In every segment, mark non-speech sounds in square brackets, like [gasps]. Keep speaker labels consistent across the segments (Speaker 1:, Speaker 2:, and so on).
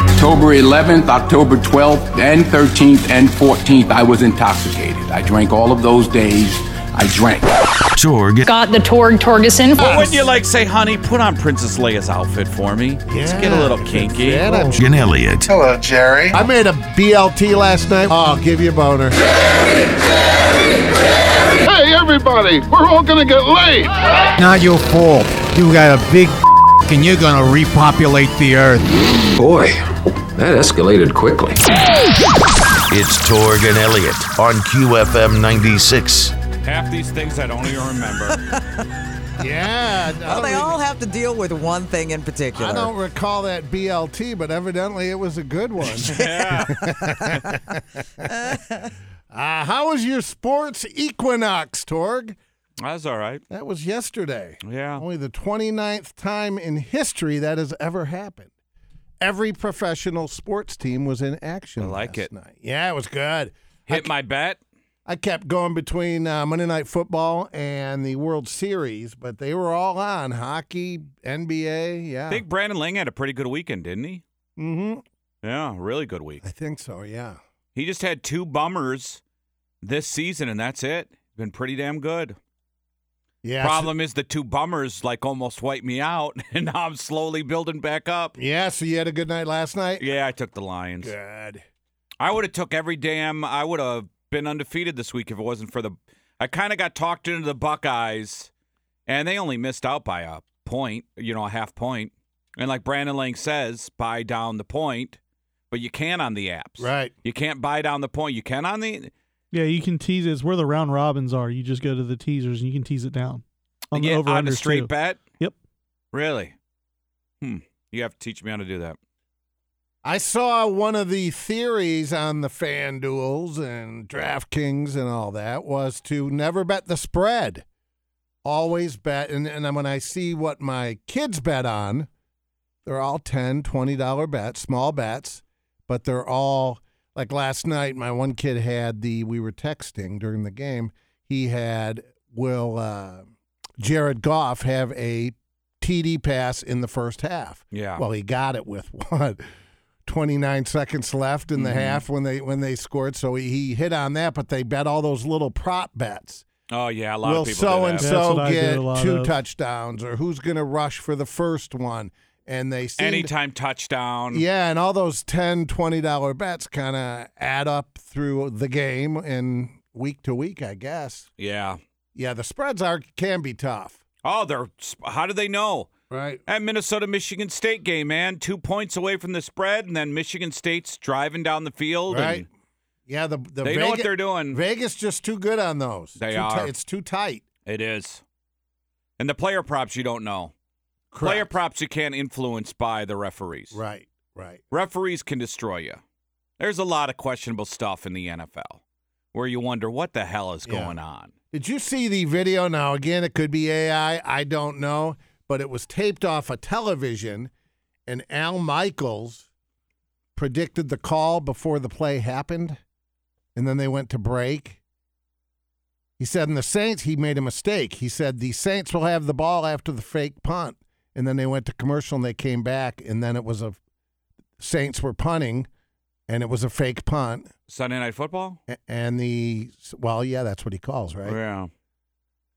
Speaker 1: October 11th, October 12th, and 13th, and 14th, I was intoxicated. I drank all of those days. I drank.
Speaker 2: Torg,
Speaker 3: Got the Torg Torgeson.
Speaker 4: But wouldn't you like say, honey, put on Princess Leia's outfit for me? Let's get a little kinky.
Speaker 5: Yeah, I'm-
Speaker 2: and Elliot.
Speaker 6: Hello, Jerry.
Speaker 5: I made a BLT last night. Oh, I'll give you a boner.
Speaker 7: Hey, everybody, we're all gonna get laid.
Speaker 8: Not your fault. You got a big [laughs] and you're gonna repopulate the earth.
Speaker 9: Boy, that escalated quickly.
Speaker 2: It's Torg and Elliot on QFM 96.
Speaker 10: Half these things I don't even
Speaker 11: [laughs]
Speaker 10: remember.
Speaker 5: Yeah. I
Speaker 11: Well,
Speaker 5: don't
Speaker 11: they
Speaker 5: re-
Speaker 11: all have to deal with one thing in particular.
Speaker 5: I don't recall that BLT, but evidently it was a good one.
Speaker 10: yeah.
Speaker 5: [laughs] uh, how was your sports equinox, Torg?
Speaker 4: That's all right.
Speaker 5: That was yesterday.
Speaker 4: Yeah.
Speaker 5: Only the 29th time in history that has ever happened. Every professional sports team was in action.
Speaker 4: I like
Speaker 5: last
Speaker 4: it.
Speaker 5: Night. Yeah, it was good.
Speaker 4: Hit my bet.
Speaker 5: I kept going between uh, Monday Night Football and the World Series, but they were all on hockey, NBA. Yeah.
Speaker 4: I think Brandon Lang had a pretty good weekend, didn't he?
Speaker 5: mm-hmm.
Speaker 4: Yeah, really good week.
Speaker 5: I think so. Yeah.
Speaker 4: He just had two bummers this season, and that's it. Been pretty damn good.
Speaker 5: Yeah. so-
Speaker 4: Problem is, the two bummers like almost wiped me out, [laughs] and now I'm slowly building back up.
Speaker 5: yeah. So you had a good night last night.
Speaker 4: Yeah, I took the Lions.
Speaker 5: Good.
Speaker 4: I would have took every damn. I would have been undefeated this week if it wasn't for the. I kind of got talked into the Buckeyes, and they only missed out by a point. You know, a half point. And like Brandon Lang says, buy down the point, but you can on the apps.
Speaker 5: Right.
Speaker 4: You can't buy down the point. You can on the.
Speaker 12: Yeah, you can tease it. It's where the round robins are. You just go to the teasers and you can tease it down. On the
Speaker 4: yeah,
Speaker 12: over
Speaker 4: on the straight
Speaker 12: too.
Speaker 4: bet.
Speaker 12: Yep.
Speaker 4: Really? Hmm. You have to teach me how to do that.
Speaker 5: I saw one of the theories on the fan duels and DraftKings and all that was to never bet the spread. Always bet. And, and when I see what my kids bet on, they're all $10, $20 bets, small bets, but they're all like last night, my one kid had the, we were texting during the game, he had, will uh, Jared Goff have a TD pass in the first half?
Speaker 4: Yeah.
Speaker 5: Well, he got it with [laughs] what 29 seconds left in the
Speaker 4: Mm-hmm.
Speaker 5: half when they when they scored. So he, he hit on that, but they bet all those little prop bets.
Speaker 4: Oh yeah, a lot
Speaker 5: Will
Speaker 4: of people.
Speaker 5: so
Speaker 4: do
Speaker 5: and
Speaker 4: that.
Speaker 12: That's what
Speaker 5: so
Speaker 12: I do
Speaker 5: get
Speaker 12: a lot
Speaker 5: two
Speaker 12: of.
Speaker 5: touchdowns, or who's going to rush for the first one? And they seemed,
Speaker 4: Anytime touchdown.
Speaker 5: yeah, and all those 10 20 dollar bets kind of add up through the game and week to week, I guess.
Speaker 4: Yeah.
Speaker 5: Yeah, the spreads are can be tough,
Speaker 4: Oh, they're. How do they know?
Speaker 5: right?
Speaker 4: That Minnesota Michigan State game, man, two points away from the spread, and then Michigan State's driving down the field.
Speaker 5: Right.
Speaker 4: And
Speaker 5: Yeah, the the
Speaker 4: They
Speaker 5: Vegas,
Speaker 4: know what they're doing.
Speaker 5: Vegas just too good on those.
Speaker 4: They
Speaker 5: Too ti-
Speaker 4: are.
Speaker 5: it's too tight.
Speaker 4: it is. And the player props you don't know. Player
Speaker 5: Correct.
Speaker 4: props you can't influence by the referees.
Speaker 5: Right, right.
Speaker 4: Referees can destroy you. There's a lot of questionable stuff in the NFL where you wonder what the hell is
Speaker 5: Yeah.
Speaker 4: going on.
Speaker 5: Did you see the video? Now, again, it could be AI. I don't know. But it was taped off a television, and Al Michaels predicted the call before the play happened, and then they went to break. He said, in the Saints, he made a mistake. He said, the Saints will have the ball after the fake punt. And then they went to commercial and they came back, and then it was a Saints were punting, and it was a fake punt.
Speaker 4: Sunday night football?
Speaker 5: A- And the, well, yeah, that's what he calls, right?
Speaker 4: Yeah.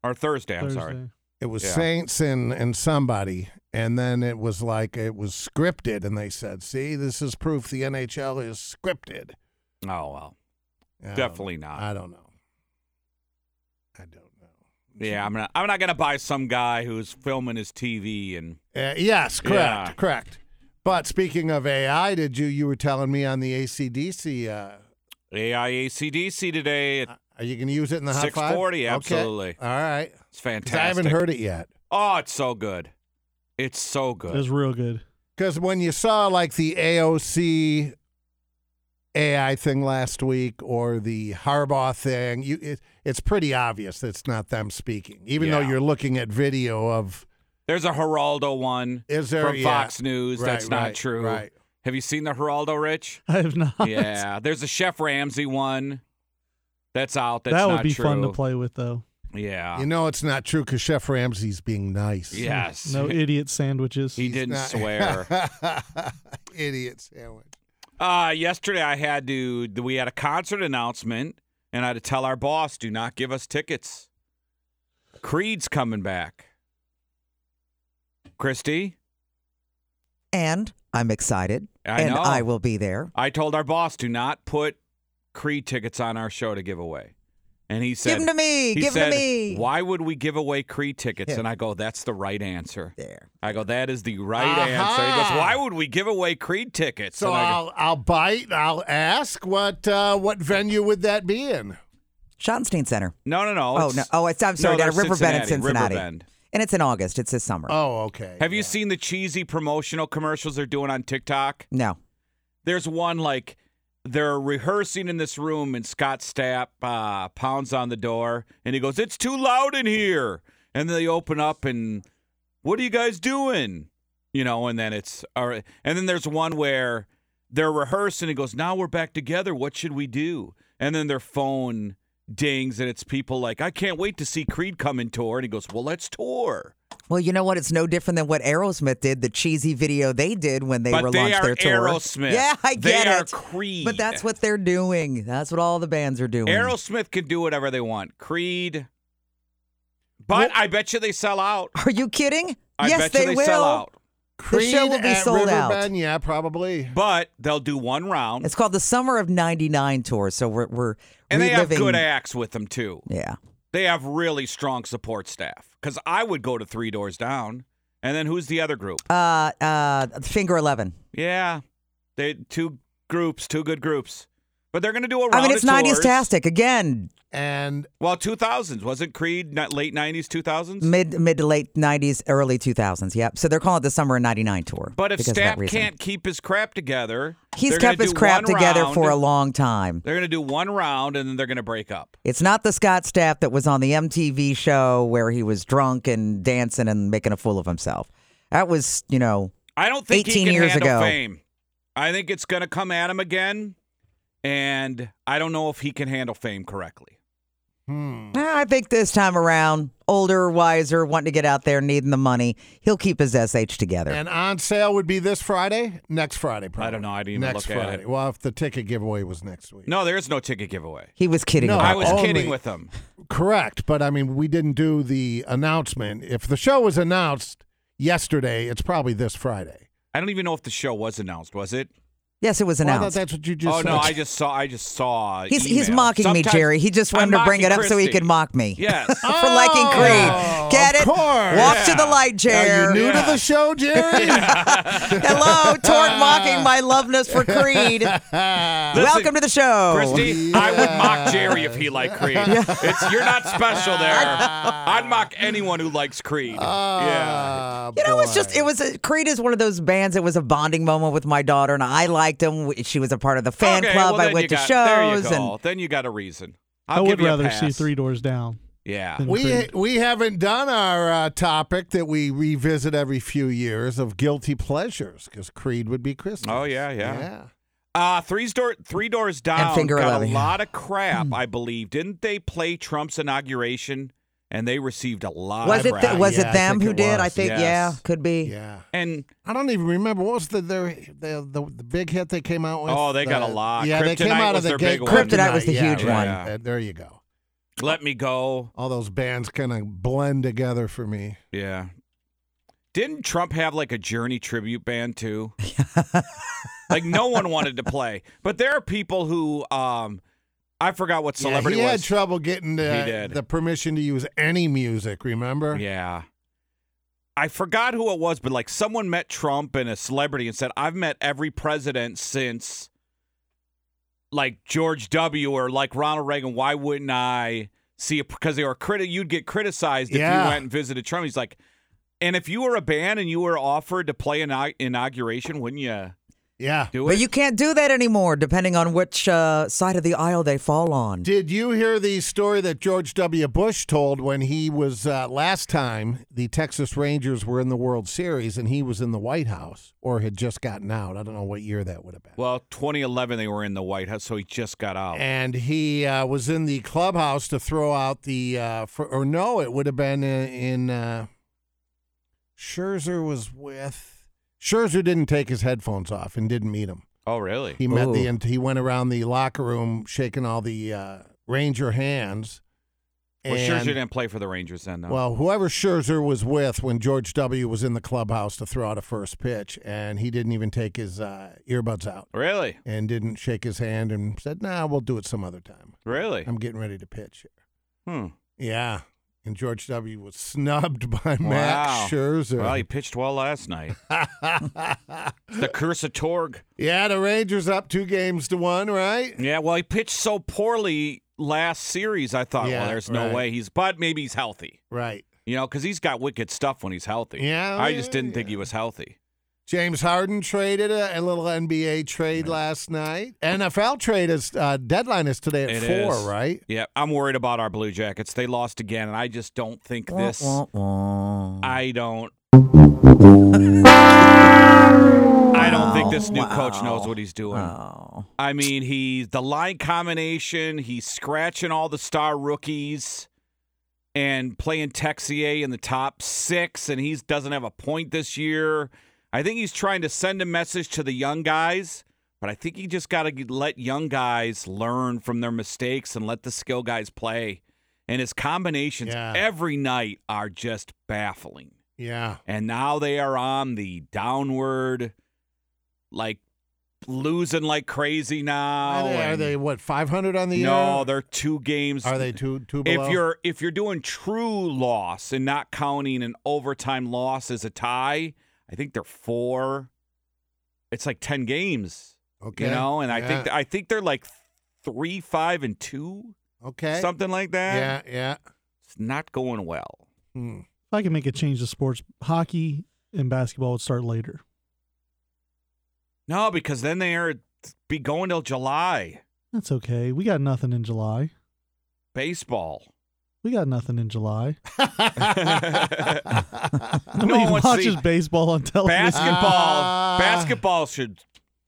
Speaker 4: Or Thursday, I'm sorry.
Speaker 12: Thursday.
Speaker 5: It was
Speaker 4: Yeah.
Speaker 5: Saints and and somebody, and then it was like it was scripted, and they said, "See, this is proof the NHL is scripted."
Speaker 4: Oh, well.
Speaker 5: I don't-
Speaker 4: Definitely not.
Speaker 5: I don't know. I don't know.
Speaker 4: Yeah, I'm not, I'm not going to buy some guy who's filming his TV and.
Speaker 5: Uh, yes, correct,
Speaker 4: Yeah.
Speaker 5: correct. But speaking of AI, did you you were telling me on the ACDC? Uh,
Speaker 4: AIACDC today.
Speaker 5: are you going to use it in the hot five?
Speaker 4: 640,
Speaker 5: Okay.
Speaker 4: absolutely.
Speaker 5: All right.
Speaker 4: It's
Speaker 5: 'Cause
Speaker 4: fantastic.
Speaker 5: I haven't heard it yet.
Speaker 4: Oh, it's so good. It's so good.
Speaker 12: It was real good.
Speaker 5: Because when you saw like the AOC AI thing last week or the Harbaugh thing, you it, it's pretty obvious that it's not them speaking, even though
Speaker 4: Yeah.
Speaker 5: you're looking at video of
Speaker 4: There's a Geraldo one
Speaker 5: is there
Speaker 4: from
Speaker 5: yeah.
Speaker 4: Fox News.
Speaker 5: Right,
Speaker 4: That's not
Speaker 5: right,
Speaker 4: true.
Speaker 5: Right.
Speaker 4: Have you seen the Geraldo Rich?
Speaker 12: [laughs] I have not.
Speaker 4: Yeah. There's a Chef Ramsey one. That's out. That's
Speaker 12: that
Speaker 4: not
Speaker 12: would be
Speaker 4: true.
Speaker 12: fun to play with, though.
Speaker 4: Yeah.
Speaker 5: You know it's not true because Chef Ramsey's being nice.
Speaker 4: yes.
Speaker 12: No idiot sandwiches.
Speaker 4: he
Speaker 5: He's
Speaker 4: didn't
Speaker 12: [laughs]
Speaker 5: not- [laughs]
Speaker 4: swear.
Speaker 5: idiot sandwich.
Speaker 4: Uh, yesterday I had to. We had a concert announcement, and I had to tell our boss, "Do not give us tickets." Creed's coming back. Christy,
Speaker 11: And I'm excited.
Speaker 4: I
Speaker 11: and
Speaker 4: know.
Speaker 11: I will be there.
Speaker 4: I told our boss, "Do not put Creed tickets on our show to give away." And he said,
Speaker 11: Give 'em to me,
Speaker 4: he
Speaker 11: give 'em
Speaker 4: said,
Speaker 11: to me.
Speaker 4: Why would we give away Creed tickets?
Speaker 11: Yeah.
Speaker 4: And I go, "That's the right answer."
Speaker 11: There.
Speaker 4: I go, "That is the right
Speaker 5: Aha.
Speaker 4: answer." He goes, "Why would we give away Creed tickets?"
Speaker 5: So
Speaker 4: And I go,
Speaker 5: I'll I'll bite. I'll ask what uh, what venue would that be in?
Speaker 11: Schottenstein Center.
Speaker 4: No, no, no.
Speaker 11: Oh, no.
Speaker 4: it's-
Speaker 11: Oh, it's, I'm sorry,
Speaker 4: no,
Speaker 11: down at
Speaker 4: that's
Speaker 11: Riverbend in Cincinnati.
Speaker 4: Riverbend.
Speaker 11: And it's in August. It's this summer.
Speaker 5: Oh, okay.
Speaker 4: Have you seen the cheesy promotional commercials they're doing on TikTok?
Speaker 11: no.
Speaker 4: There's one like they're rehearsing in this room, and Scott Stapp uh, pounds on the door, and he goes, "It's too loud in here." And then they open up, and what are you guys doing? You know, and then it's all right. And then there's one where they're rehearsing, and he goes, "Now we're back together. What should we do?" And then their phone dings, and it's people like, "I can't wait to see Creed come and tour." And he goes, "Well, let's tour."
Speaker 11: Well, you know what? It's no different than what Aerosmith did, the cheesy video they did when they
Speaker 4: but
Speaker 11: relaunched
Speaker 4: they are
Speaker 11: their tour.
Speaker 4: Aerosmith.
Speaker 11: Yeah, I get
Speaker 4: they
Speaker 11: it.
Speaker 4: Are Creed.
Speaker 11: But that's what they're doing. That's what all the bands are doing.
Speaker 4: Aerosmith can do whatever they want. Creed. But I bet you they sell out.
Speaker 11: Are you kidding?
Speaker 4: I
Speaker 11: yes,
Speaker 4: bet you they,
Speaker 11: will.
Speaker 4: sell out.
Speaker 5: Creed
Speaker 11: the show will be
Speaker 5: at
Speaker 11: sold out.
Speaker 5: Riverbend? Yeah, probably.
Speaker 4: But they'll do one round,
Speaker 11: It's called the Summer of '99 tour, so we're we're
Speaker 4: and they have
Speaker 11: reliving.
Speaker 4: good acts with them too.
Speaker 11: yeah,
Speaker 4: They have really strong support staff. Because I would go to Three Doors Down, and then who's the other group?
Speaker 11: uh, uh, Finger Eleven.
Speaker 4: yeah, they two groups, two good groups. But they're going to do a round.
Speaker 11: I mean, it's
Speaker 4: of tours.
Speaker 11: '90s-tastic again.
Speaker 5: And
Speaker 4: Well, two thousands wasn't Creed not late nineties, two thousands.
Speaker 11: Mid mid to late '90s, early 2000s. Yep. So they're calling it the Summer of '99 tour.
Speaker 4: But if
Speaker 11: because of that
Speaker 4: Stapp
Speaker 11: reason.
Speaker 4: can't keep his crap together,
Speaker 11: he's
Speaker 4: they're gonna
Speaker 11: kept his
Speaker 4: do
Speaker 11: crap
Speaker 4: one
Speaker 11: together for a
Speaker 4: round-
Speaker 11: long time.
Speaker 4: They're going to do one round and then they're going to break up.
Speaker 11: It's not the Scott Staff that was on the MTV show where he was drunk and dancing and making a fool of himself. That was, you know,
Speaker 4: I don't think
Speaker 11: 18
Speaker 4: he can
Speaker 11: years
Speaker 4: handle
Speaker 11: ago.
Speaker 4: fame. I think it's going to come at him again, and I don't know if he can handle fame correctly.
Speaker 5: Hmm.
Speaker 11: Ah, I think this time around, older, wiser, wanting to get out there, needing the money, he'll keep his SH together.
Speaker 5: and on sale would be this Friday, next Friday. Probably.
Speaker 4: don't know. I didn't even
Speaker 5: next
Speaker 4: look at
Speaker 5: Friday.
Speaker 4: it.
Speaker 5: Well, if the ticket giveaway was next week.
Speaker 4: No, there is no ticket giveaway.
Speaker 11: he was kidding.
Speaker 5: No,
Speaker 11: about
Speaker 4: I was
Speaker 11: that.
Speaker 5: Only-
Speaker 4: kidding with him.
Speaker 5: Correct, but I mean, we didn't do the announcement. If the show was announced yesterday, it's probably this Friday.
Speaker 4: I don't even know if the show was announced. Was it?
Speaker 11: Yes, it was
Speaker 5: Well, I thought
Speaker 11: announced.
Speaker 5: that's what you just
Speaker 4: oh
Speaker 5: said.
Speaker 4: no, I just saw. I just saw.
Speaker 11: he's he's
Speaker 4: email.
Speaker 11: mocking me,
Speaker 4: Sometimes-
Speaker 11: Jerry. He just wanted
Speaker 4: I'm
Speaker 11: to bring it up
Speaker 4: mocking
Speaker 11: so he
Speaker 4: Christy.
Speaker 11: could mock me.
Speaker 4: Yes.
Speaker 11: [laughs] [laughs] For liking
Speaker 5: Oh,
Speaker 11: Creed. Get
Speaker 5: of
Speaker 11: it?
Speaker 5: course.
Speaker 11: Walk
Speaker 4: Yeah.
Speaker 11: to the light, Jerry.
Speaker 5: Are you new
Speaker 4: Yeah.
Speaker 5: to the show,
Speaker 11: [laughs]
Speaker 5: Jerry?
Speaker 11: Hello, Tort mocking my loveness
Speaker 5: [laughs]
Speaker 11: for Creed. Welcome to the show.
Speaker 4: Christy, I would
Speaker 5: Uh,
Speaker 4: mock Jerry if he liked
Speaker 11: [laughs]
Speaker 4: Creed. It's, you're not special there. I'd mock anyone who likes Creed. yeah.
Speaker 5: Ah,
Speaker 11: You know, it's just
Speaker 5: boy.
Speaker 11: it was a, Creed is one of those bands. It was a bonding moment with my daughter, and I liked him. We- She was a part of the fan
Speaker 4: Okay,
Speaker 11: club.
Speaker 4: well,
Speaker 11: I
Speaker 4: then
Speaker 11: went
Speaker 4: you
Speaker 11: to
Speaker 4: got, There you
Speaker 11: shows,
Speaker 4: go.
Speaker 11: and
Speaker 4: then you got a reason. I'll
Speaker 12: I would
Speaker 4: give you a
Speaker 12: rather see
Speaker 4: pass.
Speaker 12: Three Doors Down.
Speaker 4: Yeah.
Speaker 12: than
Speaker 5: We,
Speaker 12: Creed.
Speaker 5: we haven't done our uh, topic that we revisit every few years of guilty pleasures because Creed would be Christmas.
Speaker 4: Oh yeah, yeah.
Speaker 5: yeah.
Speaker 4: Uh, three door, three doors down.
Speaker 11: Finger
Speaker 4: got
Speaker 11: Eleven, Hmm.
Speaker 4: a
Speaker 11: yeah.
Speaker 4: lot of crap, I believe. Didn't they play Trump's inauguration? And they received a lot.
Speaker 11: was
Speaker 4: of
Speaker 11: it
Speaker 4: crap.
Speaker 11: th- was
Speaker 5: Yeah,
Speaker 11: it
Speaker 5: I
Speaker 11: them
Speaker 5: think
Speaker 11: who
Speaker 5: it
Speaker 11: did? I
Speaker 5: was.
Speaker 11: think
Speaker 4: Uh, Yes.
Speaker 11: yeah, could be.
Speaker 5: Yeah.
Speaker 4: and
Speaker 5: I don't even remember what was the their, the, the the big hit they came out with.
Speaker 4: Oh, they got a
Speaker 5: The-
Speaker 4: lot.
Speaker 5: Yeah, they came
Speaker 4: Kryptonite
Speaker 5: out of
Speaker 4: was
Speaker 5: the
Speaker 4: their
Speaker 5: gate.
Speaker 4: big one.
Speaker 11: Kryptonite was the
Speaker 5: yeah,
Speaker 11: huge
Speaker 5: right.
Speaker 11: one.
Speaker 5: Uh, there you go.
Speaker 4: let me go.
Speaker 5: All those bands kind of blend together for me.
Speaker 4: Yeah. Didn't Trump have like a Journey tribute band
Speaker 11: [laughs]
Speaker 4: too? like no one wanted to play, but there are people who um, I forgot what celebrity
Speaker 5: yeah, he
Speaker 4: was.
Speaker 5: had trouble getting
Speaker 4: He
Speaker 5: the,
Speaker 4: did.
Speaker 5: the permission to use any music. Remember?
Speaker 4: Yeah. I forgot who it was, but like someone met Trump and a celebrity and said, I've met every president since like George W. or like Ronald Reagan. Why wouldn't I see it? Because they were criti- you'd get criticized if
Speaker 5: Yeah.
Speaker 4: you went and visited Trump. He's like, and if you were a band and you were offered to play an inauguration, wouldn't you
Speaker 5: Yeah.
Speaker 4: do it?
Speaker 11: But you can't do that anymore, depending on which uh, side of the aisle they fall on.
Speaker 5: Did you hear the story that George W. Bush told when he was uh, last time the Texas Rangers were in the World Series and he was in the White House or had just gotten out? I don't know what year that would have been.
Speaker 4: well, 2011, they were in the White House, so he just got out.
Speaker 5: and he uh, was in the clubhouse to throw out the uh, fr or uh, no, it would have been in, in uh, Scherzer was [laughs] with Scherzer didn't take his headphones off and didn't meet him.
Speaker 4: Oh, really?
Speaker 5: He met the and he went around the locker room shaking all the uh, Ranger hands.
Speaker 4: Well, Scherzer
Speaker 5: and-
Speaker 4: didn't play for the Rangers then, though.
Speaker 5: Well, whoever Scherzer was with when George W. was in the clubhouse to throw out a first pitch, and he didn't even take his uh, earbuds out
Speaker 4: really,
Speaker 5: and didn't shake his hand and said, "Nah, we'll do it some other time.
Speaker 4: really.
Speaker 5: I'm getting ready to pitch."
Speaker 4: Hmm.
Speaker 5: Yeah, [laughs] and George W. was snubbed [laughs] by
Speaker 4: Wow.
Speaker 5: Max Scherzer.
Speaker 4: Well, he pitched well last
Speaker 5: [laughs]
Speaker 4: night. It's the curse of Torg.
Speaker 5: yeah, the Rangers up two games to one, right?
Speaker 4: Yeah, well, he pitched so poorly last series. I thought,
Speaker 5: Yeah,
Speaker 4: well, there's no
Speaker 5: right.
Speaker 4: way he's, but maybe he's healthy.
Speaker 5: Right.
Speaker 4: You know, because he's got wicked stuff when he's healthy.
Speaker 5: Yeah,
Speaker 4: I just didn't
Speaker 5: yeah,
Speaker 4: think he was healthy.
Speaker 5: James Harden traded a, a little NBA trade last night. NFL trade is uh, deadline is today
Speaker 4: It
Speaker 5: at four,
Speaker 4: is.
Speaker 5: right?
Speaker 4: Yeah, I'm worried about our Blue Jackets. They lost again, and I just don't think this.
Speaker 11: Wah, wah, wah.
Speaker 4: I don't. I don't think this new coach knows what he's doing.
Speaker 11: Oh.
Speaker 4: I mean, he's the line combination. He's scratching all the star rookies and playing Texier in the top six, and he doesn't have a point this year. I think he's trying to send a message to the young guys, but I think he just got to let young guys learn from their mistakes and let the skill guys play. And his combinations
Speaker 5: Yeah.
Speaker 4: every night are just baffling
Speaker 5: Yeah.
Speaker 4: and now they are on the downward, like losing like crazy now.
Speaker 5: are, they, are
Speaker 4: Oh, and-
Speaker 5: they what five hundred on the
Speaker 4: no,
Speaker 5: year?
Speaker 4: they're two games.
Speaker 5: Are they two two below?
Speaker 4: If you're if you're doing true loss and not counting an overtime loss as a tie, I think they're four. It's like ten games,
Speaker 5: okay,
Speaker 4: you know, and I
Speaker 5: yeah,
Speaker 4: think I think they're like three, five, and two,
Speaker 5: okay,
Speaker 4: something like that.
Speaker 5: yeah, yeah.
Speaker 4: It's not going well.
Speaker 5: Hmm.
Speaker 12: If I could make a change to sports, hockey and basketball would start later.
Speaker 4: No, because then they're be going till July.
Speaker 12: That's okay. We got nothing in July.
Speaker 4: Baseball.
Speaker 12: [laughs]
Speaker 4: [laughs]
Speaker 12: We got nothing in
Speaker 5: [laughs]
Speaker 12: July. [laughs]
Speaker 4: No
Speaker 12: Nobody
Speaker 4: one wants to
Speaker 12: watches
Speaker 4: see-
Speaker 12: [laughs] baseball on television.
Speaker 4: Basketball,
Speaker 5: Ah.
Speaker 4: basketball should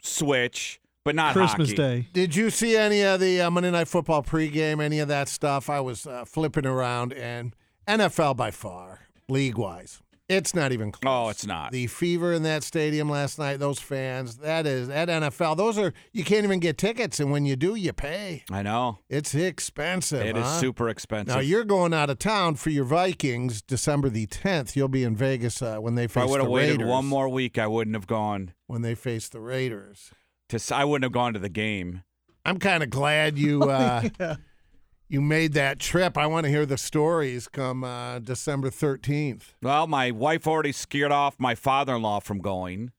Speaker 4: switch, but not
Speaker 12: Christmas
Speaker 4: hockey.
Speaker 12: Day.
Speaker 5: Did you see any of the uh, Monday Night Football pregame? Any of that stuff? I was uh, flipping around, and NFL by far, league wise, it's not even close.
Speaker 4: Oh, it's not.
Speaker 5: The fever in that stadium last night, those fans, that is that NFL. Those are you can't even get tickets, and when you do, you pay.
Speaker 4: I know
Speaker 5: It's expensive.
Speaker 4: it is
Speaker 5: huh?
Speaker 4: super expensive.
Speaker 5: Now you're going out of town for your Vikings December the 10th. You'll be in Vegas uh, when they
Speaker 4: if I
Speaker 5: face
Speaker 4: would
Speaker 5: the
Speaker 4: have waited
Speaker 5: Raiders.
Speaker 4: one more week, I wouldn't have gone
Speaker 5: when they face the Raiders.
Speaker 4: to. s- I wouldn't have gone to the game.
Speaker 5: I'm kind of
Speaker 4: [laughs]
Speaker 5: glad you uh, you made that trip. I want to hear the stories come uh, December 13th.
Speaker 4: Well, my wife already scared off my father-in-law from going.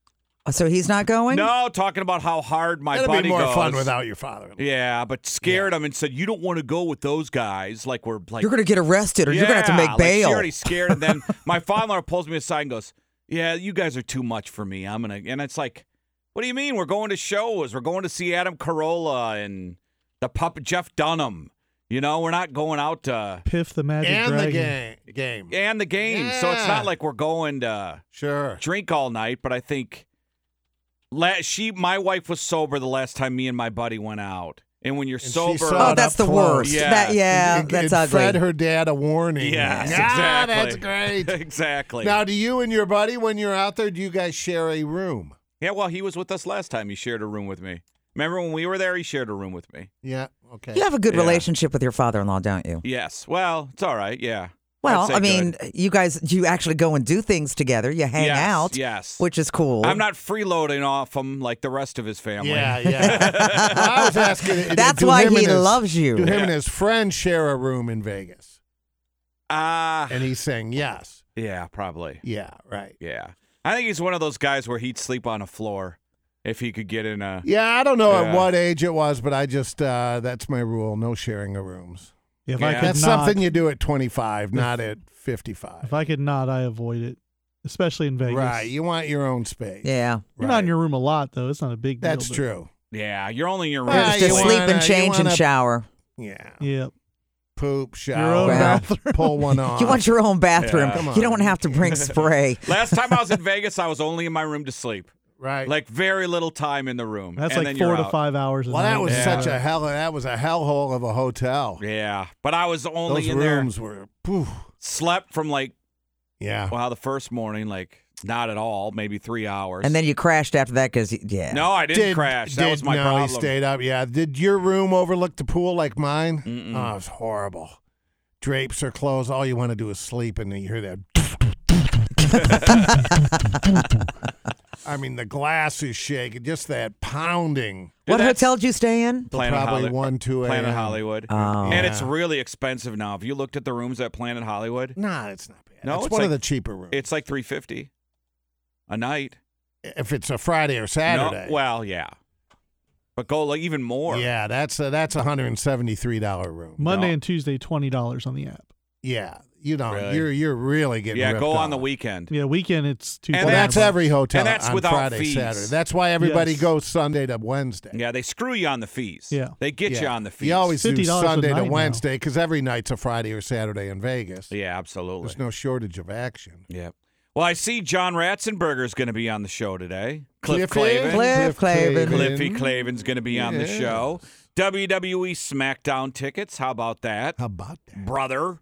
Speaker 11: So he's not going?
Speaker 4: No, talking about how hard my
Speaker 5: It'll
Speaker 4: buddy
Speaker 5: be more
Speaker 4: goes.
Speaker 5: fun without your father.
Speaker 4: Yeah, but scared him and said, "You don't want to go with those guys." Like we're like
Speaker 11: You're going to get arrested or you're going to have to
Speaker 4: Yeah,
Speaker 11: make
Speaker 4: like, she
Speaker 11: bail.
Speaker 4: already scared, and
Speaker 11: [laughs]
Speaker 4: then my father-in-law pulls me aside and goes, "Yeah, you guys are too much for me. I'm gonna." And it's like, "What do you mean? We're going to shows. We're going to see Adam Carolla and the pup Jeff Dunham. You know, we're not going out to
Speaker 12: Piff the Magic
Speaker 5: And
Speaker 12: Dragon.
Speaker 5: the game. game.
Speaker 4: and the game. So it's
Speaker 5: Yeah.
Speaker 4: not like we're going to
Speaker 5: Sure.
Speaker 4: drink all night. But I think la- she, my wife, was sober the last time me and my buddy went out. And when you're
Speaker 5: she
Speaker 4: sober,
Speaker 5: saw
Speaker 11: oh,
Speaker 5: Not
Speaker 11: that's
Speaker 5: up
Speaker 11: the
Speaker 5: close.
Speaker 11: worst.
Speaker 4: Yeah.
Speaker 11: That, yeah,
Speaker 5: It- it
Speaker 11: that's ugly.
Speaker 5: Fed her dad a warning.
Speaker 4: yes,
Speaker 5: Ah,
Speaker 4: exactly.
Speaker 5: That's great.
Speaker 4: [laughs] exactly.
Speaker 5: Now, do you and your buddy, when you're out there, do you guys share a room?
Speaker 4: Yeah, well, he was with us last time. He shared a room with me. Remember when we were there? He shared a room with me.
Speaker 5: Yeah. Okay.
Speaker 11: You have a good
Speaker 4: Yeah.
Speaker 11: relationship with your father in law, don't you?
Speaker 4: Yes. Well, it's all right. Yeah. I'd
Speaker 11: Well,
Speaker 4: say
Speaker 11: I mean,
Speaker 4: good.
Speaker 11: you guys, you actually go and do things together. You hang
Speaker 4: Yes,
Speaker 11: out,
Speaker 4: Yes.
Speaker 11: which is cool.
Speaker 4: I'm not freeloading off him like the rest of his family. [laughs]
Speaker 5: Yeah, yeah. I was asking. uh,
Speaker 11: That's
Speaker 5: do
Speaker 11: why
Speaker 5: him
Speaker 11: he
Speaker 5: and his-
Speaker 11: loves you.
Speaker 5: Do him
Speaker 4: Yeah.
Speaker 5: and his friend share a room in Vegas?
Speaker 4: Ah.
Speaker 5: And he's saying yes.
Speaker 4: yeah. Probably.
Speaker 5: Yeah. Right.
Speaker 4: Yeah. I think he's one of those guys where he'd sleep on a floor if he could get in a.
Speaker 5: Yeah, I don't know
Speaker 4: Yeah.
Speaker 5: at what age it was, but I just uh, that's my rule: no sharing of rooms.
Speaker 12: If I
Speaker 4: Yeah.
Speaker 12: could
Speaker 5: That's
Speaker 12: not,
Speaker 5: something you do at 25, not at 55.
Speaker 12: If I could not, I avoid it, especially in Vegas.
Speaker 5: Right, you want your own space.
Speaker 11: yeah.
Speaker 12: You're not in
Speaker 5: Right.
Speaker 12: your room a lot though. It's not a big deal.
Speaker 5: That's
Speaker 12: but-
Speaker 5: true.
Speaker 4: Yeah. You're only in your room.
Speaker 5: Yeah,
Speaker 11: It's just
Speaker 5: Ah, you
Speaker 11: sleep
Speaker 5: wanna-
Speaker 11: and
Speaker 5: you
Speaker 11: change and
Speaker 5: wanna-
Speaker 11: shower.
Speaker 5: Yeah,
Speaker 12: Yep.
Speaker 5: poop, shower,
Speaker 12: Your own
Speaker 11: Wow.
Speaker 12: bathroom.
Speaker 5: pull
Speaker 11: [laughs]
Speaker 5: one on.
Speaker 11: You want your own bathroom.
Speaker 4: Yeah. Come
Speaker 11: You
Speaker 5: on.
Speaker 11: don't have
Speaker 4: [laughs]
Speaker 11: to bring spray.
Speaker 4: Last time I was
Speaker 11: [laughs]
Speaker 4: in Vegas, I was only in my room to sleep.
Speaker 5: right?
Speaker 4: Like very little time in the room.
Speaker 12: That's
Speaker 4: and
Speaker 12: like
Speaker 4: then
Speaker 12: four
Speaker 4: you're
Speaker 12: to
Speaker 4: out.
Speaker 12: five hours. a
Speaker 5: well, that
Speaker 12: night.
Speaker 5: was
Speaker 4: Yeah.
Speaker 5: such a hell. That was a hellhole of a hotel.
Speaker 4: Yeah. But I was only
Speaker 5: Those
Speaker 4: in there.
Speaker 5: rooms were. Poof.
Speaker 4: Slept from like
Speaker 5: Yeah.
Speaker 4: Wow, the first morning, like Not at all. Maybe three hours.
Speaker 11: And then you crashed after that because, yeah.
Speaker 4: No, I didn't crash. That
Speaker 5: did-
Speaker 4: was my
Speaker 5: no,
Speaker 4: problem.
Speaker 5: he stayed up. Yeah. Did your room overlook the pool like mine? Oh, it was horrible. Drapes are closed. All you want to do is sleep, and then you hear that. [laughs] I mean, the glass is shaking. Just that pounding.
Speaker 11: What hotel did you stay in?
Speaker 4: Planet
Speaker 5: probably
Speaker 4: Hollywood.
Speaker 5: one, two
Speaker 4: Planet
Speaker 5: a.m..
Speaker 4: Hollywood.
Speaker 11: Oh.
Speaker 4: And it's
Speaker 5: Yeah.
Speaker 4: really expensive now. Have you looked at the rooms at Planet Hollywood?
Speaker 5: Nah, it's not bad.
Speaker 4: No,
Speaker 5: it's,
Speaker 4: it's
Speaker 5: one of the
Speaker 4: like-
Speaker 5: cheaper rooms.
Speaker 4: It's like three fifty a night.
Speaker 5: If it's a Friday or
Speaker 4: No-
Speaker 5: Saturday.
Speaker 4: well, yeah. But go like even more.
Speaker 5: yeah, that's a, that's a hundred and seventy three dollar room.
Speaker 12: Monday
Speaker 4: No.
Speaker 12: and Tuesday, twenty dollars on the app.
Speaker 5: Yeah, you don't.
Speaker 4: Really?
Speaker 5: You're you're really getting.
Speaker 4: Yeah,
Speaker 5: ripped
Speaker 4: go on
Speaker 5: off.
Speaker 4: the weekend.
Speaker 12: Yeah, weekend it's two.
Speaker 4: And
Speaker 5: Well, that's every hotel
Speaker 4: and that's
Speaker 5: on
Speaker 4: without
Speaker 5: Friday,
Speaker 4: fees.
Speaker 5: Saturday. That's why everybody
Speaker 12: Yes.
Speaker 5: goes Sunday to Wednesday.
Speaker 4: Yeah, they screw you on the fees.
Speaker 12: Yeah.
Speaker 4: They get you
Speaker 5: Yeah.
Speaker 4: on the fees.
Speaker 5: You always do
Speaker 12: $50 a
Speaker 5: Sunday
Speaker 12: night
Speaker 5: to
Speaker 12: now.
Speaker 5: Wednesday because every night's a Friday or Saturday in Vegas.
Speaker 4: Yeah, absolutely.
Speaker 5: There's no shortage of action. [laughs]
Speaker 4: yeah. Well, I see John Ratzenberger's going to be on the show today. Cliff
Speaker 5: Cliffy?
Speaker 4: Clavin.
Speaker 11: Cliff Clavin.
Speaker 4: Cliffy Clavin's going to be on the
Speaker 5: Yes.
Speaker 4: show. WWE SmackDown tickets. How about that,
Speaker 5: How about that?
Speaker 4: brother?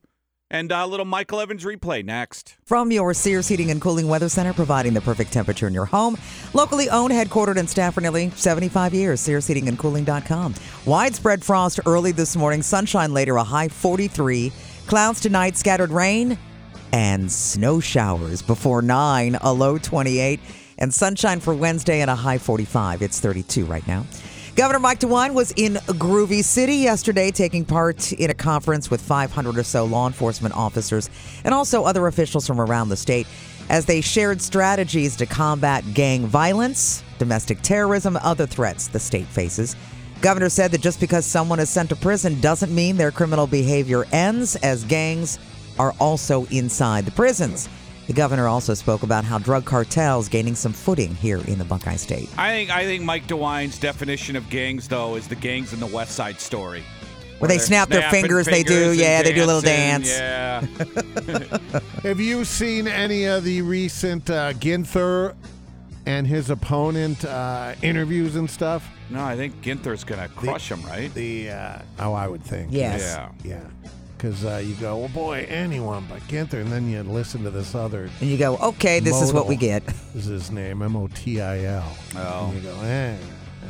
Speaker 4: And uh, little Michael Evans replay next.
Speaker 11: From your Sears Heating and Cooling Weather Center, providing the perfect temperature in your home. Locally owned, headquartered in Stafford, nearly 75 years. SearsHeatingandCooling.com. Widespread frost early this morning, sunshine later, a high 43. Clouds tonight, scattered rain and snow showers before 9, a low 28. And sunshine for Wednesday and a high 45. It's 32 right now. Governor Mike DeWine was in Groovy City yesterday, taking part in a conference with 500 or so law enforcement officers and also other officials from around the state as they shared strategies to combat gang violence, domestic terrorism, other threats the state faces. Governor said that just because someone is sent to prison doesn't mean their criminal behavior ends, as gangs are also inside the prisons. The governor also spoke about how drug cartels gaining some footing here in the Buckeye State.
Speaker 4: I think I think Mike DeWine's definition of gangs though is the gangs in the West Side Story.
Speaker 11: Where they
Speaker 4: they're
Speaker 11: snap their
Speaker 4: snapping
Speaker 11: fingers, they do-
Speaker 4: and
Speaker 11: yeah, they do a little
Speaker 4: dancing,
Speaker 11: dance.
Speaker 4: Yeah.
Speaker 11: [laughs]
Speaker 5: Have you seen any of the recent uh, Ginther and his opponent uh, interviews and stuff?
Speaker 4: No, I think Ginther's gonna crush him, right?
Speaker 5: The uh, oh, I would think.
Speaker 11: Yes.
Speaker 4: Yeah.
Speaker 5: Yeah. Because uh, you go, well, boy, anyone but Ginther, and then you listen to this other.
Speaker 11: And you go, okay, this is what we
Speaker 5: Modal [laughs]
Speaker 11: get.
Speaker 5: Is his name M O T I L?
Speaker 4: Oh.
Speaker 5: And you go, eh,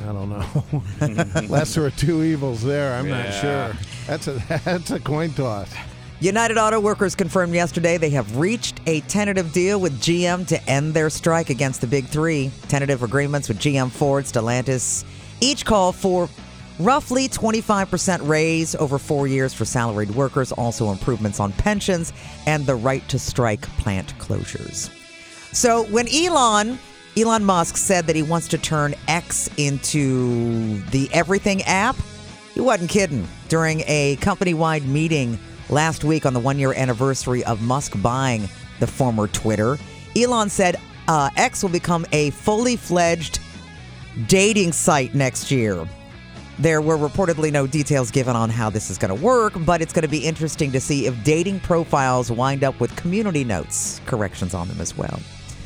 Speaker 5: I don't
Speaker 4: [laughs]
Speaker 5: know. Lesser of two evils there. I'm
Speaker 4: Yeah.
Speaker 5: not sure. That's a [laughs] that's a coin toss.
Speaker 11: United Auto Workers confirmed yesterday they have reached a tentative deal with GM to end their strike against the Big Three. Tentative agreements with GM, Ford, Stellantis each call for roughly 25% raise over four years for salaried workers, also improvements on pensions and the right to strike plant closures. So when Elon Elon Musk said that he wants to turn X into the everything app, he wasn't kidding. During a company-wide meeting last week on the one-year anniversary of Musk buying the former Twitter, Elon said uh, X will become a fully fledged dating site next year. There were reportedly no details given on how this is going to work, but it's going to be interesting to see if dating profiles wind up with community notes, corrections on them as well.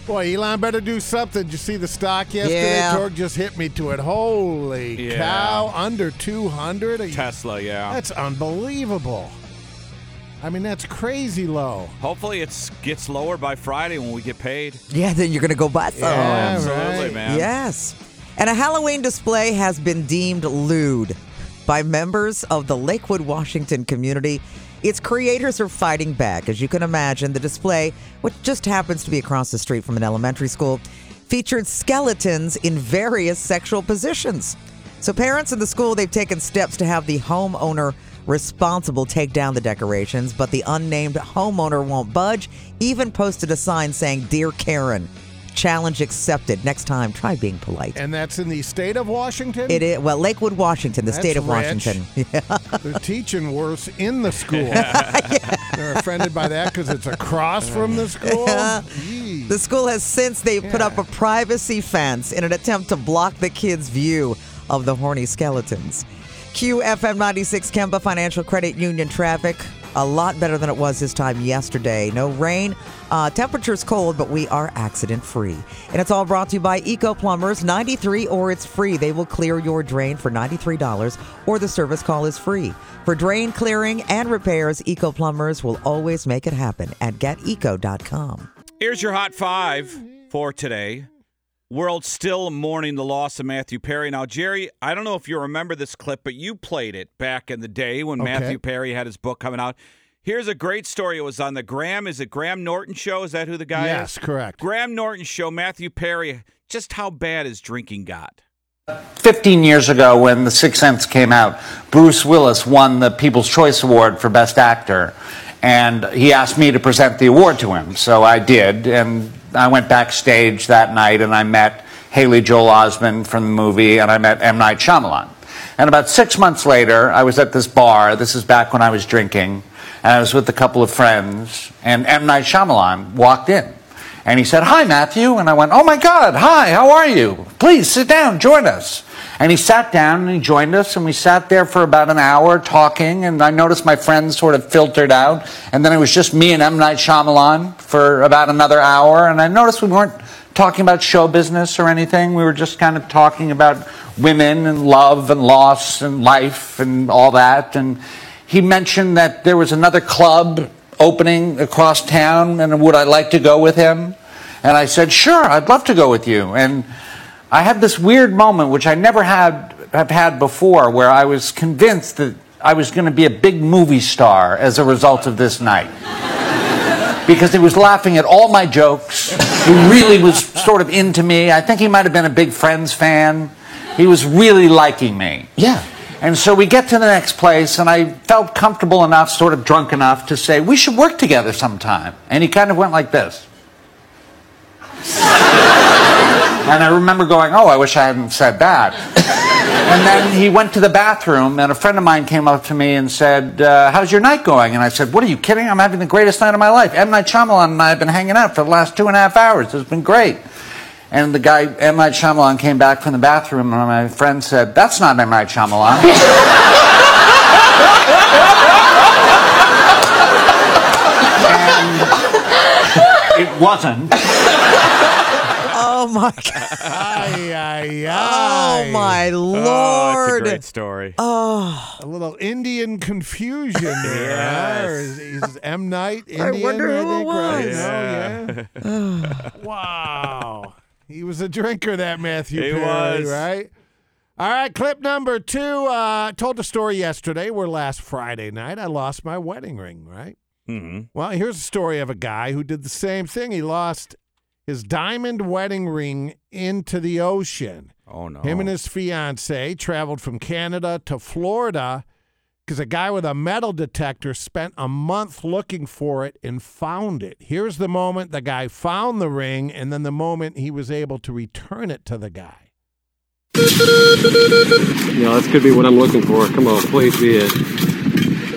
Speaker 5: Boy, Elon better do something. Did you see the stock yesterday?
Speaker 11: Yeah.
Speaker 5: Torg just hit me to it. Holy
Speaker 4: Yeah.
Speaker 5: cow! Under 200. Are you-
Speaker 4: Tesla, yeah.
Speaker 5: That's unbelievable. I mean, that's crazy low.
Speaker 4: Hopefully it gets lower by Friday when we get paid.
Speaker 11: Yeah, then you're going to go buy some.
Speaker 5: Yeah,
Speaker 4: Oh, Absolutely,
Speaker 5: right.
Speaker 4: man.
Speaker 11: Yes. And a Halloween display has been deemed lewd by members of the Lakewood, Washington community. Its creators are fighting back. As you can imagine, the display, which just happens to be across the street from an elementary school, featured skeletons in various sexual positions. So parents in the school, they've taken steps to have the homeowner responsible take down the decorations, but the unnamed homeowner won't budge, even posted a sign saying, Dear Karen, challenge accepted. Next time, try being polite.
Speaker 5: And that's in the state of Washington.
Speaker 11: It is, well, Lakewood, Washington, the
Speaker 5: That's
Speaker 11: state of
Speaker 5: rich.
Speaker 11: Washington. [laughs]
Speaker 5: They're teaching worse in the school. They're offended by that because it's across from the school. Gee.
Speaker 11: The school has since they put up a privacy fence in an attempt to block the kids' view of the horny skeletons. QFM 96 Kemba Financial Credit Union traffic. A lot better than it was this time yesterday. No rain. Uh, temperature's cold, but we are accident free. And it's all brought to you by Eco Plumbers 93 or it's free. They will clear your drain for $93 or the service call is free. For drain clearing and repairs, Eco Plumbers will always make it happen at geteco.com.
Speaker 4: Here's your hot five. for today. World still mourning the loss of Matthew Perry. Now, Jerry, I don't know if you remember this clip, but you played it back in the day when
Speaker 5: Okay.
Speaker 4: Matthew Perry had his book coming out. Here's a great story. It was on the Graham. Is it Graham Norton show? Is that who the guy is?
Speaker 5: Yes, correct.
Speaker 4: Graham Norton show, Matthew Perry, just how bad his drinking got.
Speaker 3: 15 years ago, when The Sixth Sense came out, Bruce Willis won the People's Choice Award for Best Actor, and he asked me to present the award to him. So I did, and I went backstage that night and I met Haley Joel Osment from the movie, and I met M. Night Shyamalan. And about six months later, I was at this bar. This is back when I was drinking, and I was with a couple of friends, and M. Night Shyamalan walked in. And he said, Hi, Matthew. And I went, Oh my God, hi, how are you? Please sit down, join us. And he sat down and he joined us, and we sat there for about an hour talking. And I noticed my friends sort of filtered out. And then it was just me and M. Night Shyamalan for about another hour. And I noticed we weren't talking about show business or anything. We were just kind of talking about women and love and loss and life and all that. And he mentioned that there was another club opening across town and would I like to go with him? And I said, sure, I'd love to go with you. And I had this weird moment, which I never had, have had before, where I was convinced that I was going to be a big movie star as a result of this night because he was laughing at all my jokes. He really was sort of into me. I think he might have been a big Friends fan. He was really liking me. Yeah. And so we get to the next place, and I felt comfortable enough, sort of drunk enough, to say, We should work together sometime. And he kind of went like this. [laughs] and I remember going, Oh, I wish I hadn't said that. And then he went to the bathroom, and a friend of mine came up to me and said, uh, How's your night going? And I said, What are you kidding? I'm having the greatest night of my life. M. Night Shyamalan and I have been hanging out for the last two and a half hours. It's been great. And the guy, M. Night Shyamalan, came back from the bathroom, and my friend said, That's not M. Night Shyamalan. it wasn't.
Speaker 11: Oh my god.
Speaker 5: Ay, ay,
Speaker 11: [laughs] Oh
Speaker 5: ay.
Speaker 11: my
Speaker 4: Oh, it's a
Speaker 11: lord.
Speaker 4: great story.
Speaker 11: Oh,
Speaker 5: A little Indian confusion
Speaker 4: [laughs]
Speaker 5: there. huh? Is, is M. Night Indian?
Speaker 11: wonder who
Speaker 5: think,
Speaker 11: it
Speaker 5: right?
Speaker 11: was.
Speaker 5: No,
Speaker 11: [laughs]
Speaker 5: yeah. wow. He was a drinker, that Matthew
Speaker 4: He
Speaker 5: Perry,
Speaker 4: was.
Speaker 5: right? All right, clip number two. Uh, told the story yesterday. We're last Friday night. I lost my wedding ring, right?
Speaker 4: hmm
Speaker 5: Well, here's a story of a guy who did the same thing. He lost his diamond wedding ring into the ocean.
Speaker 4: Oh, no.
Speaker 5: Him and his fiancee traveled from Canada to Florida because a guy with a metal detector spent a month looking for it and found it. Here's the moment the guy found the ring, and then the moment he was able to return it to the guy.
Speaker 6: Yeah, this could be what I'm looking for. Come on, please be it.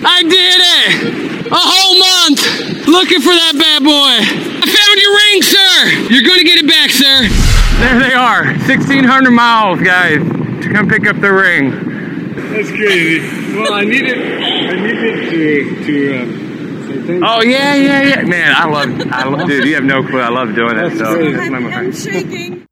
Speaker 13: I did it! A whole month looking for that bad boy. I found your ring, sir. You're gonna get it back, sir. There they are. 1,600 miles, guys, to come pick up the ring.
Speaker 6: That's crazy. Well, I needed, I needed to, to um, say thank
Speaker 13: Oh yeah, yeah, yeah, man! I love, I love, dude. You have no clue. I love doing it.
Speaker 6: That's
Speaker 13: So.
Speaker 6: crazy.
Speaker 13: I'm
Speaker 5: shaking.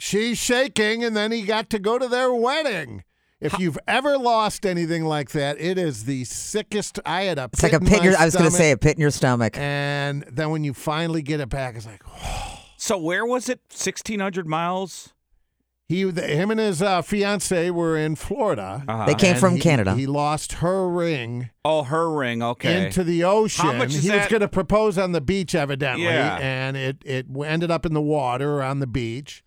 Speaker 5: She's shaking, and then he got to go to their wedding. If you've ever lost anything like that, it is the sickest. I had a
Speaker 11: it's like a
Speaker 5: in
Speaker 11: pit in
Speaker 5: my
Speaker 11: your I was going to
Speaker 5: stomach,
Speaker 11: say a pit in your stomach.
Speaker 5: And then when you finally get it back, it's like,
Speaker 4: So where was it? 1,600 miles?
Speaker 5: He, the, him, and his uh, fiance were in Florida.
Speaker 4: Uh-huh.
Speaker 11: They came
Speaker 5: And
Speaker 11: from
Speaker 5: he-
Speaker 11: Canada.
Speaker 5: He lost her ring
Speaker 4: Oh, her ring. Okay.
Speaker 5: into the ocean.
Speaker 4: How much is
Speaker 5: he was
Speaker 4: that?
Speaker 5: going to propose on the beach, evidently,
Speaker 4: Yeah.
Speaker 5: and it it ended up in the water or on the beach,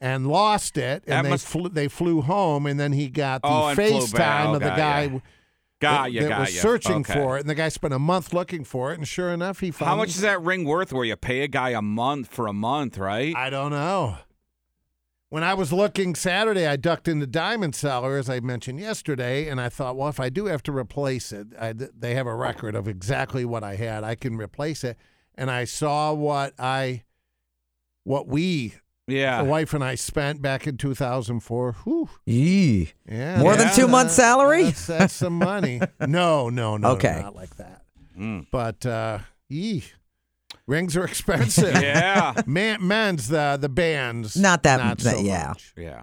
Speaker 5: and lost it.
Speaker 4: That
Speaker 5: And they
Speaker 4: must-
Speaker 5: flew, they flew home, and then he got the
Speaker 4: Oh, and flew back.
Speaker 5: FaceTime
Speaker 4: Oh,
Speaker 5: of the
Speaker 4: got
Speaker 5: guy.
Speaker 4: ya.
Speaker 5: w-
Speaker 4: Got
Speaker 5: that,
Speaker 4: ya,
Speaker 5: that
Speaker 4: got
Speaker 5: was
Speaker 4: ya.
Speaker 5: searching
Speaker 4: Okay.
Speaker 5: for it, and the guy spent a month looking for it, and sure enough, he found.
Speaker 4: How much is that ring worth where you pay a guy a month for a month, right?
Speaker 5: I don't know. When I was looking Saturday, I ducked into Diamond Cellar, as I mentioned yesterday, and I thought, well, if I do have to replace it, I, they have a record of exactly what I had. I can replace it. And I saw what I, what we, the
Speaker 4: yeah.
Speaker 5: wife and I, spent back in 2004. Whew.
Speaker 11: Yee.
Speaker 5: Yeah,
Speaker 11: More than
Speaker 5: yeah,
Speaker 11: two months'
Speaker 5: that-
Speaker 11: salary?
Speaker 5: That's, that's some
Speaker 11: [laughs]
Speaker 5: money. No, no, no, no,
Speaker 11: Okay.
Speaker 5: not like that.
Speaker 4: Mm.
Speaker 5: But uh, yee, rings are [laughs] expensive.
Speaker 4: Yeah.
Speaker 5: Man, men's the the bands.
Speaker 11: Not that-
Speaker 5: Not
Speaker 11: that-
Speaker 5: so
Speaker 11: yeah.
Speaker 5: much.
Speaker 4: yeah.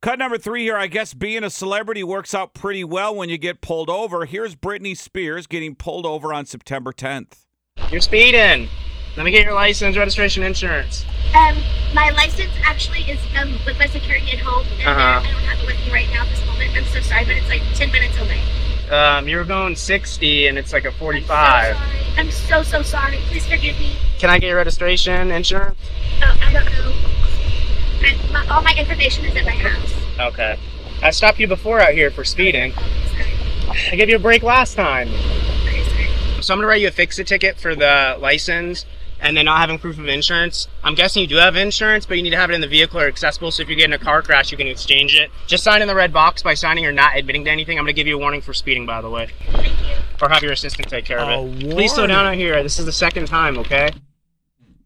Speaker 4: Cut number three here. I guess being a celebrity works out pretty well when you get pulled over. Here's Britney Spears getting pulled over on September 10th.
Speaker 14: You're speeding. Let me get your license, registration, insurance.
Speaker 15: Um, my license actually is um, with my security at home, and
Speaker 14: Uh-huh.
Speaker 15: I don't have it with me right now at this moment. I'm so sorry, but it's like 10 minutes away.
Speaker 14: Um, you were going 60 and it's like a 45.
Speaker 15: I'm so, so sorry. Please forgive me.
Speaker 14: Can I get your registration, insurance?
Speaker 15: Uh, I don't know. I, my, all my information is at my house.
Speaker 14: Okay. I stopped you before out here for speeding. I gave you a break last time. So I'm gonna write you a fix a ticket for the license and then not having proof of insurance. I'm guessing you do have insurance, but you need to have it in the vehicle or accessible. So if you get in a car crash, you can exchange it. Just sign in the red box by signing or not admitting to anything. I'm gonna give you a warning for speeding, by the way. Or have your assistant take care of it. Please slow down out here. This is the second time, okay?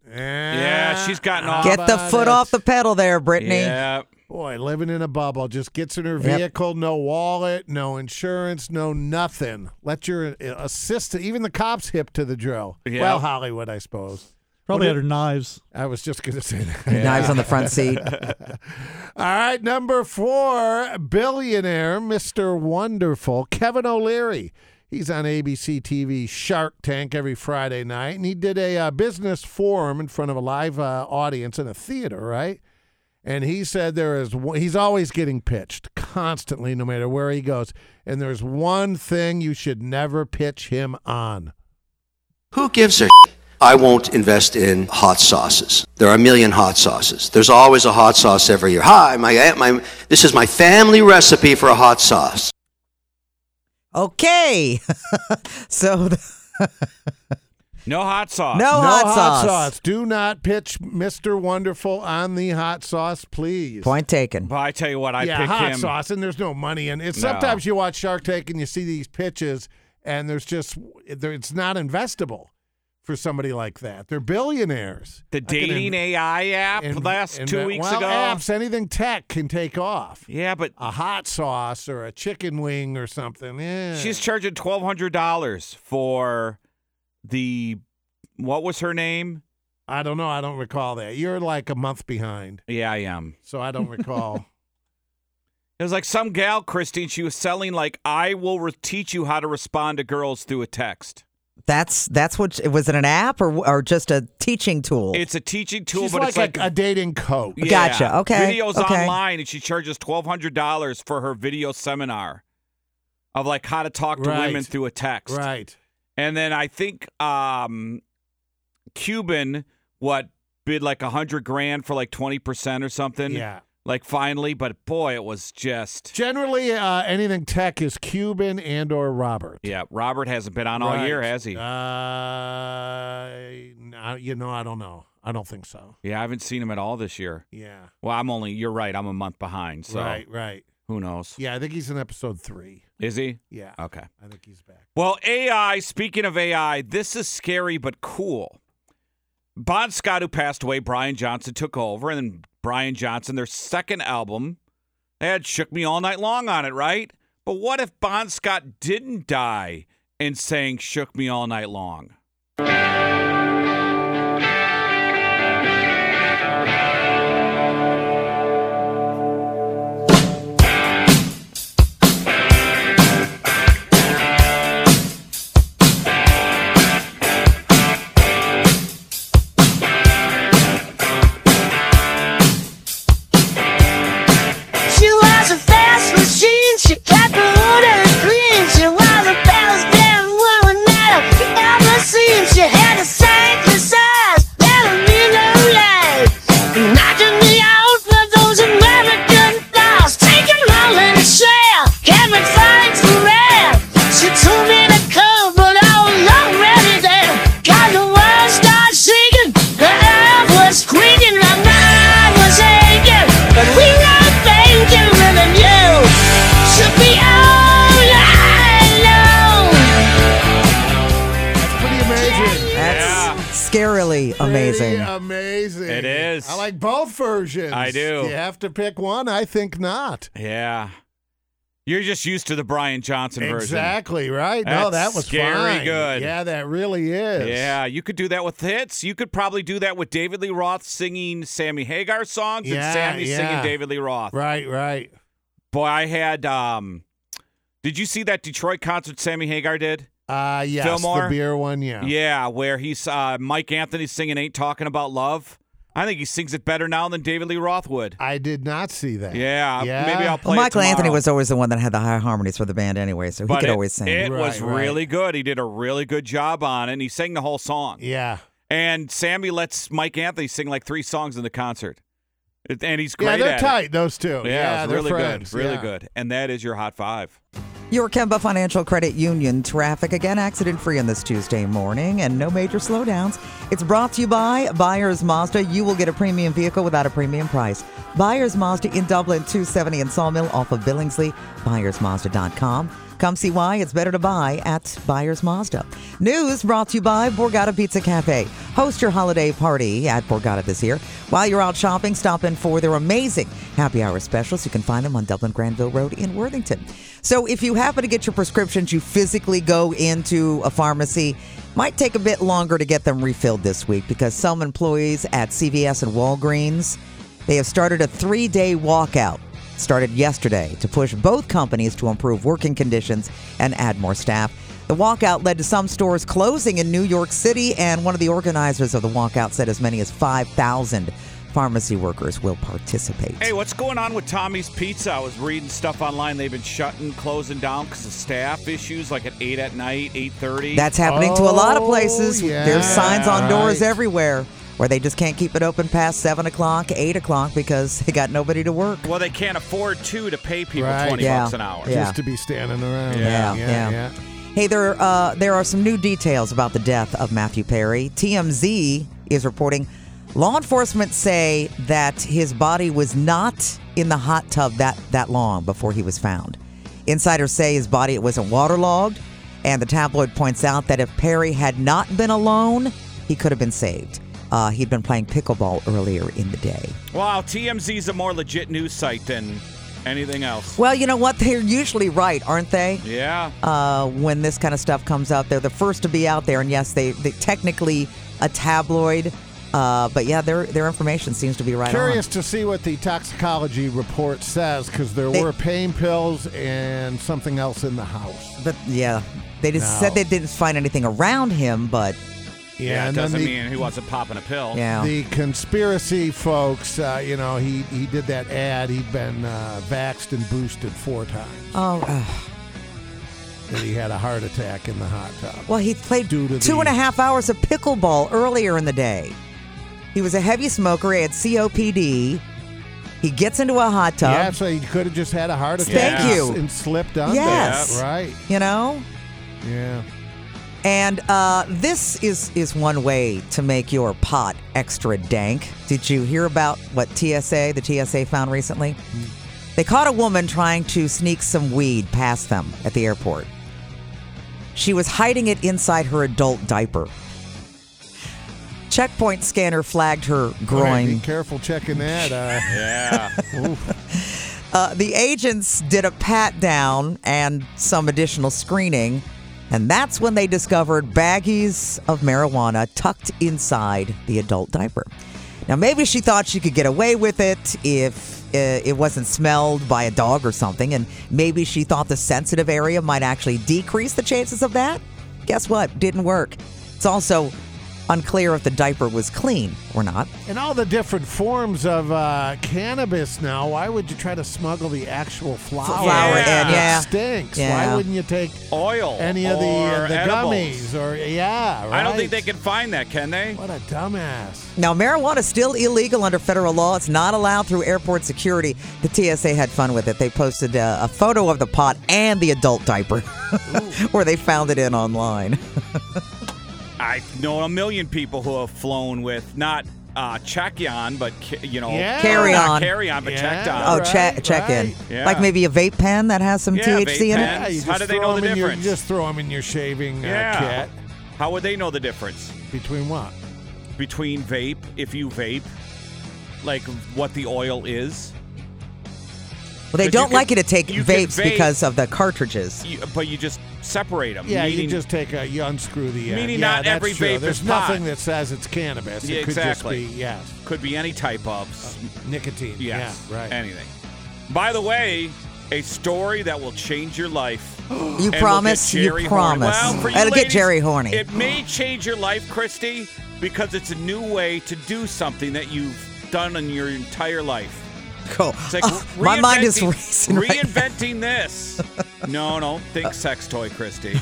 Speaker 4: Yeah, she's gotten off.
Speaker 11: Get the foot off the pedal there, Brittany.
Speaker 5: Boy, living in a bubble. Just gets in her vehicle, no wallet, no insurance, no nothing. Let your uh, assistant, even the cops, hip to the drill.
Speaker 12: Yeah.
Speaker 5: Well, Hollywood, I suppose.
Speaker 12: Probably
Speaker 5: What
Speaker 12: had her knives.
Speaker 5: I was just going to say that.
Speaker 11: [laughs] Knives on
Speaker 5: [laughs]
Speaker 11: the front seat.
Speaker 5: All right, number four, billionaire Mr. Wonderful, Kevin O'Leary. He's on ABC TV Shark Tank every Friday night, and he did a uh, business forum in front of a live uh, audience in a theater, right? And he said there is one, he's always getting pitched constantly, no matter where he goes. And there's one thing you should never pitch him on.
Speaker 16: Who gives a shit? I won't invest in hot sauces. There are a million hot sauces. There's always a hot sauce every year. Hi, my aunt, my this is my family recipe for a hot sauce.
Speaker 11: Okay. [laughs] so, [laughs]
Speaker 4: No hot
Speaker 5: Uh,
Speaker 4: sauce.
Speaker 11: No hot sauce.
Speaker 5: Do not pitch Mr. Wonderful on the hot sauce, please.
Speaker 11: point taken.
Speaker 4: But I tell you what, I
Speaker 5: yeah,
Speaker 4: pick
Speaker 5: hot
Speaker 4: him.
Speaker 5: sauce, and there's no money in it.
Speaker 4: No.
Speaker 5: Sometimes you watch Shark Tank and you see these pitches, and there's just there- it's not investable for somebody like that. They're billionaires.
Speaker 4: The dating AI app last two weeks
Speaker 5: well,
Speaker 4: ago.
Speaker 5: apps, anything tech can take off.
Speaker 4: Yeah, but
Speaker 5: a hot sauce or a chicken wing or something. Yeah,
Speaker 4: She's charging twelve hundred dollars for the what was her name?
Speaker 5: I don't know. I don't recall that. You're like a month behind,
Speaker 4: Yeah, I am.
Speaker 5: so
Speaker 4: [laughs]
Speaker 5: I don't recall.
Speaker 4: It was like some gal, Christine. She was selling like I will re- teach you how to respond to girls through a text.
Speaker 11: That's that's what was it an app or or just a teaching tool?
Speaker 4: It's a teaching tool,
Speaker 5: She's
Speaker 4: but
Speaker 5: like,
Speaker 4: it's like
Speaker 5: a, a dating coach.
Speaker 4: Yeah.
Speaker 11: Gotcha. Okay.
Speaker 4: Videos
Speaker 11: Okay.
Speaker 4: online, and she charges twelve hundred dollars for her video seminar of like how to talk to
Speaker 5: Right.
Speaker 4: women through a text.
Speaker 5: Right.
Speaker 4: And then I think um, Cuban what bid like a hundred grand for like twenty percent or something.
Speaker 5: Yeah.
Speaker 4: Like finally, but boy, it was just
Speaker 5: Generally, uh, anything tech is Cuban and or Robert.
Speaker 4: yeah. Robert hasn't been on all
Speaker 5: Right.
Speaker 4: year, has he?
Speaker 5: Uh, no, you know, I don't know. I don't think so.
Speaker 4: yeah, I haven't seen him at all this year.
Speaker 5: Yeah.
Speaker 4: Well, I'm only. You're right. I'm a month behind. So
Speaker 5: Right, right.
Speaker 4: Who knows?
Speaker 5: Yeah, I think he's in episode three.
Speaker 4: Is he?
Speaker 5: Yeah.
Speaker 4: Okay.
Speaker 5: I think he's back.
Speaker 4: Well, AI, speaking of AI, this is scary but cool. Bon Scott, who passed away, Brian Johnson took over, and then Brian Johnson, their second album, they had Shook Me All Night Long on it, right? But what if Bon Scott didn't die and sang Shook Me All Night Long?
Speaker 17: She was a fast machine, she kept her order clean. She was the best damn woman that I've ever seen. She had a saintly size, never mean no lies. Knocking me out for those American thighs. Taking all in a shell, having fights for air. She told me to come, but I was already there. Got the world started shaking, the air was creaking, my mind was aching. But we were thinking women you should be all alone.
Speaker 5: Pretty amazing.
Speaker 11: Scarily amazing.
Speaker 5: Pretty amazing.
Speaker 4: It is.
Speaker 5: I like both versions.
Speaker 4: I do.
Speaker 5: You have to pick one. I think not.
Speaker 4: Yeah. You're just used to the Brian Johnson version.
Speaker 5: Exactly right. no, that
Speaker 4: That's
Speaker 5: was
Speaker 4: scary
Speaker 5: fine.
Speaker 4: good.
Speaker 5: Yeah, that really is.
Speaker 4: Yeah, you could do that with hits. You could probably do that with David Lee Roth singing Sammy Hagar songs
Speaker 5: Yeah,
Speaker 4: and Sammy
Speaker 5: yeah.
Speaker 4: singing David Lee Roth.
Speaker 5: Right, right.
Speaker 4: Boy, I had um did you see that Detroit concert Sammy Hagar did?
Speaker 5: Uh, yes,
Speaker 4: Fillmore?
Speaker 5: the beer one, yeah.
Speaker 4: Yeah, where he's uh, Mike Anthony's singing "Ain't Talking About Love." I think he sings it better now than David Lee Roth would.
Speaker 5: I did not see that.
Speaker 4: Yeah, maybe I'll play.
Speaker 11: Well,
Speaker 4: it
Speaker 11: Michael Anthony
Speaker 4: tomorrow.
Speaker 11: was always the one that had the high harmonies for the band anyway, so he
Speaker 4: But
Speaker 11: could
Speaker 4: it,
Speaker 11: always sing.
Speaker 4: It was really good. He did a really good job on it, and he sang the whole song.
Speaker 5: Yeah.
Speaker 4: And Sammy lets Mike Anthony sing like three songs in the concert, It- and he's great.
Speaker 5: Yeah, they're
Speaker 4: at it.
Speaker 5: tight, those two.
Speaker 4: Yeah,
Speaker 5: Yeah,
Speaker 4: it's
Speaker 5: they're
Speaker 4: really
Speaker 5: friends,
Speaker 4: good, really
Speaker 5: yeah.
Speaker 4: good. And that is your hot five.
Speaker 11: Your Kemba Financial Credit Union traffic again accident free on this Tuesday morning and no major slowdowns. It's brought to you by Buyers Mazda. You will get a premium vehicle without a premium price. Buyers Mazda in Dublin, 270 and Sawmill off of Billingsley, buyersmazda.com. Come see why it's better to buy at Buyers Mazda. News brought to you by Borgata Pizza Cafe. Host your holiday party at Borgata this year. While you're out shopping, stop in for their amazing happy hour specials. You can find them on Dublin Granville Road in Worthington. So if you happen to get your prescriptions, you physically go into a pharmacy. Might take a bit longer to get them refilled this week because some employees at CVS and Walgreens, they have started a three-day walkout started yesterday to push both companies to improve working conditions and add more staff. The walkout led to some stores closing in New York City, and one of the organizers of the walkout said as many as 5,000 pharmacy workers will participate.
Speaker 4: Hey, what's going on with Tommy's Pizza? I was reading stuff online. They've been shutting, closing down because of staff issues, like at eight at night, eight thirty.
Speaker 11: That's happening to a lot of
Speaker 5: Oh,
Speaker 11: places. There's signs on doors
Speaker 4: Right.
Speaker 11: everywhere where they just can't keep it open past 7 o'clock, 8 o'clock because they got nobody to work.
Speaker 4: Oh. Well, they can't afford two to pay people
Speaker 11: Right.
Speaker 4: twenty
Speaker 11: Yeah.
Speaker 4: bucks an hour.
Speaker 11: Yeah.
Speaker 5: Just to be standing around.
Speaker 11: Yeah, yeah. Hey, there uh, there are some new details about the death of Matthew Perry. TMZ is reporting law enforcement say that his body was not in the hot tub that that long before he was found. Insiders say his body wasn't waterlogged, and the tabloid points out that if Perry had not been alone, he could have been saved. Uh, he'd been playing pickleball earlier in the day.
Speaker 4: Wow, TMZ's a more legit news site than anything else.
Speaker 11: Well, you know what? They're usually right, aren't they?
Speaker 4: Yeah.
Speaker 11: Uh, when this kind of stuff comes out, they're the first to be out there. And yes, they they technically a tabloid, uh, but yeah, their their information seems to be right
Speaker 5: Curious to see what the toxicology report says because there were pain pills and something else in the house.
Speaker 11: on. But yeah, they just
Speaker 5: No.
Speaker 11: said they didn't find anything around him, but
Speaker 5: Yeah,
Speaker 4: it
Speaker 5: and then
Speaker 4: doesn't
Speaker 5: the-
Speaker 4: mean he wasn't popping a pill.
Speaker 5: The conspiracy folks, uh, you know, he, he did that ad. He'd been uh, vaxxed and boosted four times.
Speaker 11: oh. ugh.
Speaker 5: That he had a heart attack in the hot tub.
Speaker 11: Well, he played two and a half
Speaker 5: to the-
Speaker 11: hours of pickleball earlier in the day. He was a heavy smoker. He had COPD. He gets into a hot tub.
Speaker 5: Yeah, so he could have just had a heart attack.
Speaker 11: Thank
Speaker 5: and s-
Speaker 11: you.
Speaker 5: And slipped under.
Speaker 11: Yes.
Speaker 5: Right.
Speaker 11: You know?
Speaker 5: Yeah.
Speaker 11: And uh, this is, is one way to make your pot extra dank. Did you hear about what TSA, the TSA found recently?
Speaker 5: Hmm.
Speaker 11: They caught a woman trying to sneak some weed past them at the airport. She was hiding it inside her adult diaper. Checkpoint scanner flagged her
Speaker 5: Boy,
Speaker 11: groin.
Speaker 5: be careful checking that. Uh,
Speaker 4: yeah.
Speaker 5: [laughs]
Speaker 11: [laughs] Uh, the agents did a pat down and some additional screening, and that's when they discovered baggies of marijuana tucked inside the adult diaper. Now, maybe she thought she could get away with it if uh, it wasn't smelled by a dog or something, and maybe she thought the sensitive area might actually decrease the chances of that. Guess what? Didn't work. It's also unclear if the diaper was clean or not.
Speaker 5: And all the different forms of uh, cannabis now. Why would you try to smuggle the actual flower?
Speaker 11: Flower in, yeah.
Speaker 5: It stinks.
Speaker 11: Yeah.
Speaker 5: Why wouldn't you take
Speaker 4: Oil
Speaker 5: Any of the, uh,
Speaker 4: or
Speaker 5: the
Speaker 4: edibles.
Speaker 5: gummies or yeah? Right?
Speaker 4: I don't think they can find that, can they? What
Speaker 5: a dumbass.
Speaker 11: Now, marijuana is still illegal under federal law. It's not allowed through airport security. The TSA had fun with it. They posted uh, a photo of the pot and the adult diaper [laughs] where they found it in online.
Speaker 4: I know a million people who have flown with not uh, check on, but ca- you know,
Speaker 11: Yeah. Carry
Speaker 4: not
Speaker 11: on.
Speaker 4: carry on, but checked on.
Speaker 11: oh, check check in.
Speaker 4: Yeah.
Speaker 11: Like maybe a vape pen that has some
Speaker 4: Yeah,
Speaker 11: THC
Speaker 4: vape
Speaker 11: in it.
Speaker 4: pens.
Speaker 5: you
Speaker 4: How
Speaker 5: just
Speaker 4: do they
Speaker 5: throw
Speaker 4: know the
Speaker 5: them in your-
Speaker 4: difference?
Speaker 5: you just throw them in your shaving uh,
Speaker 4: yeah.
Speaker 5: kit.
Speaker 4: How would they know the difference
Speaker 5: Between what?
Speaker 4: between vape, if you vape, like what the oil is?
Speaker 11: Well,
Speaker 4: But
Speaker 11: they
Speaker 4: you
Speaker 11: don't
Speaker 4: can-
Speaker 11: like you to take
Speaker 4: you can
Speaker 11: vapes
Speaker 4: vape-
Speaker 11: because of the cartridges.
Speaker 4: You, but you just separate them.
Speaker 5: Yeah, you just take a you unscrew the end.
Speaker 4: Meaning
Speaker 5: yeah,
Speaker 4: not
Speaker 5: that's
Speaker 4: every
Speaker 5: true.
Speaker 4: vape is
Speaker 5: There's
Speaker 4: pot.
Speaker 5: nothing that says it's cannabis.
Speaker 4: Yeah,
Speaker 5: it could
Speaker 4: exactly.
Speaker 5: just be yes.
Speaker 4: Could be any type of s-
Speaker 5: nicotine.
Speaker 4: Yes,
Speaker 5: yeah, right.
Speaker 4: Anything. By the way, A story that will change your
Speaker 11: [gasps]
Speaker 4: life. And
Speaker 11: You
Speaker 4: will get
Speaker 11: promise? You
Speaker 4: Jerry horny.
Speaker 11: promise.
Speaker 4: Well, for you
Speaker 11: It'll get
Speaker 4: ladies,
Speaker 11: Jerry horny.
Speaker 4: It may change your life, Christy, because it's a new way to do something that you've done in your entire life.
Speaker 11: Cool.
Speaker 4: It's like
Speaker 11: Uh, my mind is
Speaker 4: reinventing-
Speaker 11: racing right Uh,
Speaker 4: Reinventing this. No, no, think sex toy, Christy.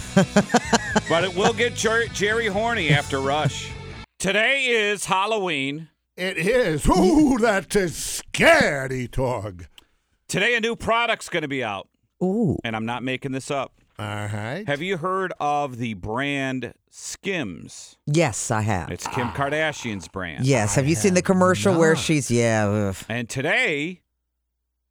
Speaker 4: but it will get Jer- Jerry horny after Rush. Today is Halloween.
Speaker 5: It is. Ooh, that is scary, Torg.
Speaker 4: Today, a new product's going to be out.
Speaker 11: Ooh.
Speaker 4: And I'm not making this up.
Speaker 5: All right.
Speaker 4: Have you heard of the brand Skims?
Speaker 11: Yes, I have.
Speaker 4: It's Kim Kardashian's brand.
Speaker 11: Yes. Have you seen the commercial where she's yeah? ugh.
Speaker 4: And today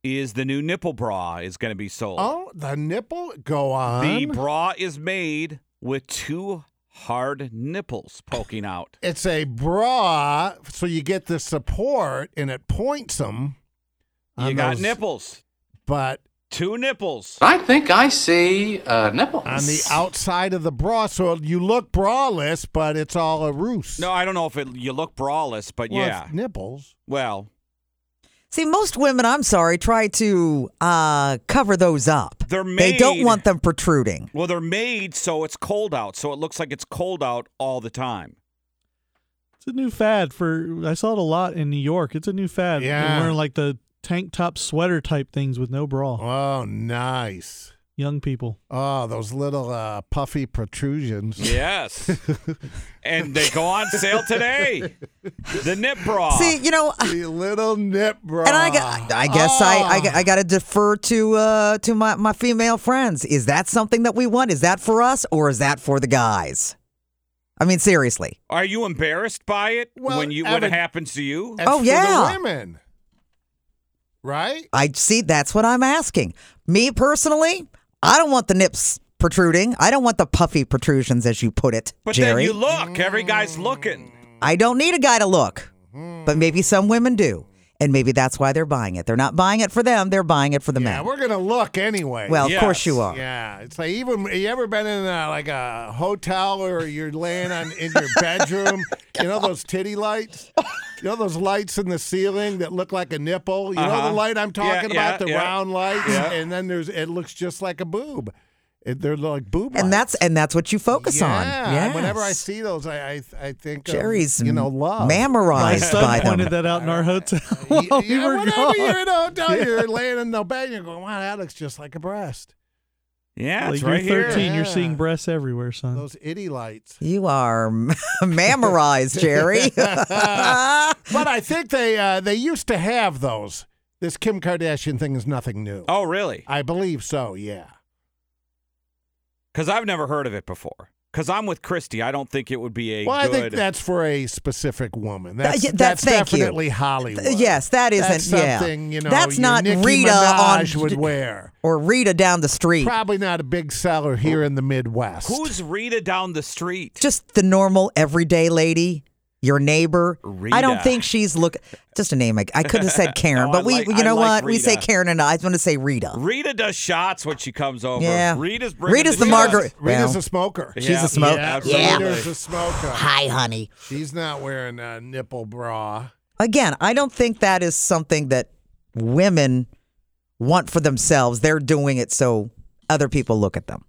Speaker 4: is the new nipple bra is going to be sold.
Speaker 5: Oh, the nipple? Go on.
Speaker 4: The bra is made with two hard nipples poking out.
Speaker 5: it's a bra, so you get the support and it points them.
Speaker 4: You
Speaker 5: [laughs] on
Speaker 4: got
Speaker 5: those-
Speaker 4: nipples.
Speaker 5: But
Speaker 4: Two nipples.
Speaker 9: I think I see uh, a nipple.
Speaker 5: on the outside of the bra, so you look braless, but it's all a ruse.
Speaker 4: No, I don't know if it, you look braless, but
Speaker 5: Well,
Speaker 4: yeah.
Speaker 5: it's nipples.
Speaker 4: Well,
Speaker 11: See, most women, I'm sorry, try to uh, cover those up.
Speaker 4: They're
Speaker 11: They don't
Speaker 4: made-
Speaker 11: want them protruding.
Speaker 4: well, they're made so it's cold out, so it looks like it's cold out all the time.
Speaker 12: It's a new fad for. I saw it a lot in New York. It's a new fad. They're
Speaker 5: Yeah.
Speaker 12: wearing like the tank top sweater type things with no bra.
Speaker 5: Oh, nice.
Speaker 12: Young people.
Speaker 5: Oh, those little uh, puffy protrusions. [laughs]
Speaker 4: Yes. and they go on sale today. The nip bra.
Speaker 11: See, you know,
Speaker 5: The little nip bra.
Speaker 11: and I, gu- I guess I, I, got to defer to uh, to my, my female friends. Is that something that we want? Is that for us or is that for the guys? I mean, seriously.
Speaker 4: Are you embarrassed by it
Speaker 5: Well,
Speaker 4: when you when
Speaker 5: Evan-
Speaker 4: it happens to you?
Speaker 5: That's
Speaker 11: Oh,
Speaker 5: for
Speaker 11: yeah.
Speaker 5: the women. Right?
Speaker 11: I see. That's what I'm asking. Me personally, I don't want the nips protruding. I don't want the puffy protrusions, as you put it,
Speaker 4: But
Speaker 11: Jerry.
Speaker 4: then you look. Every guy's
Speaker 11: Mm.
Speaker 4: looking.
Speaker 11: I don't need a guy to look, but maybe some women do. And maybe that's why they're buying it. They're not buying it for them, they're buying it for the
Speaker 5: Yeah,
Speaker 11: men.
Speaker 5: we're gonna look anyway.
Speaker 11: Well, of course you are.
Speaker 5: Yeah, it's like even you ever been in a, like a hotel or you're laying on in your bedroom. you know those titty lights. You know those lights in the ceiling that look like a nipple. You know
Speaker 4: Uh-huh.
Speaker 5: the light I'm
Speaker 4: Yeah,
Speaker 5: talking
Speaker 4: yeah,
Speaker 5: about, the
Speaker 4: yeah.
Speaker 5: round lights,
Speaker 4: Yeah.
Speaker 5: and then there's it looks just like a boob. It, they're like boob. lights.
Speaker 11: And that's and that's what you focus on.
Speaker 5: yeah.
Speaker 11: Yes.
Speaker 5: Whenever I see those, I I, I think of,
Speaker 11: Jerry's
Speaker 5: you know love.
Speaker 12: Oh. My
Speaker 11: mammarized
Speaker 12: son
Speaker 11: by
Speaker 12: pointed
Speaker 11: them.
Speaker 12: that out in our hotel.
Speaker 5: [laughs] Y-
Speaker 12: while we
Speaker 5: yeah,
Speaker 12: were
Speaker 5: whenever
Speaker 12: gone.
Speaker 5: you're in a hotel,
Speaker 12: Yeah.
Speaker 5: you're laying in the bed, and you're going, "Wow, that looks just like a breast."
Speaker 4: Yeah,
Speaker 12: Like
Speaker 4: it's
Speaker 12: you're
Speaker 4: right here.
Speaker 12: 13, you're seeing
Speaker 5: Yeah.
Speaker 12: breasts everywhere, son.
Speaker 5: Those itty lights.
Speaker 11: You are [laughs] mammarized, Jerry.
Speaker 5: [laughs]
Speaker 11: [laughs]
Speaker 5: But I think they uh, they used to have those. This Kim Kardashian thing is nothing new.
Speaker 4: Oh, really?
Speaker 5: I believe so. Yeah.
Speaker 4: Because I've never heard of it before. Because I'm with Christy. I don't think it would be a
Speaker 5: Well, I
Speaker 4: good.
Speaker 5: think that's for a specific woman. That's,
Speaker 11: yeah,
Speaker 5: that's,
Speaker 11: that's- thank you.
Speaker 5: definitely Hollywood.
Speaker 11: yes, that isn't
Speaker 5: that's something
Speaker 11: yeah.
Speaker 5: you know.
Speaker 11: that's
Speaker 5: your
Speaker 11: not
Speaker 5: Nicki
Speaker 11: Rita
Speaker 5: Minaj
Speaker 11: on
Speaker 5: would wear.
Speaker 11: or Rita down the street.
Speaker 5: Probably not a big seller here in the Midwest.
Speaker 4: Who's Rita down the street?
Speaker 11: just the normal everyday lady, your neighbor. I don't
Speaker 4: Rita.
Speaker 11: think she's look. Just a name. I, I could have said Karen,
Speaker 4: No, I
Speaker 11: but we,
Speaker 4: like- I
Speaker 11: you know
Speaker 4: like
Speaker 11: what? We say
Speaker 4: Rita.
Speaker 11: Karen, and I was going to say Rita.
Speaker 4: Rita does shots when she comes over.
Speaker 11: Yeah.
Speaker 4: Rita's bringing
Speaker 11: Rita's
Speaker 4: the,
Speaker 11: the
Speaker 4: shots.
Speaker 11: Margaret-
Speaker 5: Rita's
Speaker 11: Well,
Speaker 5: a smoker.
Speaker 11: she's a smoker.
Speaker 5: Yeah,
Speaker 11: Yeah.
Speaker 5: Rita's a smoker.
Speaker 11: Hi, honey.
Speaker 5: She's not wearing a nipple bra.
Speaker 11: Again, I don't think that is something that women want for themselves. They're doing it so other people look at them.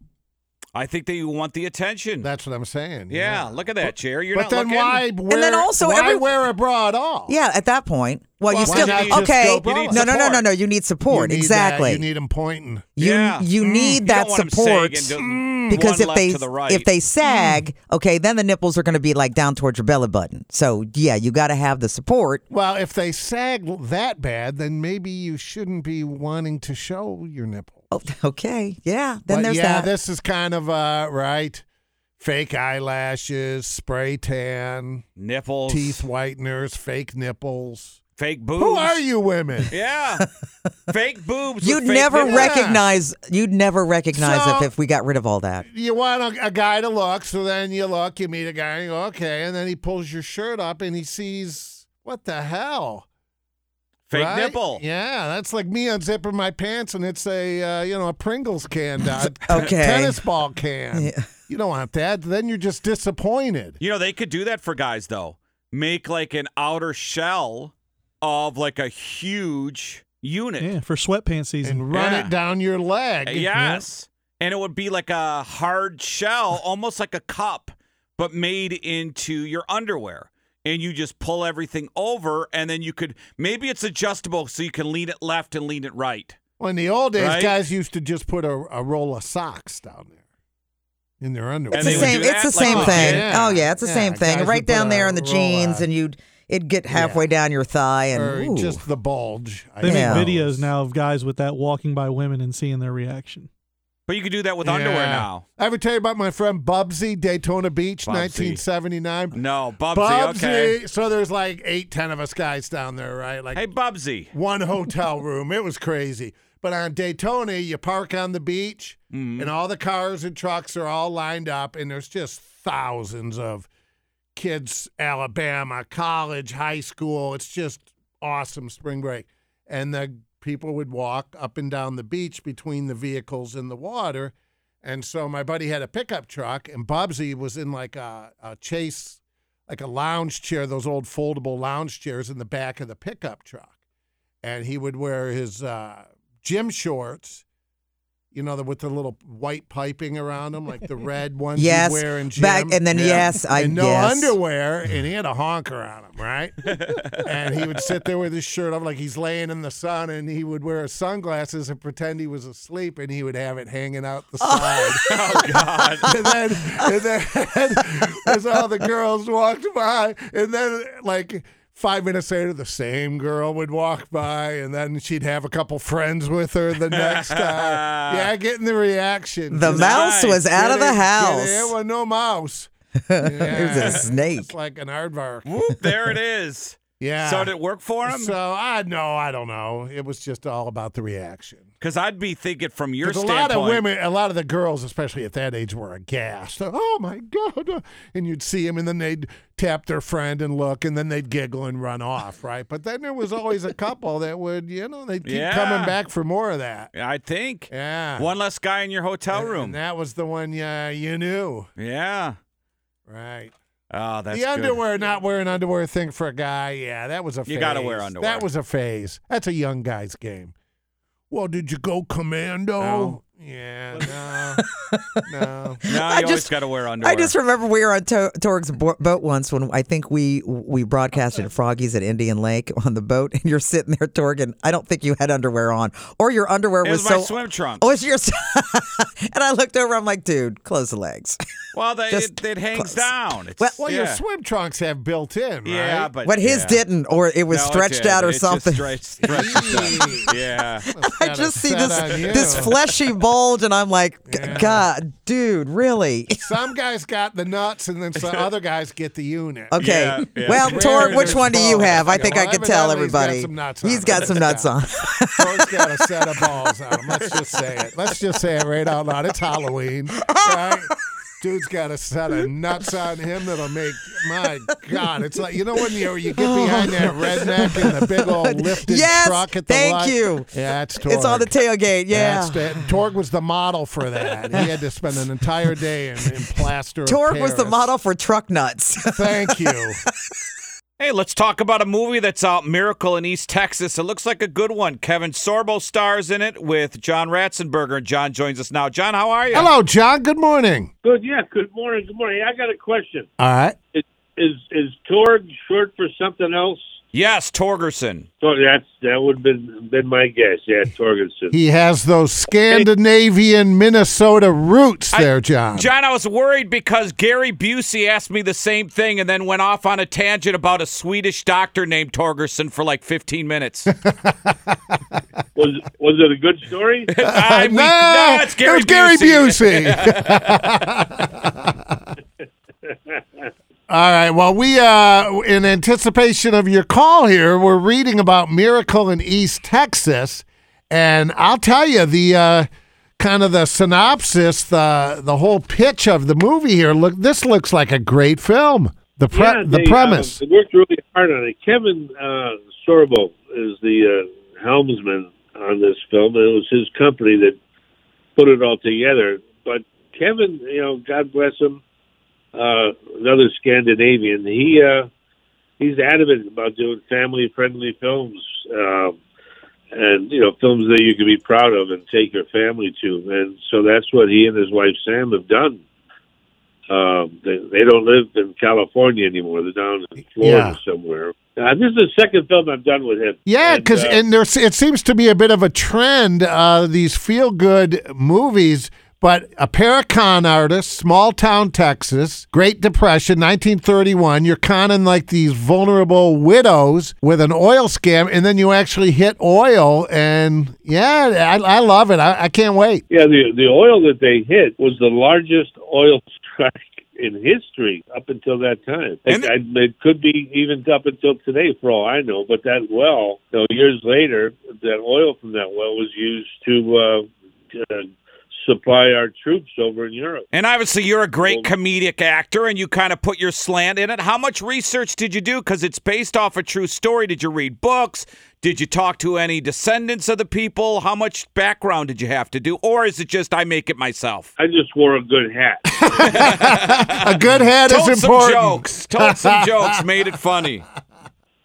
Speaker 4: I think that you want the attention.
Speaker 5: That's what I'm saying.
Speaker 4: yeah, look at that, Jerry. You're
Speaker 5: but
Speaker 4: not
Speaker 5: then
Speaker 4: looking.
Speaker 5: why wear,
Speaker 11: then also
Speaker 5: why
Speaker 11: every-
Speaker 5: wear a bra at all?
Speaker 11: Yeah, at that point, well,
Speaker 5: Well,
Speaker 11: you
Speaker 5: why
Speaker 11: still
Speaker 5: not just
Speaker 11: okay.
Speaker 5: go braless?
Speaker 11: No, no, no, no,
Speaker 4: Support.
Speaker 11: no. You need support.
Speaker 5: You need that.
Speaker 11: exactly.
Speaker 5: You need them pointing.
Speaker 11: You
Speaker 4: Yeah.
Speaker 11: you
Speaker 4: Mm.
Speaker 11: need
Speaker 4: You
Speaker 11: that
Speaker 4: don't want 'em
Speaker 11: support
Speaker 5: Mm.
Speaker 11: Mm.
Speaker 4: sagging to
Speaker 11: because
Speaker 4: one
Speaker 11: if
Speaker 4: left
Speaker 11: they
Speaker 4: to the right.
Speaker 11: if they sag, okay, then the nipples are going to be like down towards your belly button. So yeah, you got to have the support.
Speaker 5: Well, if they sag that bad, then maybe you shouldn't be wanting to [laughs] show your nipple.
Speaker 11: Oh, okay, yeah. Then
Speaker 5: but
Speaker 11: there's
Speaker 5: yeah,
Speaker 11: that.
Speaker 5: this is kind of uh right. Fake eyelashes, spray tan,
Speaker 4: nipples,
Speaker 5: teeth whiteners, fake nipples.
Speaker 4: fake boobs.
Speaker 5: Who are you, women?
Speaker 4: Yeah, fake boobs.
Speaker 11: you'd
Speaker 4: with fake
Speaker 11: never
Speaker 4: nipples.
Speaker 5: rec-
Speaker 11: recognize. You'd never recognize
Speaker 5: So-
Speaker 11: if if we got rid of all that.
Speaker 5: you want a, a guy to look, so then you look, you meet a guy, and you go, okay, and then he pulls your shirt up and he sees what the hell?
Speaker 4: fake
Speaker 5: right?
Speaker 4: nipple.
Speaker 5: Yeah, that's like me unzipping my pants and it's a uh, you know a Pringles can, a
Speaker 11: [laughs] Okay.
Speaker 5: tennis ball can.
Speaker 11: Yeah.
Speaker 5: You don't want that. Then you're just disappointed.
Speaker 4: You know they could do that for guys though. Make like an outer shell of like a huge unit.
Speaker 12: Yeah, for sweatpants season.
Speaker 5: And run it down your leg.
Speaker 4: Yes. And it would be like a hard shell, [laughs] almost like a cup, but made into your underwear. And you just pull everything over, and then you could maybe it's adjustable so you can lean it left and lean it right.
Speaker 5: Well, in the old days,
Speaker 4: Right?
Speaker 5: guys used to just put a, a roll of socks down there in their underwear.
Speaker 11: It's the same. It's the same thing. Oh yeah, it's the same thing.
Speaker 5: guys
Speaker 11: Right
Speaker 5: would put
Speaker 11: down there
Speaker 5: a
Speaker 11: in the
Speaker 5: roll
Speaker 11: jeans,
Speaker 5: out.
Speaker 11: and you'd it'd get halfway down your thigh, and
Speaker 5: Or
Speaker 11: ooh.
Speaker 5: just the bulge. I
Speaker 12: They
Speaker 5: think.
Speaker 12: make videos now of guys with that walking by women and seeing their reaction.
Speaker 4: But you could do that with underwear
Speaker 5: Yeah.
Speaker 4: now.
Speaker 5: I ever tell you about my friend Bubsy, Daytona Beach,
Speaker 4: Bubsy.
Speaker 5: 1979?
Speaker 4: No, Bubsy. Okay.
Speaker 5: Bubsy. So there's like eight, ten of us guys down there, right? Like
Speaker 4: Hey, Bubsy.
Speaker 5: one hotel room. It was crazy. But on Daytona, you park on the beach, and all the cars and trucks are all lined up, and there's just thousands of kids, Alabama, college, high school. It's just awesome spring break. And the people would walk up and down the beach between the vehicles and the water. And so my buddy had a pickup truck, and Bubsy was in like a, a chase, like a lounge chair, those old foldable lounge chairs in the back of the pickup truck and he would wear his uh, gym shorts, you know, the, with the little white piping around them, like the
Speaker 11: [laughs]
Speaker 5: red ones
Speaker 11: Yes,
Speaker 5: you wear in gym.
Speaker 11: back- and then yes, I-
Speaker 5: and no
Speaker 11: yes.
Speaker 5: underwear, and he had a honker on him, right? and he would sit there with his shirt off, like he's laying in the sun, and he would wear his sunglasses and pretend he was asleep, and he would have it hanging out the side.
Speaker 4: [laughs] oh God!
Speaker 5: and then, and then as all the girls walked by, and then like five minutes later, the same girl would walk by, and then she'd have a couple friends with her the next
Speaker 4: [laughs]
Speaker 5: time. Yeah, getting the reaction.
Speaker 11: The mouse was out of the
Speaker 5: Get it-
Speaker 11: house.
Speaker 5: Get it? Well, no
Speaker 11: [laughs]
Speaker 5: mouse.
Speaker 11: it was a snake.
Speaker 5: It's like an aardvark.
Speaker 4: Whoop! There it is.
Speaker 5: Yeah.
Speaker 4: So did it work for him?
Speaker 5: So I Uh, no, I don't know. It was just all about the reaction.
Speaker 4: Because I'd be thinking from your
Speaker 5: 'Cause a
Speaker 4: standpoint.
Speaker 5: lot of women, a lot of the girls, especially at that age, were aghast. Oh my god! And you'd see them, and then they'd tap their friend and look, and then they'd giggle and run off, right? But then there was always a couple that would, you know, they'd keep
Speaker 4: Yeah.
Speaker 5: coming back for more of that.
Speaker 4: I think.
Speaker 5: Yeah.
Speaker 4: One less guy in your hotel
Speaker 5: And-
Speaker 4: room.
Speaker 5: And that was the one uh, you knew,
Speaker 4: yeah.
Speaker 5: right?
Speaker 4: Oh, that's
Speaker 5: the
Speaker 4: good.
Speaker 5: underwear, not wearing underwear thing for a guy. Yeah, that was a. phase.
Speaker 4: You gotta wear underwear.
Speaker 5: That was a phase. That's a young guy's game. Well, did you go commando?
Speaker 4: No.
Speaker 5: Yeah, no,
Speaker 4: [laughs]
Speaker 5: no.
Speaker 4: No, you
Speaker 11: I
Speaker 4: always
Speaker 11: just-
Speaker 4: got to wear underwear.
Speaker 11: I just remember we were on to- Torg's bo- boat once when I think we we broadcasted Froggies at Indian Lake on the boat, and you're sitting there, Torg, and I don't think you had underwear on, or your underwear
Speaker 4: It
Speaker 11: was,
Speaker 4: was my
Speaker 11: so.
Speaker 4: swim trunks.
Speaker 11: Oh, it's your. [laughs] and I looked over, I'm like, dude, close the legs.
Speaker 4: well, they,
Speaker 11: just
Speaker 4: it, it hangs
Speaker 11: close.
Speaker 4: down. It's,
Speaker 11: Well-
Speaker 5: Well,
Speaker 4: yeah.
Speaker 5: your swim trunks have built in, right?
Speaker 4: Yeah, but
Speaker 11: But his
Speaker 4: yeah.
Speaker 11: didn't, or it was
Speaker 4: No,
Speaker 11: stretched
Speaker 4: did.
Speaker 11: out or
Speaker 4: It's just [laughs]
Speaker 11: something.
Speaker 4: stretched- stretched out. yeah.
Speaker 11: [laughs] I just see
Speaker 5: upset
Speaker 11: this
Speaker 5: on you.
Speaker 11: this fleshy bulge, and I'm like, "G- God, dude, really? [laughs]
Speaker 5: Some guys got the nuts, and then
Speaker 4: [laughs]
Speaker 5: some other guys get the unit.
Speaker 11: Okay.
Speaker 4: Yeah, yeah.
Speaker 11: Well,
Speaker 5: Rare
Speaker 11: Torg, which
Speaker 5: there's
Speaker 11: one do you
Speaker 5: balls.
Speaker 11: have? I think
Speaker 5: Well,
Speaker 11: I could tell everybody.
Speaker 5: evidently
Speaker 11: He's got some
Speaker 5: [laughs]
Speaker 11: nuts on.
Speaker 5: Torg's got a set of balls on him. Let's just say it. Let's just say it right out loud. It's Halloween,
Speaker 11: [laughs]
Speaker 5: right? Dude's got a set of nuts on him that'll make my God. It's like you know when you you get behind
Speaker 11: [laughs]
Speaker 5: that redneck and the big old lifted
Speaker 11: Oh Yes,
Speaker 5: truck at the
Speaker 11: thank
Speaker 5: light?
Speaker 11: you.
Speaker 5: Yeah, it's Torg.
Speaker 11: It's on the tailgate. Yeah.
Speaker 5: That's the- Torg was the model for that. He had to spend an entire day in, in plaster. of
Speaker 11: Torg was the
Speaker 5: Paris.
Speaker 11: model for truck nuts.
Speaker 5: [laughs] Thank you.
Speaker 4: [laughs] Hey, let's talk about a movie that's out, Miracle in East Texas. It looks like a good one. Kevin Sorbo stars in it with John Ratzenberger, and John joins us now. John, how are you?
Speaker 5: Hello, John. Good morning.
Speaker 10: Good, yeah. Good morning. Good morning. I got a question.
Speaker 5: All right.
Speaker 10: Is is Torg short for something else?
Speaker 4: Yes, Torgerson.
Speaker 10: So that's that would have been been my guess. Yeah, Torgerson.
Speaker 5: He has those Scandinavian Minnesota roots there, John.
Speaker 4: John, I was worried because Gary Busey asked me the same thing and then went off on a tangent about a Swedish doctor named Torgerson for like 15
Speaker 5: [laughs]
Speaker 4: minutes.
Speaker 10: Was was it a good story?
Speaker 4: [laughs]
Speaker 5: [laughs]
Speaker 4: I- we-
Speaker 5: no,
Speaker 4: no, it's Gary
Speaker 5: it was Gary
Speaker 4: Busey. [laughs]
Speaker 5: [laughs] Busey. All right. Well, we uh, in anticipation of your call here, we're reading about miracle in East Texas, and I'll tell you the uh, kind of the synopsis, the the whole pitch of the movie here. Look, this looks like a great film. The pre-
Speaker 10: Yeah,
Speaker 5: the
Speaker 10: they,
Speaker 5: premise.
Speaker 10: uh, they worked really hard on it. Kevin uh, Sorbo is the uh, helmsman on this film, and it was his company that put it all together. But Kevin, you know, God bless him, uh, another Scandinavian. He uh, he's adamant about doing family friendly films. Uh, and you know films that you can be proud of and take your family to. And so that's what he and his wife Sam have done. Um, they, they don't live in California anymore. They're down in Florida somewhere. Uh, this is the second film I've done with him.
Speaker 5: Yeah, because
Speaker 10: uh,
Speaker 5: and there's it seems to be a bit of a trend uh, these feel good movies. But a paracon artist, small town Texas, Great Depression, 1931. You're conning like these vulnerable widows with an oil scam, and then you actually hit oil. And yeah, I, I love it. I, I can't
Speaker 10: [laughs]
Speaker 5: wait.
Speaker 10: Yeah, the the oil that they hit was the largest oil strike in history up until that time. It, I, it could be even up until today, for all I know. But that well, you know, years later, that oil from that well was used to uh, uh, supply our troops over in Europe.
Speaker 4: And obviously, you're a great comedic actor, and you kind of put your slant in it. How much research did you do? Because it's based off a true story. Did you read books? Did you talk to any descendants of the people? How much background did you have to do? Or is it just I make it myself?
Speaker 10: I just wore a good
Speaker 5: [laughs]
Speaker 10: hat.
Speaker 5: a good hat
Speaker 4: Told
Speaker 5: is
Speaker 4: some
Speaker 5: important.
Speaker 4: jokes. Told some jokes. Made it funny.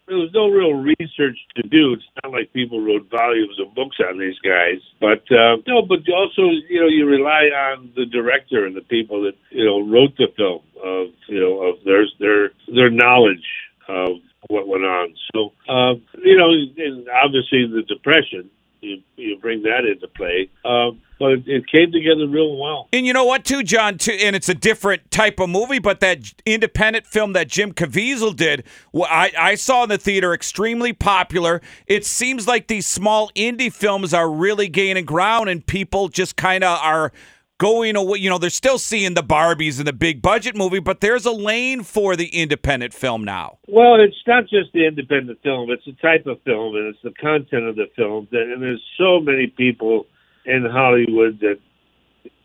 Speaker 10: There was no real research to do. It's not like people wrote volumes of books on these guys. [laughs] But uh, no, but also you know you rely on the director and the people that you know wrote the film of you know of their their their knowledge of uh, what went on. So uh, you know, and obviously the depression. You, you bring that into play, uh, but it, it came together real well.
Speaker 4: And you know what, too, John, too, and it's a different type of movie, but that j- independent film that Jim Caviezel did, wh- I, I saw in the theater, extremely popular. It seems like these small indie films are really gaining ground, and people just kind of are going away. You know, they're still seeing the Barbies and the big budget movie, but there's a lane for the independent film now.
Speaker 10: Well, it's not just the independent film; it's the type of film and it's the content of the film. That, and there's so many people in Hollywood that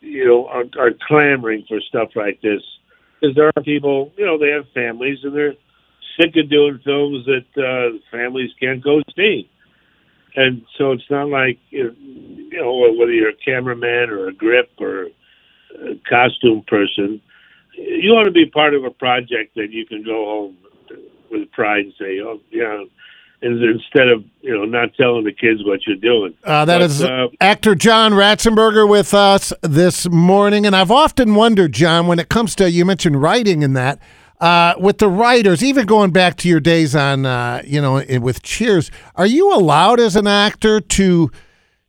Speaker 10: you know are, are clamoring for stuff like this because there are people, you know, they have families and they're sick of doing films that uh, families can't go see. And so it's not like you you know whether you're a cameraman or a grip or a costume person, you want to be part of a project that you can go home with pride and say, oh yeah, and instead of you know not telling the kids what you're doing.
Speaker 5: Uh, that
Speaker 10: But,
Speaker 5: is
Speaker 10: uh,
Speaker 5: actor John Ratzenberger with us this morning. And I've often wondered, John, when it comes to, you mentioned writing in that, uh, with the writers, even going back to your days on, uh, you know, in- with Cheers, are you allowed as an actor to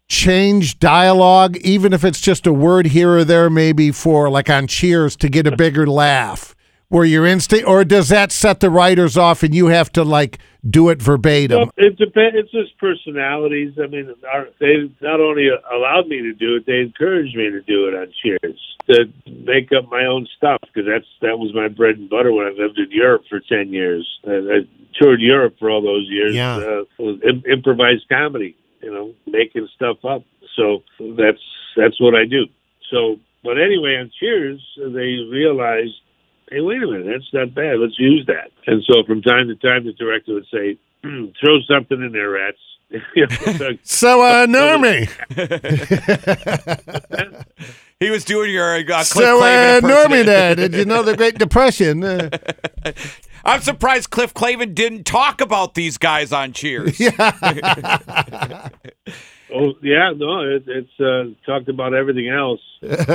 Speaker 5: change dialogue, even if it's just a word here or there, maybe for, like on Cheers, to get a bigger laugh? Where your instinct, or does that set the writers off and you have to, like, do it verbatim?
Speaker 10: Well, it depends. It's just personalities. I mean, our, they not only allowed me to do it, they encouraged me to do it on Cheers to make up my own stuff because that's that was my bread and butter when I lived in Europe for ten years. I, I toured Europe for all those years.
Speaker 5: Yeah.
Speaker 10: uh, with Im- improvised comedy. You know, making stuff up. So that's that's what I do. So, but anyway, on Cheers, they realized. Hey, wait a minute, that's not bad. Let's use that. And so from time to time, the director would say, "Hmm, throw something in there, rats. [laughs]
Speaker 5: So, uh, Normie.
Speaker 4: He was doing your uh, Cliff
Speaker 5: so,
Speaker 4: Clavin
Speaker 5: uh, Normie,
Speaker 4: impersonation.
Speaker 5: there, did you know the Great Depression? Uh,
Speaker 4: I'm surprised Cliff Clavin didn't talk about these guys on Cheers.
Speaker 10: oh, yeah, no, it, it's uh, talked about everything else.
Speaker 4: [laughs]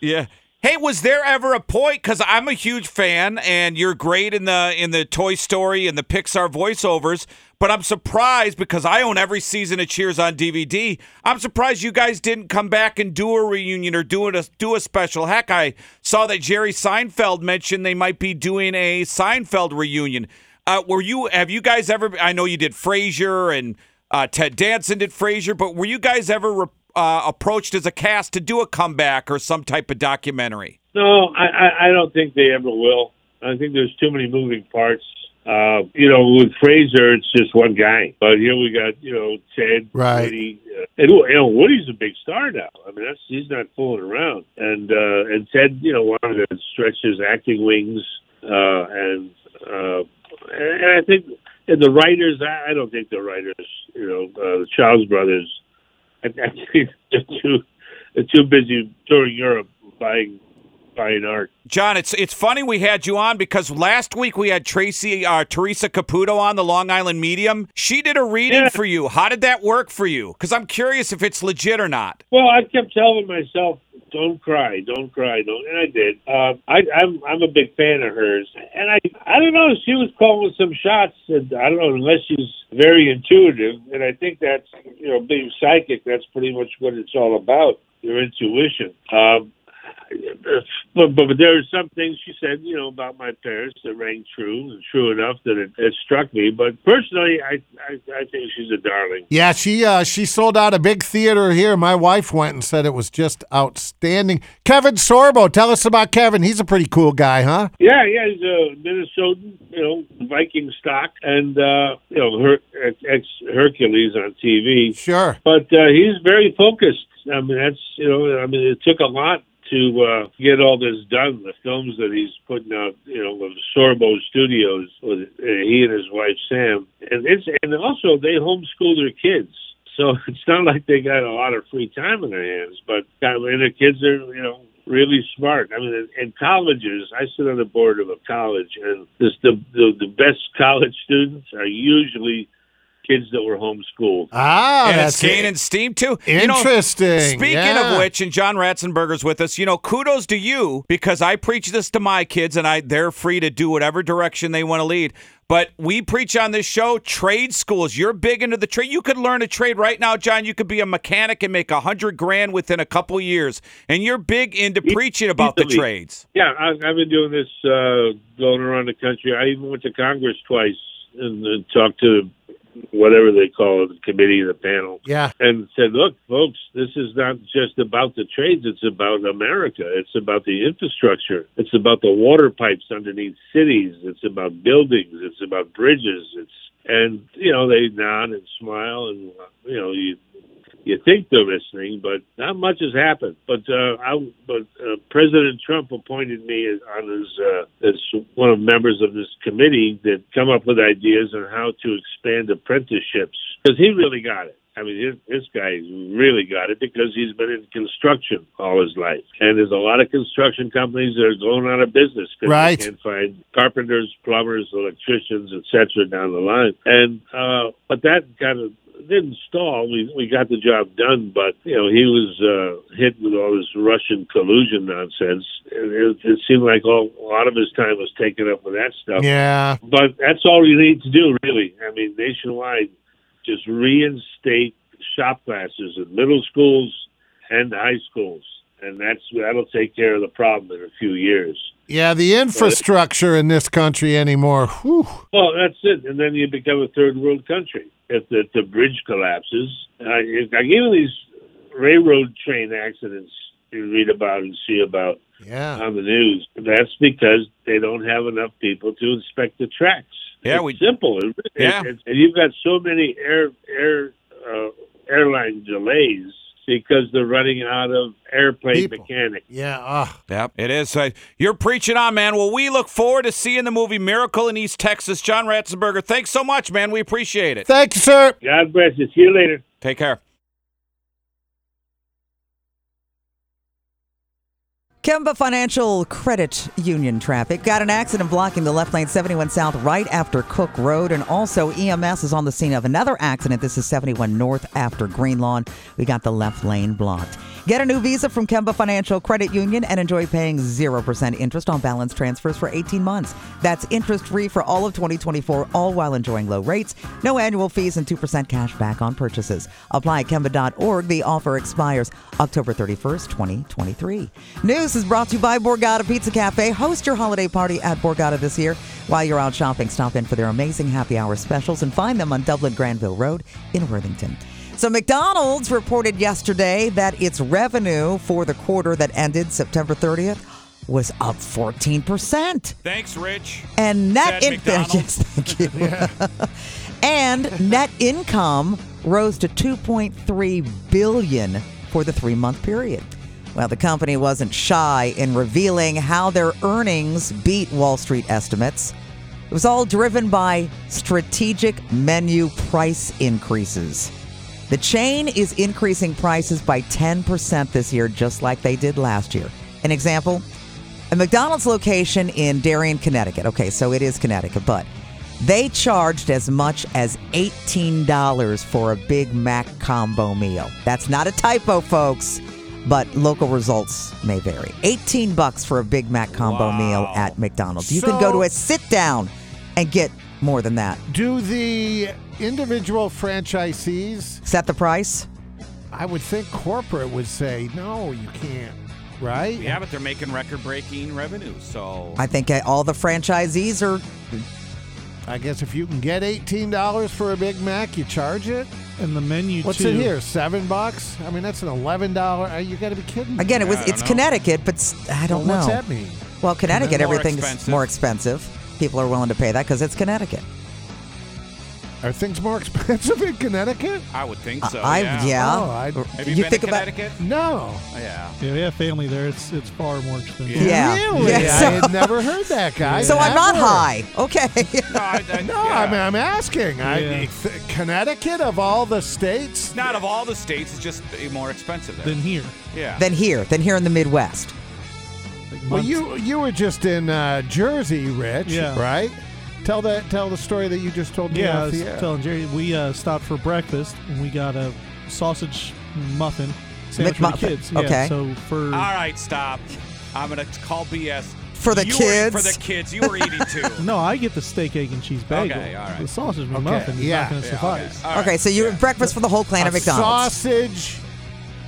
Speaker 4: Yeah. Hey, was there ever a point? Because I'm a huge fan, and you're great in the in the Toy Story and the Pixar voiceovers. But I'm surprised because I own every season of Cheers on DVD. I'm surprised you guys didn't come back and do a reunion or do a do a special. Heck, I saw that Jerry Seinfeld mentioned they might be doing a Seinfeld reunion. Uh, were you? Have you guys ever? I know you did Frasier and uh, Ted Danson did Frasier, but were you guys ever re- uh, approached as a cast to do a comeback or some type of documentary?
Speaker 10: No, I, I, I don't think they ever will. I think there's too many moving parts. Uh, you know, with Fraser, it's just one guy. But here we got, you know, Ted,
Speaker 5: Right.
Speaker 10: Woody, uh, and you know, Woody's a big star now. I mean, that's, he's not fooling around. And uh, and Ted, you know, wanted to stretch his acting wings. Uh, and uh, and I think and the writers, I, I don't think the writers, you know, uh, the Charles brothers, [laughs] I, I think they're too they're too busy touring Europe buying fine art.
Speaker 4: John, it's it's funny we had you on because last week we had Tracy uh, Teresa Caputo on the Long Island Medium. She did a reading for you. How did that work for you? Because I'm curious if it's legit or not.
Speaker 10: Well, I kept telling myself, "Don't cry, don't cry, don't," and I did. Uh, I, I'm I'm a big fan of hers, and I I don't know. She was calling some shots, and I don't know unless she's very intuitive, and I think that's you know being psychic. That's pretty much what it's all about. Your intuition. Um, but, but but there are some things she said, you know, about my parents that rang true, and true enough that it, it struck me. But personally, I, I I think she's a darling.
Speaker 5: Yeah, she uh, she sold out a big theater here. My wife went and said it was just outstanding. Kevin Sorbo, tell us about Kevin. He's a pretty cool guy, huh?
Speaker 10: Yeah, yeah, he's a Minnesotan, you know, Viking stock, and uh, you know, her, ex Hercules on TV.
Speaker 5: Sure,
Speaker 10: but uh, he's very focused. I mean, that's you know, I mean, it took a lot to uh, get all this done. The films that he's putting out, you know, with Sorbo Studios, with uh, he and his wife Sam, and it's and also they homeschool their kids. So [laughs] it's not like they got a lot of free time in their hands, but I mean, the kids are, you know, really smart. I mean, in, in colleges, I sit on the board of a college, and this, the, the the best [laughs] college students are usually kids that were homeschooled.
Speaker 5: Ah,
Speaker 4: and
Speaker 5: that's
Speaker 4: it's Kane
Speaker 5: it.
Speaker 4: and Steam too. You know,
Speaker 5: Interesting,
Speaker 4: speaking
Speaker 5: yeah.
Speaker 4: of which, and John Ratzenberger's with us. You know, kudos to you because I preach this to my kids, and I they're free to do whatever direction they want to lead. But we preach on this show trade schools. You're big into the trade. You could learn a trade right now, John. You could be a mechanic and make a hundred grand within a couple years. And you're big into preaching about the
Speaker 10: easily.
Speaker 4: trades.
Speaker 10: Yeah, I, I've been doing this uh, going around the country. I even went to Congress twice and, and talked to whatever they call it, the committee, the panel.
Speaker 5: Yeah.
Speaker 10: and said, "Look, folks, this is not just about the trades. It's about America. It's about the infrastructure. It's about the water pipes underneath cities. It's about buildings. It's about bridges. It's and you know they nod and smile and you know you you think they're listening, but not much has happened. But uh, I, but uh, President Trump appointed me as, on his uh, as one of the members of this committee that come up with ideas on how to expand apprenticeships because he really got it. I mean, this, this guy really got it because he's been in construction all his life, and there's a lot of construction companies that are going out of business because
Speaker 5: Right.
Speaker 10: they can't find carpenters, plumbers, electricians, etc. down the line. And uh, but that kind of didn't stall. We we got the job done, but you know he was uh, hit with all this Russian collusion nonsense. And it, it seemed like all, a lot of his time was taken up with that stuff.
Speaker 5: Yeah.
Speaker 10: But that's all you need to do, really. I mean, nationwide, just reinstate shop classes in middle schools and high schools, and that's that'll take care of the problem in a few years.
Speaker 5: Yeah, the infrastructure in this country anymore. Whew.
Speaker 10: Well, that's it, and then you become a third world country if the, the bridge collapses. I, if- I give these railroad train accidents you read about and see about
Speaker 5: Yeah.
Speaker 10: on the news. That's because they don't have enough people to inspect the tracks.
Speaker 4: Yeah,
Speaker 10: it's
Speaker 4: we-
Speaker 10: simple. It- it-
Speaker 4: Yeah.
Speaker 10: it's- and you've got so many air air uh, airline delays because they're running out of airplane mechanics.
Speaker 5: Yeah. ah.
Speaker 4: Yep, it is. So you're preaching on, man. Well, we look forward to seeing the movie Miracle in East Texas. John Ratzenberger, thanks so much, man. We appreciate it.
Speaker 5: Thank you, sir.
Speaker 10: God bless you. See you later.
Speaker 4: Take care.
Speaker 11: Kemba Financial Credit Union traffic got an accident blocking the left lane 71 South right after Cook Road, and also EMS is on the scene of another accident. This is 71 North after Green Lawn. We got the left lane blocked. Get a new visa from Kemba Financial Credit Union and enjoy paying 0% interest on balance transfers for 18 months. That's interest free for all of 2024, all while enjoying low rates, no annual fees, and 2% cash back on purchases. Apply at Kemba.org. The offer expires October 31st, 2023. News is brought to you by Borgata Pizza Cafe. Host your holiday party at Borgata this year. While you're out shopping, stop in for their amazing happy hour specials and find them on Dublin Granville Road in Worthington. So, McDonald's reported yesterday that its revenue for the quarter that ended September 30th was up 14%.
Speaker 4: Thanks, Rich.
Speaker 11: And net
Speaker 4: Said
Speaker 11: income, [laughs] yes, thank you. and net income rose to 2.3 billion for the three-month period. Well, the company wasn't shy in revealing how their earnings beat Wall Street estimates. It was all driven by strategic menu price increases. The chain is increasing prices by 10% this year, just like they did last year. An example A McDonald's location in Darien, Connecticut. Okay, so it is Connecticut, but they charged as much as $18 for a Big Mac combo meal. That's not a typo, folks, but local results may vary. 18 bucks for a Big Mac combo meal at McDonald's. You can go
Speaker 5: So-
Speaker 11: to a sit down and get more than that.
Speaker 5: Do the individual franchisees
Speaker 11: set the price?
Speaker 5: I would think corporate would say, no, you can't, right?
Speaker 4: Yeah, but they're making record-breaking revenue, so
Speaker 11: I think uh, all the franchisees are.
Speaker 5: I guess if you can get $18 for a Big Mac, you charge it.
Speaker 12: And the menu,
Speaker 5: What's
Speaker 12: too.
Speaker 5: it here? Seven bucks? I mean, that's an $11. Are You got to be kidding me.
Speaker 11: Again, it was it's Connecticut, but s- I don't
Speaker 5: Well,
Speaker 11: know.
Speaker 5: what's that mean?
Speaker 11: Well, Connecticut,
Speaker 5: More
Speaker 11: everything's
Speaker 5: expensive.
Speaker 11: more expensive. People are willing to pay that because it's Connecticut.
Speaker 5: Are things more [laughs] expensive in Connecticut?
Speaker 4: I would think so.
Speaker 11: I-
Speaker 4: yeah.
Speaker 11: yeah.
Speaker 5: Oh, I-
Speaker 4: Have you,
Speaker 11: You
Speaker 4: been
Speaker 11: think
Speaker 4: to
Speaker 11: about-
Speaker 4: Connecticut?
Speaker 5: No.
Speaker 4: Yeah.
Speaker 12: Yeah, we have family there. It's it's far more expensive.
Speaker 11: Yeah.
Speaker 5: Really?
Speaker 11: Yeah,
Speaker 5: I
Speaker 11: so-
Speaker 5: had never heard that guy.
Speaker 11: [laughs] so I'm not
Speaker 5: ever.
Speaker 11: high. Okay.
Speaker 5: [laughs]
Speaker 11: [laughs]
Speaker 5: No, I mean, I'm asking. I,
Speaker 4: Yeah.
Speaker 5: th- Connecticut, of all the states?
Speaker 4: Not of all the states, it's just eh, more expensive there.
Speaker 12: Than here.
Speaker 4: Yeah.
Speaker 11: than here, than here in the Midwest.
Speaker 5: Well, you you were just in uh, Jersey, Rich,
Speaker 12: Yeah.
Speaker 5: right? Tell the tell the story that you just told me.
Speaker 12: [laughs] Yeah, I
Speaker 5: off
Speaker 12: was
Speaker 5: the air.
Speaker 12: telling Jerry we uh, stopped for breakfast and we got a sausage muffin sandwich
Speaker 11: McMuffin.
Speaker 12: for the kids. Yeah,
Speaker 11: Okay.
Speaker 12: So for
Speaker 5: Ah,
Speaker 4: All right, stop. I'm gonna t- call BS.
Speaker 12: For the
Speaker 4: You were-
Speaker 12: kids?
Speaker 4: for the kids, you were eating
Speaker 12: [laughs]
Speaker 4: too.
Speaker 12: no, I get the steak, egg, and cheese bagel.
Speaker 4: Okay, all right.
Speaker 12: The sausage muffin is
Speaker 4: yeah,
Speaker 12: not going to
Speaker 4: yeah,
Speaker 12: suffice.
Speaker 4: okay, all right.
Speaker 11: okay, so you have breakfast for the whole clan
Speaker 5: A
Speaker 11: at McDonald's.
Speaker 5: sausage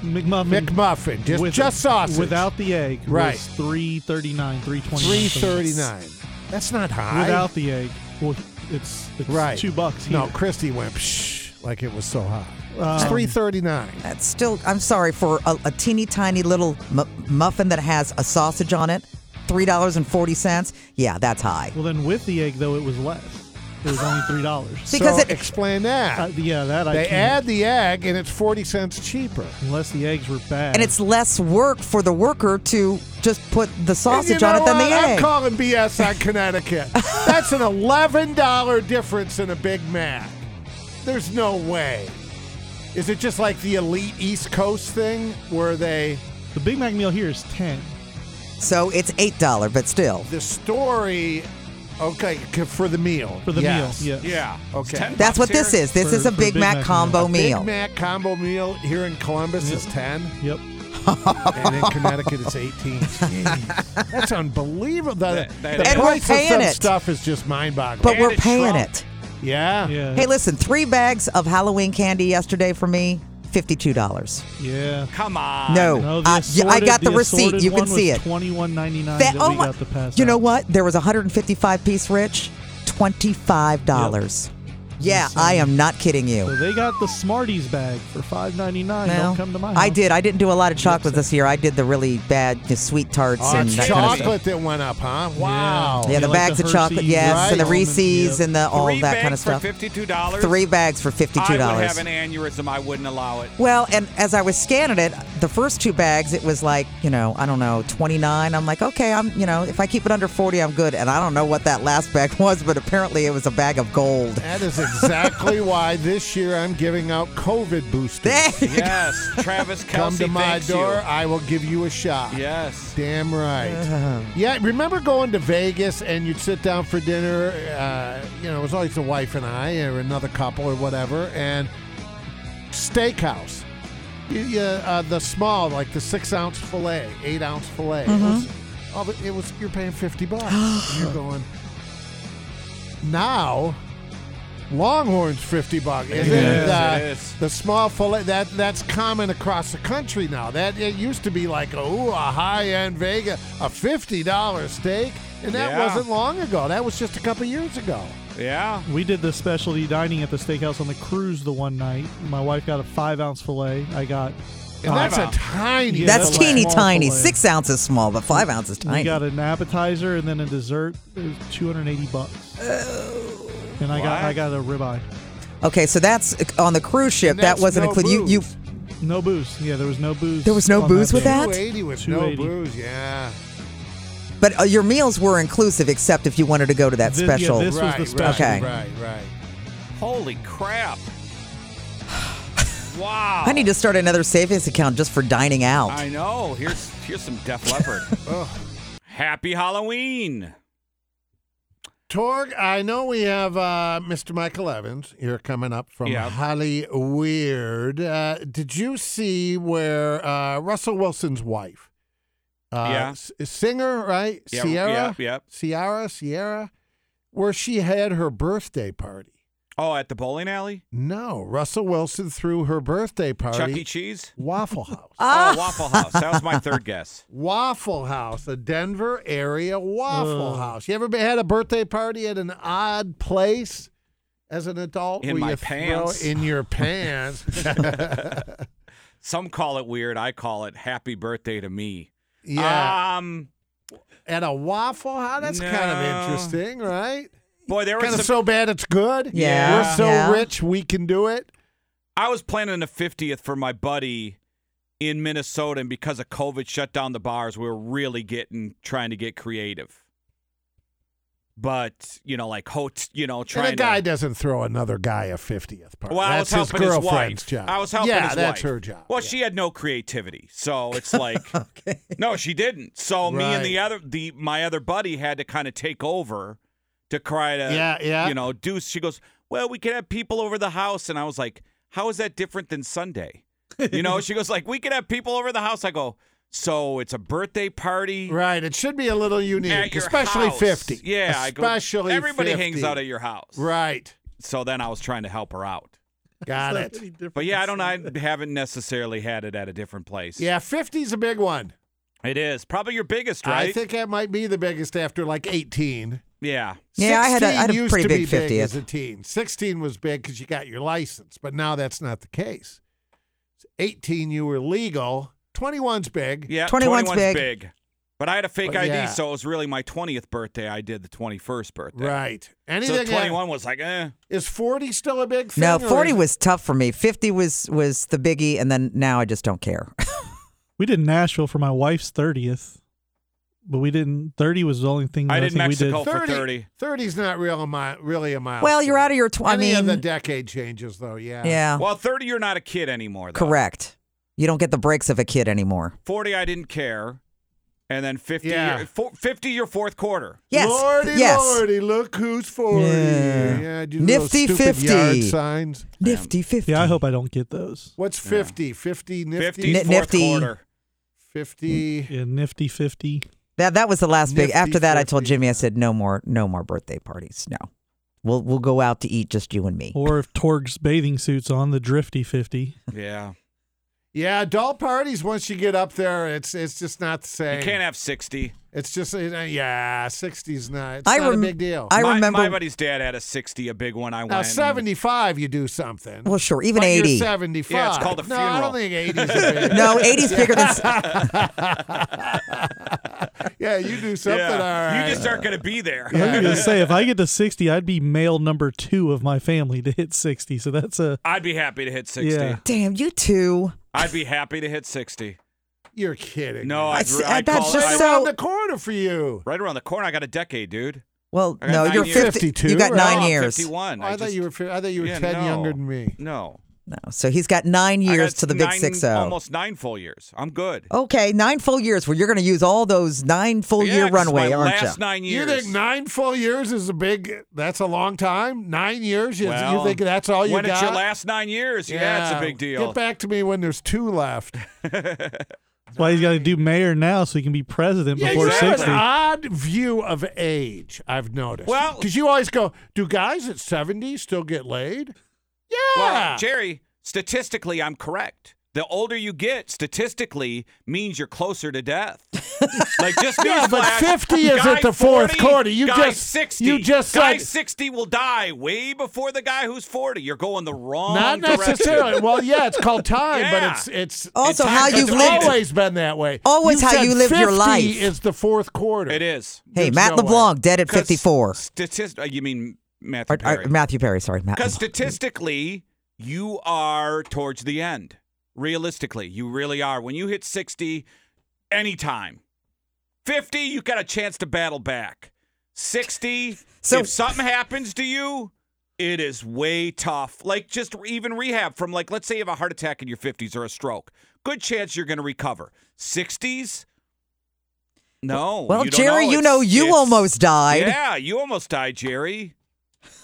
Speaker 12: McMuffin.
Speaker 5: McMuffin, just just sausage
Speaker 12: without the egg.
Speaker 5: Right.
Speaker 12: was three thirty nine, three twenty.
Speaker 5: Three thirty nine. That's not high.
Speaker 12: Without the egg, well, it's, it's
Speaker 5: right,
Speaker 12: two bucks here.
Speaker 5: No, Christy went psh, like it was so high. it's
Speaker 12: Um,
Speaker 5: three thirty nine.
Speaker 11: That's still. I'm sorry for a, a teeny tiny little mu muffin that has a sausage on it. Three dollars and forty cents. Yeah, that's high.
Speaker 12: Well, then with the egg though, it was less. It was only three dollars.
Speaker 11: [gasps] Because
Speaker 5: so
Speaker 11: it-
Speaker 5: explain that.
Speaker 12: yeah, that I
Speaker 5: they add
Speaker 12: can't-
Speaker 5: the egg and it's forty cents cheaper.
Speaker 12: unless the eggs were bad.
Speaker 11: And it's less work for the worker to just put the sausage on it than the
Speaker 5: I'm
Speaker 11: egg.
Speaker 5: calling BS on
Speaker 11: [laughs]
Speaker 5: Connecticut. That's an eleven dollar difference in a Big Mac. There's no way. Is it just like the elite East Coast thing where they
Speaker 12: the Big Mac meal here is ten.
Speaker 11: so it's eight dollar, but still.
Speaker 5: the story? Okay, c- for the meal.
Speaker 12: For the
Speaker 5: yes.
Speaker 12: meal, yes.
Speaker 4: Yeah.
Speaker 5: Okay.
Speaker 11: That's what this is. This
Speaker 12: For-
Speaker 11: is a
Speaker 12: for
Speaker 11: Big,
Speaker 12: Big
Speaker 11: Mac,
Speaker 12: Mac
Speaker 11: combo
Speaker 5: A
Speaker 11: meal.
Speaker 5: Big Mac combo meal here in Columbus is ten,
Speaker 12: Yep.
Speaker 5: and in Connecticut it's
Speaker 11: [laughs]
Speaker 5: eighteen. Jeez. That's unbelievable. The,
Speaker 4: that-
Speaker 5: the
Speaker 11: And we're
Speaker 5: price of
Speaker 11: paying
Speaker 5: some
Speaker 11: it.
Speaker 5: stuff is just mind-boggling.
Speaker 11: But we're
Speaker 4: it's
Speaker 11: paying
Speaker 4: Trump.
Speaker 11: it.
Speaker 5: yeah.
Speaker 12: Yeah.
Speaker 11: Hey, listen, three bags of Halloween candy yesterday for me, fifty-two dollars.
Speaker 12: Yeah.
Speaker 4: Come on.
Speaker 11: No,
Speaker 12: the
Speaker 11: I- yeah, I
Speaker 12: assorted-
Speaker 11: got the receipt.
Speaker 12: assorted
Speaker 11: You can
Speaker 12: one
Speaker 11: see
Speaker 12: was
Speaker 11: it.
Speaker 12: Twenty-one ninety-nine.
Speaker 11: That-
Speaker 12: That,
Speaker 11: oh
Speaker 12: we
Speaker 11: my-
Speaker 12: got the pass.
Speaker 11: you
Speaker 12: out.
Speaker 11: know what? There was 155 piece rich, twenty-five dollars. Yeah, I am not kidding
Speaker 12: So
Speaker 11: you.
Speaker 12: they got the Smarties bag for five ninety-nine.
Speaker 11: Well,
Speaker 12: Don't come to my house.
Speaker 11: I did. I didn't do a lot of chocolate this year. I did the really bad the sweet tarts
Speaker 5: Oh,
Speaker 11: and
Speaker 5: it's
Speaker 11: that kind of stuff.
Speaker 5: chocolate that went up, huh? Wow.
Speaker 11: Yeah, the
Speaker 12: Oh, like
Speaker 11: bags
Speaker 12: the
Speaker 11: of chocolate,
Speaker 12: Hershey's,
Speaker 11: yes, and the
Speaker 12: right?
Speaker 11: Reese's
Speaker 12: Yep.
Speaker 11: and the all
Speaker 4: Three
Speaker 11: of that kind
Speaker 4: bags
Speaker 11: of stuff.
Speaker 4: for fifty-two dollars.
Speaker 11: Three bags for fifty-two
Speaker 4: I would
Speaker 11: dollars.
Speaker 4: have an aneurysm. I wouldn't allow it.
Speaker 11: Well, and as I was scanning it, the first two bags, it was like, you know, I don't know, 29. I'm like, okay, I'm, you know, if I keep it under 40, I'm good. And I don't know what that last bag [laughs] was, but apparently it was a bag of gold.
Speaker 5: That is exactly why this year I'm giving out COVID boosters.
Speaker 4: Yes, Travis
Speaker 5: Come
Speaker 4: Kelsey.
Speaker 5: to my
Speaker 4: thanks
Speaker 5: door, I will give you a shot.
Speaker 4: You. Yes.
Speaker 5: Damn right. Yeah, remember going to Vegas and you'd sit down for dinner? Uh, you know, it was always the wife and I, or another couple, or whatever, and steakhouse. You, you, uh, the small, like the six ounce filet, eight ounce filet. It was- all the- It, was, you're paying fifty bucks. And you're going now. Longhorn's fifty bucks. Is
Speaker 4: is,
Speaker 5: it, uh,
Speaker 4: it is.
Speaker 5: The small fillet that that's common across the country now. That it used to be like oh a high end Vegas a fifty dollar steak, and that
Speaker 4: Yeah.
Speaker 5: wasn't long ago. That was just a couple years ago.
Speaker 4: Yeah.
Speaker 12: We did the specialty dining at the steakhouse on the cruise the one night. My wife got a five ounce fillet. I got.
Speaker 5: And
Speaker 12: uh,
Speaker 5: that's a
Speaker 4: ounce.
Speaker 5: tiny.
Speaker 12: Yeah,
Speaker 11: That's
Speaker 12: that's
Speaker 11: teeny
Speaker 12: small
Speaker 11: tiny.
Speaker 12: filet.
Speaker 11: Six ounces small, but five ounces
Speaker 12: we
Speaker 11: tiny.
Speaker 12: got an appetizer and then a dessert. It was two hundred eighty bucks. and I got
Speaker 4: What?
Speaker 12: I got a ribeye.
Speaker 11: Okay, so that's on the cruise ship.
Speaker 5: And
Speaker 11: That
Speaker 5: that's
Speaker 11: wasn't
Speaker 5: no
Speaker 11: included. You, you,
Speaker 5: booze.
Speaker 12: No booze. Yeah, there was no booze.
Speaker 11: There was no
Speaker 12: on
Speaker 11: booze
Speaker 12: that
Speaker 11: with
Speaker 12: day.
Speaker 11: that?
Speaker 5: 280 with no
Speaker 12: 280.
Speaker 5: booze. Yeah.
Speaker 11: but uh, your meals were inclusive, except if you wanted to go to that
Speaker 12: This- yeah,
Speaker 11: special.
Speaker 12: this was
Speaker 5: right,
Speaker 12: the special.
Speaker 11: Okay.
Speaker 5: Right. Right.
Speaker 4: Holy crap! Wow.
Speaker 11: I need to start another savings account just for dining
Speaker 5: [laughs]
Speaker 11: out.
Speaker 4: I know. Here's here's some Def Leppard.
Speaker 5: Oh,
Speaker 4: Happy Halloween.
Speaker 5: Torg, I know we have uh, Mr. Michael Evans here coming up from
Speaker 4: Yeah.
Speaker 5: Holly Weird. Uh, did you see where uh, Russell Wilson's wife, uh,
Speaker 4: Yeah.
Speaker 5: s- singer, right?
Speaker 4: Yeah,
Speaker 5: Sierra?
Speaker 4: yeah, yeah.
Speaker 5: Sierra, Sierra, where she had her birthday party.
Speaker 4: Oh, at the bowling alley?
Speaker 5: No, Russell Wilson threw her birthday party.
Speaker 4: Chuck E. [laughs] Cheese?
Speaker 11: [laughs]
Speaker 5: Waffle House.
Speaker 11: Ah.
Speaker 4: Oh, Waffle House. That was my third guess.
Speaker 5: Waffle House, a Denver area Waffle
Speaker 4: Ugh.
Speaker 5: House. You ever been, had a birthday party at an odd place as an adult?
Speaker 4: In
Speaker 5: where
Speaker 4: my
Speaker 5: Oh, you throw
Speaker 4: pants.
Speaker 5: In your pants.
Speaker 4: [laughs] Some call it weird. I call it happy birthday to me.
Speaker 5: Yeah.
Speaker 4: Um,
Speaker 5: at a Waffle House? That's kind
Speaker 4: No.
Speaker 5: of interesting, right?
Speaker 4: Boy, there was
Speaker 5: Kind of
Speaker 4: some-
Speaker 5: so bad it's good.
Speaker 4: Yeah.
Speaker 5: We're so
Speaker 4: Yeah.
Speaker 5: rich, we can do it.
Speaker 4: I was planning a 50th for my buddy in Minnesota, and because of COVID shut down the bars, we were really getting trying to get creative. But you know, like hot, you know,
Speaker 5: And
Speaker 4: trying
Speaker 5: a guy
Speaker 4: to.
Speaker 5: doesn't throw another guy a 50th party.
Speaker 4: Well, I was
Speaker 5: that's his
Speaker 4: helping his,
Speaker 5: girlfriend's
Speaker 4: wife.
Speaker 5: job.
Speaker 4: I was helping
Speaker 5: yeah,
Speaker 4: his
Speaker 5: that's
Speaker 4: wife.
Speaker 5: her job.
Speaker 4: Well, she had no creativity, so
Speaker 5: [laughs]
Speaker 4: it's like, no, she didn't. So me and the other, the my other buddy had to kind of take over to try to,
Speaker 5: Yeah, yeah.
Speaker 4: you know, do. She goes, well, we can have people over the house, and I was like, how is that different than Sunday? You know, she goes like, we can have people over the house. I go, so it's a birthday party.
Speaker 5: Right. It should be a little
Speaker 4: At
Speaker 5: unique,
Speaker 4: your
Speaker 5: especially
Speaker 4: house.
Speaker 5: 50.
Speaker 4: Yeah, I go,
Speaker 5: Especially
Speaker 4: everybody hangs
Speaker 5: 50.
Speaker 4: out at your house.
Speaker 5: Right.
Speaker 4: So then I was trying to help her out.
Speaker 5: Got it.
Speaker 4: But yeah, I don't. I haven't necessarily had it at a different place.
Speaker 5: Yeah, 50's a big one.
Speaker 4: it is probably your biggest, right?
Speaker 5: I think that might be the biggest after like 18.
Speaker 4: Yeah.
Speaker 11: Yeah, I had a-
Speaker 5: 16
Speaker 11: I had a
Speaker 5: used
Speaker 11: pretty
Speaker 5: to
Speaker 11: big
Speaker 5: be
Speaker 11: 50th.
Speaker 5: as a teen. 16 was big because you got your license, but now that's not the case. 18, you were legal. 21's big.
Speaker 4: Yeah,
Speaker 11: 21's
Speaker 4: 21's
Speaker 11: big.
Speaker 4: But I had a fake
Speaker 5: But
Speaker 4: ID,
Speaker 5: Oh, yeah.
Speaker 4: so it was really my 20th birthday. I did the 21st birthday.
Speaker 5: Right.
Speaker 4: so
Speaker 5: Anything
Speaker 4: 21 was like, eh.
Speaker 5: Is 40 still a big thing?
Speaker 11: No,
Speaker 5: or
Speaker 11: forty
Speaker 5: is-
Speaker 11: was tough for me. Fifty was was the biggie, and then now I just
Speaker 5: [laughs]
Speaker 11: don't care.
Speaker 12: We did Nashville for my wife's thirtieth, but we didn't. Thirty was the only thing that
Speaker 4: I
Speaker 12: I,
Speaker 4: did
Speaker 12: think
Speaker 4: Mexico
Speaker 12: we did.
Speaker 4: for 30.
Speaker 5: 30's not real a mi- really a mile.
Speaker 11: Well, you're out of your tw- I
Speaker 5: Any of the
Speaker 11: mean-
Speaker 5: decade changes, though, yeah.
Speaker 11: Yeah.
Speaker 4: Well, 30, you're not a kid anymore. Though.
Speaker 11: Correct. You don't get the breaks of a kid anymore.
Speaker 4: 40, I didn't care. And then 50,
Speaker 5: Yeah.
Speaker 4: your, fo- 50 your fourth quarter.
Speaker 11: Yes.
Speaker 5: Lordy,
Speaker 11: yes.
Speaker 5: lordy, look who's 40.
Speaker 11: Yeah.
Speaker 5: yeah do those
Speaker 11: Nifty
Speaker 5: stupid
Speaker 11: fifty.
Speaker 5: Yard signs.
Speaker 11: Nifty fifty.
Speaker 12: Yeah, I hope I don't get those.
Speaker 5: What's 50? 50
Speaker 4: 50
Speaker 5: nifty?
Speaker 4: fourth
Speaker 11: nifty.
Speaker 4: quarter.
Speaker 5: 50.
Speaker 12: Yeah, nifty fifty.
Speaker 11: That that was the last big.
Speaker 5: Nifty
Speaker 11: After that, I told Jimmy, I said, no more, no more birthday parties. No, we'll we'll go out to eat, just you and me.
Speaker 12: Or if Torg's bathing suit's on, the drifty fifty.
Speaker 4: Yeah.
Speaker 5: Yeah, adult parties. Once you get up there, it's it's just not the same.
Speaker 4: You can't have 60.
Speaker 5: It's just uh, yeah, sixties not. It's
Speaker 11: I
Speaker 5: not
Speaker 11: rem-
Speaker 5: a big deal.
Speaker 11: I
Speaker 4: my,
Speaker 11: remember-
Speaker 4: My buddy's dad had a 60, a big one. I
Speaker 5: now
Speaker 4: went.
Speaker 5: seventy five, you do something.
Speaker 11: Well, sure, even
Speaker 5: But
Speaker 11: eighty.
Speaker 5: You're seventy five.
Speaker 4: Yeah, it's called a
Speaker 5: no, I
Speaker 4: funeral.
Speaker 5: don't think eighties.
Speaker 11: [laughs] No, 80's bigger than.
Speaker 5: [laughs]
Speaker 11: [laughs]
Speaker 5: yeah, you do something.
Speaker 4: Yeah.
Speaker 5: All right.
Speaker 4: You just aren't going to be there.
Speaker 12: I was gonna say if I get to sixty, I'd be male number two of my family to hit sixty. So that's a
Speaker 4: I'd be happy to hit 60.
Speaker 12: Yeah.
Speaker 11: Damn, you two.
Speaker 4: I'd be happy to hit 60.
Speaker 5: You're kidding.
Speaker 4: No, I'd,
Speaker 11: see- uh,
Speaker 4: I'd
Speaker 11: that's
Speaker 4: call
Speaker 11: just
Speaker 4: it,
Speaker 11: so-
Speaker 5: around the corner for you.
Speaker 4: right around the corner. I got a decade, dude.
Speaker 11: Well,
Speaker 4: I got
Speaker 11: no,
Speaker 4: nine
Speaker 11: you're
Speaker 4: years.
Speaker 11: 50, You got
Speaker 5: right?
Speaker 11: nine
Speaker 4: No, I'm
Speaker 11: years.
Speaker 4: 51.
Speaker 5: Oh, I, thought
Speaker 4: just-
Speaker 5: you were. fi- I thought you were
Speaker 4: Yeah,
Speaker 5: ten
Speaker 4: no.
Speaker 5: younger than me.
Speaker 4: No.
Speaker 11: No, so he's got nine
Speaker 4: I
Speaker 11: years
Speaker 4: got
Speaker 11: to the big
Speaker 4: nine-
Speaker 11: six oh. zero.
Speaker 4: Almost nine full years. I'm good.
Speaker 11: Okay, nine full years where you're going to use all those nine full
Speaker 4: Yeah,
Speaker 11: year
Speaker 4: 'cause my
Speaker 11: runway, aren't
Speaker 4: last
Speaker 11: you?
Speaker 4: nine
Speaker 5: You
Speaker 4: years.
Speaker 5: think nine full years is a big? That's a long time. Nine years. You,
Speaker 4: Well,
Speaker 5: you think that's all you
Speaker 4: when
Speaker 5: got?
Speaker 4: it's your last nine years, yeah, it's a big deal.
Speaker 5: Get back to me when there's
Speaker 4: [laughs]
Speaker 5: two left.
Speaker 12: That's why he's got to do mayor now so he can be president
Speaker 5: Yeah,
Speaker 12: before
Speaker 5: you have an
Speaker 12: sixty.
Speaker 5: odd view of age. I've noticed.
Speaker 4: Well-
Speaker 5: because you always go, do guys at seventy still get laid? Yeah.
Speaker 4: Well, Jerry, statistically, I'm correct. The older you get, statistically, means you're closer to death.
Speaker 5: [laughs]
Speaker 4: like just
Speaker 5: Yeah, but
Speaker 4: newsflash,
Speaker 5: 50 is
Speaker 4: guy
Speaker 5: at the fourth
Speaker 4: 40,
Speaker 5: quarter. You
Speaker 4: guy
Speaker 5: just-
Speaker 4: 60.
Speaker 5: you just
Speaker 4: guy
Speaker 5: said-
Speaker 4: 60 will die way before the guy who's 40. You're going the wrong.
Speaker 5: Not
Speaker 4: direction.
Speaker 5: necessarily. well, yeah,
Speaker 4: [laughs]
Speaker 5: it's called time, but
Speaker 4: Yeah.
Speaker 5: it's it's
Speaker 11: Also
Speaker 5: it's-
Speaker 11: how
Speaker 5: it's
Speaker 11: you've lived-
Speaker 5: always been that way.
Speaker 11: Always how
Speaker 5: said
Speaker 11: you lived your
Speaker 5: 50
Speaker 11: life.
Speaker 5: is the fourth quarter.
Speaker 4: It is.
Speaker 11: Hey,
Speaker 5: There's
Speaker 11: Matt
Speaker 5: no way.
Speaker 11: LeBlanc dead at 54.
Speaker 4: Statistic. uh, You mean Matthew
Speaker 11: Or- or
Speaker 4: Perry?
Speaker 11: Matthew Perry, sorry, Matt.
Speaker 4: Because
Speaker 11: LeBlanc.
Speaker 4: statistically, you are towards the end. Realistically, you really are. When you hit 60, anytime. 50, you got a chance to battle back. 60,
Speaker 11: So-
Speaker 4: if something happens to you, it is way tough. Like just even rehab from like let's say you have a heart attack in your 50s or a stroke. Good chance you're going to recover. 60s, No.
Speaker 11: Well,
Speaker 4: you don't
Speaker 11: Jerry, you
Speaker 4: It's-
Speaker 11: know you
Speaker 4: it's-
Speaker 11: almost died.
Speaker 4: Yeah, you almost died, Jerry.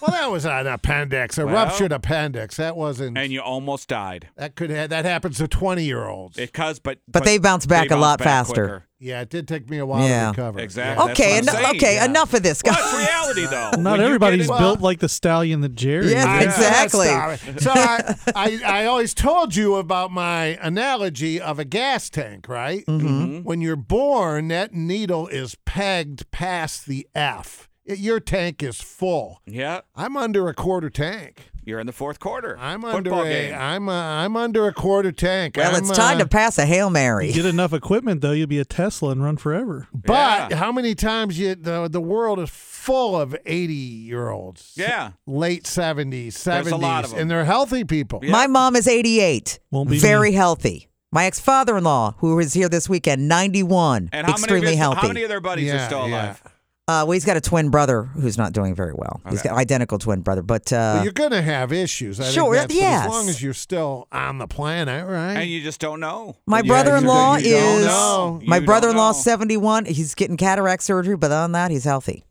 Speaker 5: Well, that was an appendix, a
Speaker 4: Well-
Speaker 5: ruptured appendix. That wasn't.
Speaker 4: And you almost died.
Speaker 5: That could ha- that happens to twenty year olds.
Speaker 4: Because, but
Speaker 11: But they bounce back a lot faster.
Speaker 4: quicker.
Speaker 5: Yeah, it did take me a while
Speaker 11: Yeah.
Speaker 5: to recover.
Speaker 4: Exactly. That's
Speaker 11: Okay,
Speaker 4: what I'm
Speaker 11: eno-
Speaker 4: saying.
Speaker 11: okay,
Speaker 4: Yeah.
Speaker 11: enough of this, guys.
Speaker 4: Well, that's reality, though.
Speaker 12: Not
Speaker 4: When you get
Speaker 12: everybody's
Speaker 4: in-
Speaker 12: built like the stallion that Jerry.
Speaker 11: Yes,
Speaker 12: is.
Speaker 11: exactly.
Speaker 5: Sorry.
Speaker 11: [laughs]
Speaker 5: So I, I, I always told you about my analogy of a gas tank, right?
Speaker 4: Mm-hmm.
Speaker 11: Mhm.
Speaker 5: When you're born, that needle is pegged past the F. It- your tank is full.
Speaker 4: Yeah,
Speaker 5: I'm under a quarter tank.
Speaker 4: you're in the fourth quarter.
Speaker 5: I'm under
Speaker 4: Football
Speaker 5: a,
Speaker 4: game.
Speaker 5: am uh, I'm under a quarter tank.
Speaker 11: Well,
Speaker 5: I'm,
Speaker 11: it's time
Speaker 5: uh,
Speaker 11: to pass a hail mary.
Speaker 12: You get enough equipment though, you'll be a Tesla and run forever.
Speaker 5: But how many times you the the world is full of 80 year olds.
Speaker 4: Yeah.
Speaker 5: Late 70s, 70s
Speaker 4: There's a lot of 'em.
Speaker 5: and they're healthy people.
Speaker 11: My mom is 88,
Speaker 12: Won't be
Speaker 11: very
Speaker 12: me.
Speaker 11: healthy. My ex father in law, who was here this weekend, 91,
Speaker 4: and how
Speaker 11: extremely
Speaker 4: many of his,
Speaker 11: healthy.
Speaker 4: How many of their buddies are
Speaker 5: Yeah,
Speaker 4: still
Speaker 5: yeah.
Speaker 4: alive?
Speaker 11: uh, well, he's got a twin brother who's not doing very well. He's got identical twin brother, but
Speaker 5: Well,
Speaker 11: uh,
Speaker 5: you're going to have issues. I think
Speaker 11: Sure,
Speaker 5: that's- but
Speaker 11: yes.
Speaker 5: As long as you're still on the planet, right?
Speaker 4: And you just don't know.
Speaker 11: my
Speaker 5: Yeah,
Speaker 11: brother-in-law
Speaker 5: you don't- you don't
Speaker 11: is
Speaker 5: know.
Speaker 11: my
Speaker 4: You don't
Speaker 11: brother-in-law
Speaker 4: know.
Speaker 11: 71. He's getting cataract surgery, but other than that, he's healthy.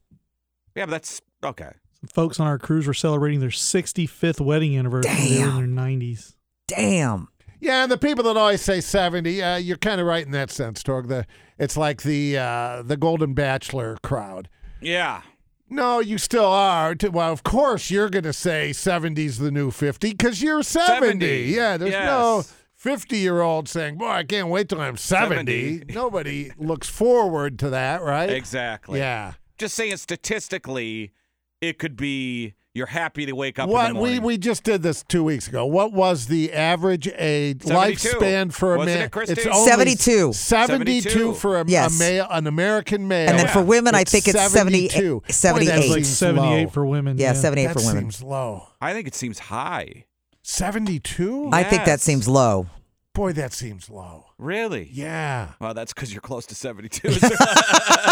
Speaker 4: Yeah, but that's okay.
Speaker 12: Folks on our cruise were celebrating their 65th wedding anniversary. They were in their 90s.
Speaker 11: Damn.
Speaker 5: Yeah, and the people that always say 70, uh, you're kind of right in that sense, Torg. The, it's like the uh, the Golden Bachelor crowd.
Speaker 4: Yeah.
Speaker 5: No, you still are. T- Well, of course you're going to say 70's the new 50 because you're 70.
Speaker 4: 70,
Speaker 5: Yeah, there's
Speaker 4: yes.
Speaker 5: no 50 year old saying, boy, I can't wait till I'm 70.
Speaker 4: 70.
Speaker 5: [laughs] Nobody looks forward to that, right?
Speaker 4: Exactly.
Speaker 5: Yeah.
Speaker 4: Just saying statistically, it could be you're happy to wake up in
Speaker 5: What
Speaker 4: the
Speaker 5: we
Speaker 4: morning.
Speaker 5: we just did this two weeks ago. What was the average age
Speaker 4: 72.
Speaker 5: lifespan for a
Speaker 4: Wasn't
Speaker 5: man?
Speaker 4: it, Christy?
Speaker 5: It's only
Speaker 11: 72.
Speaker 5: 72 for a, a
Speaker 11: Yes.
Speaker 5: male, an American male.
Speaker 11: And then for women, I think it's 78
Speaker 5: 72. Boy, that
Speaker 11: 78.
Speaker 12: It's like
Speaker 5: seems
Speaker 12: 78
Speaker 5: low.
Speaker 12: for women.
Speaker 11: Yeah, 78
Speaker 5: Oh. that
Speaker 11: for women.
Speaker 5: seems low.
Speaker 4: I think it seems high.
Speaker 5: 72?
Speaker 11: I think that
Speaker 4: Yes.
Speaker 11: seems low.
Speaker 5: Boy, that seems low.
Speaker 4: Really?
Speaker 5: Yeah.
Speaker 4: Well, that's because you're close to 72.
Speaker 5: [laughs]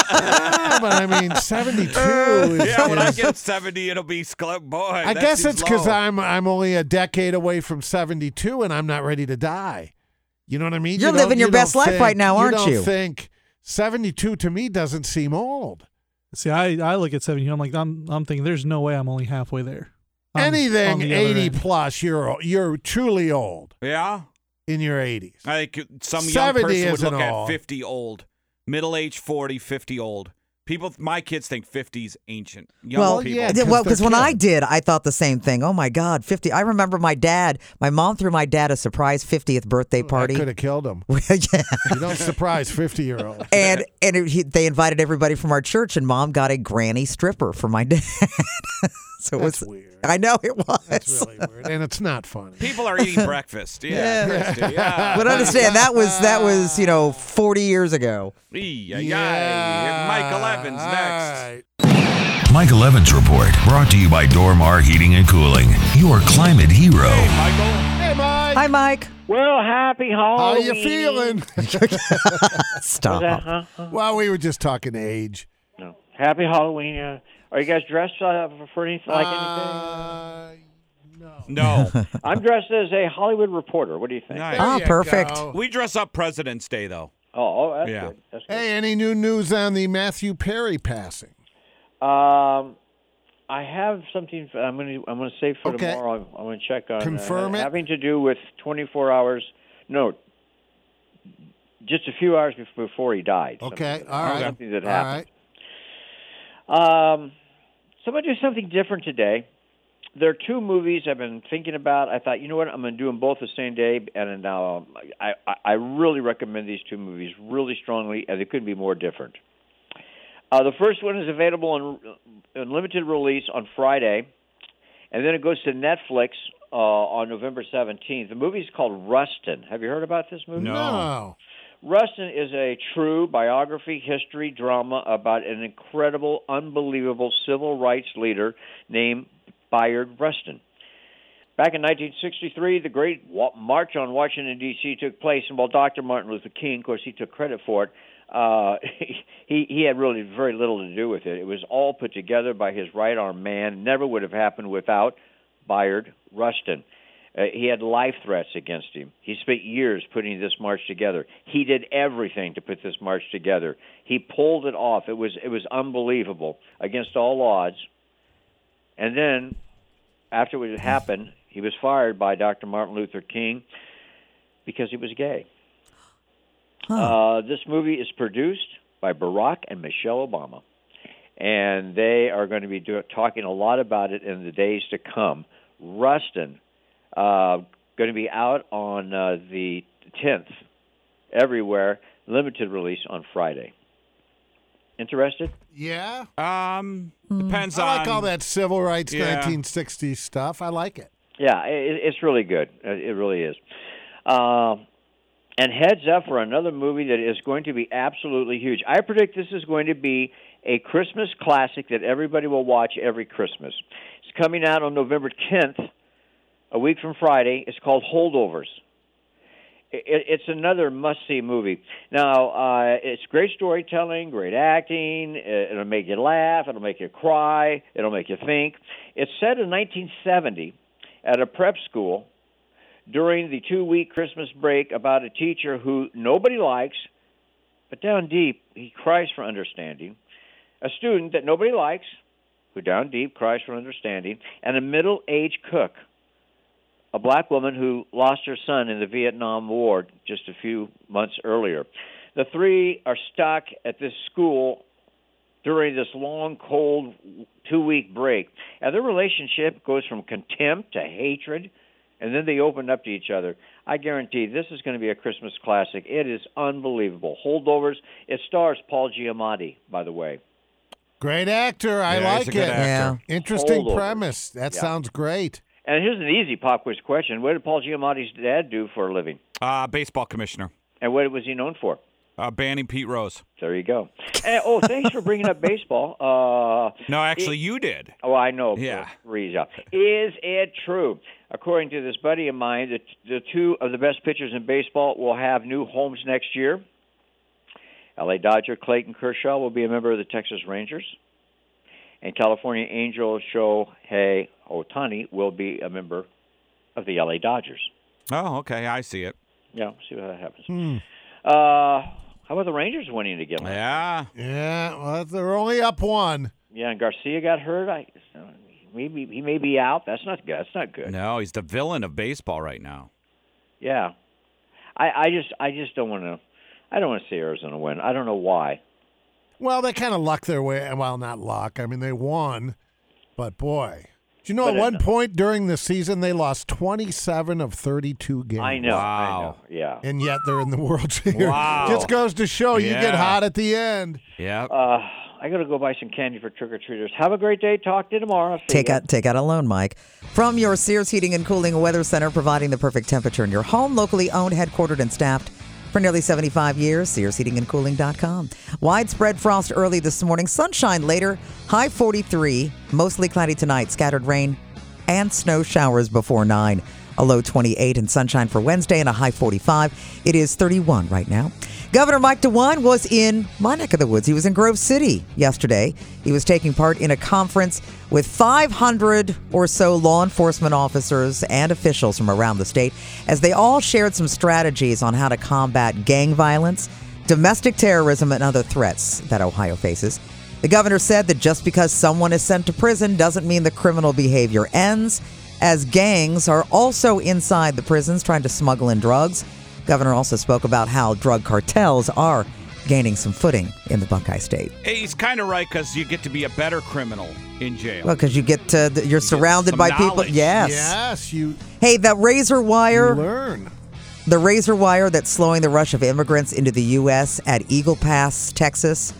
Speaker 5: Yeah, but I mean, 72
Speaker 4: [laughs]
Speaker 5: is.
Speaker 4: yeah, when I
Speaker 5: is-
Speaker 4: get 70, it'll be scle- boy.
Speaker 5: I
Speaker 4: that
Speaker 5: guess
Speaker 4: seems
Speaker 5: it's because
Speaker 4: low.
Speaker 5: I'm I'm only a decade away from 72 and I'm not ready to die. You know what I mean?
Speaker 11: You're
Speaker 5: You don't-
Speaker 11: living your
Speaker 5: you don't
Speaker 11: best life
Speaker 5: think-
Speaker 11: right now, aren't
Speaker 5: you? Don't
Speaker 11: you?
Speaker 5: think 72 to me doesn't seem old.
Speaker 12: See, I, I look at 70. I'm like, I'm, I'm thinking, there's no way I'm only halfway there. I'm on
Speaker 5: Anything
Speaker 12: the other
Speaker 5: 80
Speaker 12: end.
Speaker 5: plus, you're o- you're truly old
Speaker 4: Yeah.
Speaker 5: in
Speaker 4: [laughs]
Speaker 5: your 80s.
Speaker 4: I think some young
Speaker 5: 70
Speaker 4: person would
Speaker 5: isn't
Speaker 4: look at
Speaker 5: old.
Speaker 4: 50 old, middle age 40, 50 old. People, my kids think 50's ancient. Young
Speaker 11: well,
Speaker 4: people.
Speaker 11: yeah,
Speaker 5: 'cause
Speaker 11: well,
Speaker 5: they're
Speaker 11: because when I
Speaker 5: kids.
Speaker 11: did, I thought the same thing. Oh my God, fifty! I remember my dad. My mom threw my dad a surprise fiftieth birthday party.
Speaker 5: Could have killed him.
Speaker 11: Well, [laughs] yeah.
Speaker 5: You don't surprise 50 year old.
Speaker 11: And and it, he, they invited everybody from our church, and mom got a granny stripper for my [laughs] dad. so it
Speaker 5: That's
Speaker 11: was.
Speaker 5: weird.
Speaker 11: I know it was.
Speaker 5: That's really weird. And it's not funny.
Speaker 4: People are eating
Speaker 11: [laughs]
Speaker 4: breakfast. Yeah.
Speaker 11: Yeah.
Speaker 4: Christy, yeah.
Speaker 11: But understand that was that was you know forty years ago.
Speaker 4: Ee, yi, yi. Michael Evans next.
Speaker 5: All right.
Speaker 2: Michael Evans Report, brought to you by Dormar Heating and Cooling, your climate hero.
Speaker 5: Hey, Mike.
Speaker 11: Hi, Mike.
Speaker 18: Well, happy
Speaker 5: How you
Speaker 18: Halloween. [laughs]
Speaker 5: feeling?
Speaker 18: Was that- uh,
Speaker 11: Stop.
Speaker 18: huh? Huh?
Speaker 5: well, we were just talking age.
Speaker 18: No. Happy Halloween. Uh, are you guys dressed uh, for anything like anything?
Speaker 5: Uh,
Speaker 4: No.
Speaker 5: [laughs]
Speaker 18: I'm dressed as a Hollywood reporter. What do you think?
Speaker 4: Nice.
Speaker 11: Ah,
Speaker 5: you
Speaker 11: perfect.
Speaker 5: go.
Speaker 4: We dress up President's Day, though.
Speaker 18: Oh, oh, that's
Speaker 4: Yeah.
Speaker 18: good. That's good.
Speaker 5: Hey, any new news on the Matthew Perry passing?
Speaker 18: Um, I have something. I'm going to. I'm going to save for
Speaker 5: Okay.
Speaker 18: tomorrow. I'm, I'm going to check on.
Speaker 5: Confirm
Speaker 18: uh,
Speaker 5: it.
Speaker 18: Having to do with 24 hours. No. Just a few hours bef- before he died.
Speaker 5: Okay,
Speaker 18: Something-
Speaker 5: all right.
Speaker 18: Something that
Speaker 5: All
Speaker 18: happened.
Speaker 5: right.
Speaker 18: Um, so I'm going to do something different today. There are two movies I've been thinking about. I thought, you know what, I'm going to do them both the same day, and now um, I, I I really recommend these two movies really strongly, and they couldn't be more different. Uh, the first one is available on, in limited release on Friday, and then it goes to Netflix uh, on November 17th. The movie is called Rustin. Have you heard about this movie?
Speaker 5: No.
Speaker 18: Rustin is a true biography, history, drama about an incredible, unbelievable civil rights leader named Bayard Rustin. Back in 1963, the great wa- march on Washington, D.C. took place, and while Dr. Martin Luther King, of course, he took credit for it, uh, [laughs] he, he had really very little to do with it. It was all put together by his right arm man, never would have happened without Bayard Rustin. Uh, he had life threats against him. He spent years putting this march together. He did everything to put this march together. He pulled it off. It was it was unbelievable against all odds. And then, after it had happened, he was fired by Dr. Martin Luther King because he was gay. Uh, this movie is produced by Barack and Michelle Obama, and they are going to be do- talking a lot about it in the days to come. Rustin uh, going to be out on uh, the 10th everywhere, limited release on Friday. Interested?
Speaker 5: Yeah.
Speaker 4: Um, depends
Speaker 5: I like
Speaker 4: on-
Speaker 5: all that civil rights,
Speaker 18: Yeah.
Speaker 5: 1960s stuff. I like it.
Speaker 18: Yeah, i- i it's really good. Uh, It really is. Um and heads up for another movie that is going to be absolutely huge. I predict this is going to be a Christmas classic that everybody will watch every Christmas. It's coming out on November 10th, a week from Friday. It's called Holdovers. I- i it's another must-see movie. Now, uh, it's great storytelling, great acting. It, it'll make you laugh. It'll make you cry. It'll make you think. It's set in 1970 at a prep school during the two week Christmas break about a teacher who nobody likes, but down deep he cries for understanding, a student that nobody likes, who down deep cries for understanding, and a middle aged cook, a black woman who lost her son in the Vietnam War just a few months earlier. The three are stuck at this school during this long, cold two week break. And their relationship goes from contempt to hatred, and then they open up to each other. I guarantee this is going to be a Christmas classic. It is unbelievable. Holdovers. It stars Paul Giamatti, by the way.
Speaker 5: Great actor. I
Speaker 18: Yeah,
Speaker 5: like
Speaker 18: he's a good
Speaker 5: it.
Speaker 18: actor. Yeah.
Speaker 5: Interesting
Speaker 18: Holdovers.
Speaker 5: premise. That
Speaker 18: Yeah.
Speaker 5: sounds great.
Speaker 18: And here's an easy pop quiz question: What did Paul Giamatti's dad do for a living?
Speaker 4: Uh, baseball commissioner.
Speaker 18: And what was he known for?
Speaker 4: Uh, banning Pete Rose.
Speaker 18: There you go. Eh, oh, thanks for bringing up baseball. Uh,
Speaker 4: No, actually,
Speaker 18: it-
Speaker 4: you did.
Speaker 18: Oh, I know.
Speaker 4: Yeah.
Speaker 18: Reza. Is it true? According to this buddy of mine, the, the two of the best pitchers in baseball will have new homes next year. LA Dodger Clayton Kershaw will be a member of the Texas Rangers. And California Angel Shohei Otani will be a member of the LA Dodgers.
Speaker 4: Oh, okay. I see it.
Speaker 18: Yeah, see how that happens.
Speaker 11: Hmm.
Speaker 5: [laughs]
Speaker 18: Uh, how about the Rangers winning again?
Speaker 4: Yeah.
Speaker 5: Yeah. Well, they're only up one.
Speaker 18: Yeah, and Garcia got hurt. I maybe he may be out. That's not good. That's not good.
Speaker 4: No, he's the villain of baseball right now.
Speaker 18: Yeah, I, I just I just don't want to. I don't want to see Arizona win. I don't know why.
Speaker 5: Well, they kind of luck their way. Well, not luck. I mean, they won, but boy. Do you know at
Speaker 18: But it-
Speaker 5: one point during the season they lost 27 of 32 games? [laughs]
Speaker 18: I know. I know. Yeah.
Speaker 5: And yet they're in the World [laughs] Series.
Speaker 18: Wow.
Speaker 5: Just goes to show you get
Speaker 18: Yeah.
Speaker 5: hot at the end.
Speaker 4: Yeah.
Speaker 18: Uh, I gotta go buy some candy for trick or treaters. Have a great day. Talk to you tomorrow. See
Speaker 11: Take
Speaker 18: ya.
Speaker 11: out, take out a loan, Mike. From your Sears Heating and Cooling Weather Center, providing the perfect temperature in your home, locally owned, headquartered, and staffed for nearly 75 years. SearsHeatingandCooling.com. Widespread frost early this morning, sunshine later, high 43, mostly cloudy tonight, scattered rain and snow showers before 9. A low 28 and sunshine for Wednesday and a high 45. It is 31 right now. Governor Mike DeWine was in my neck of the woods. He was in Grove City yesterday. He was taking part in a conference with 500 or so law enforcement officers and officials from around the state as they all shared some strategies on how to combat gang violence, domestic terrorism, and other threats that Ohio faces. The governor said that just because someone is sent to prison doesn't mean the criminal behavior ends, as gangs are also inside the prisons trying to smuggle in drugs. Governor also spoke about how drug cartels are gaining some footing in the Buckeye State.
Speaker 4: Hey, he's kind of right because you get to be a better criminal in jail.
Speaker 11: Well, because you get to, th- you're surrounded
Speaker 4: some
Speaker 11: by people.
Speaker 4: knowledge.
Speaker 11: Yes.
Speaker 5: Yes, you
Speaker 11: Hey, that razor wire.
Speaker 5: learn.
Speaker 11: The razor wire that's slowing the rush of immigrants into the U.S. at Eagle Pass, Texas,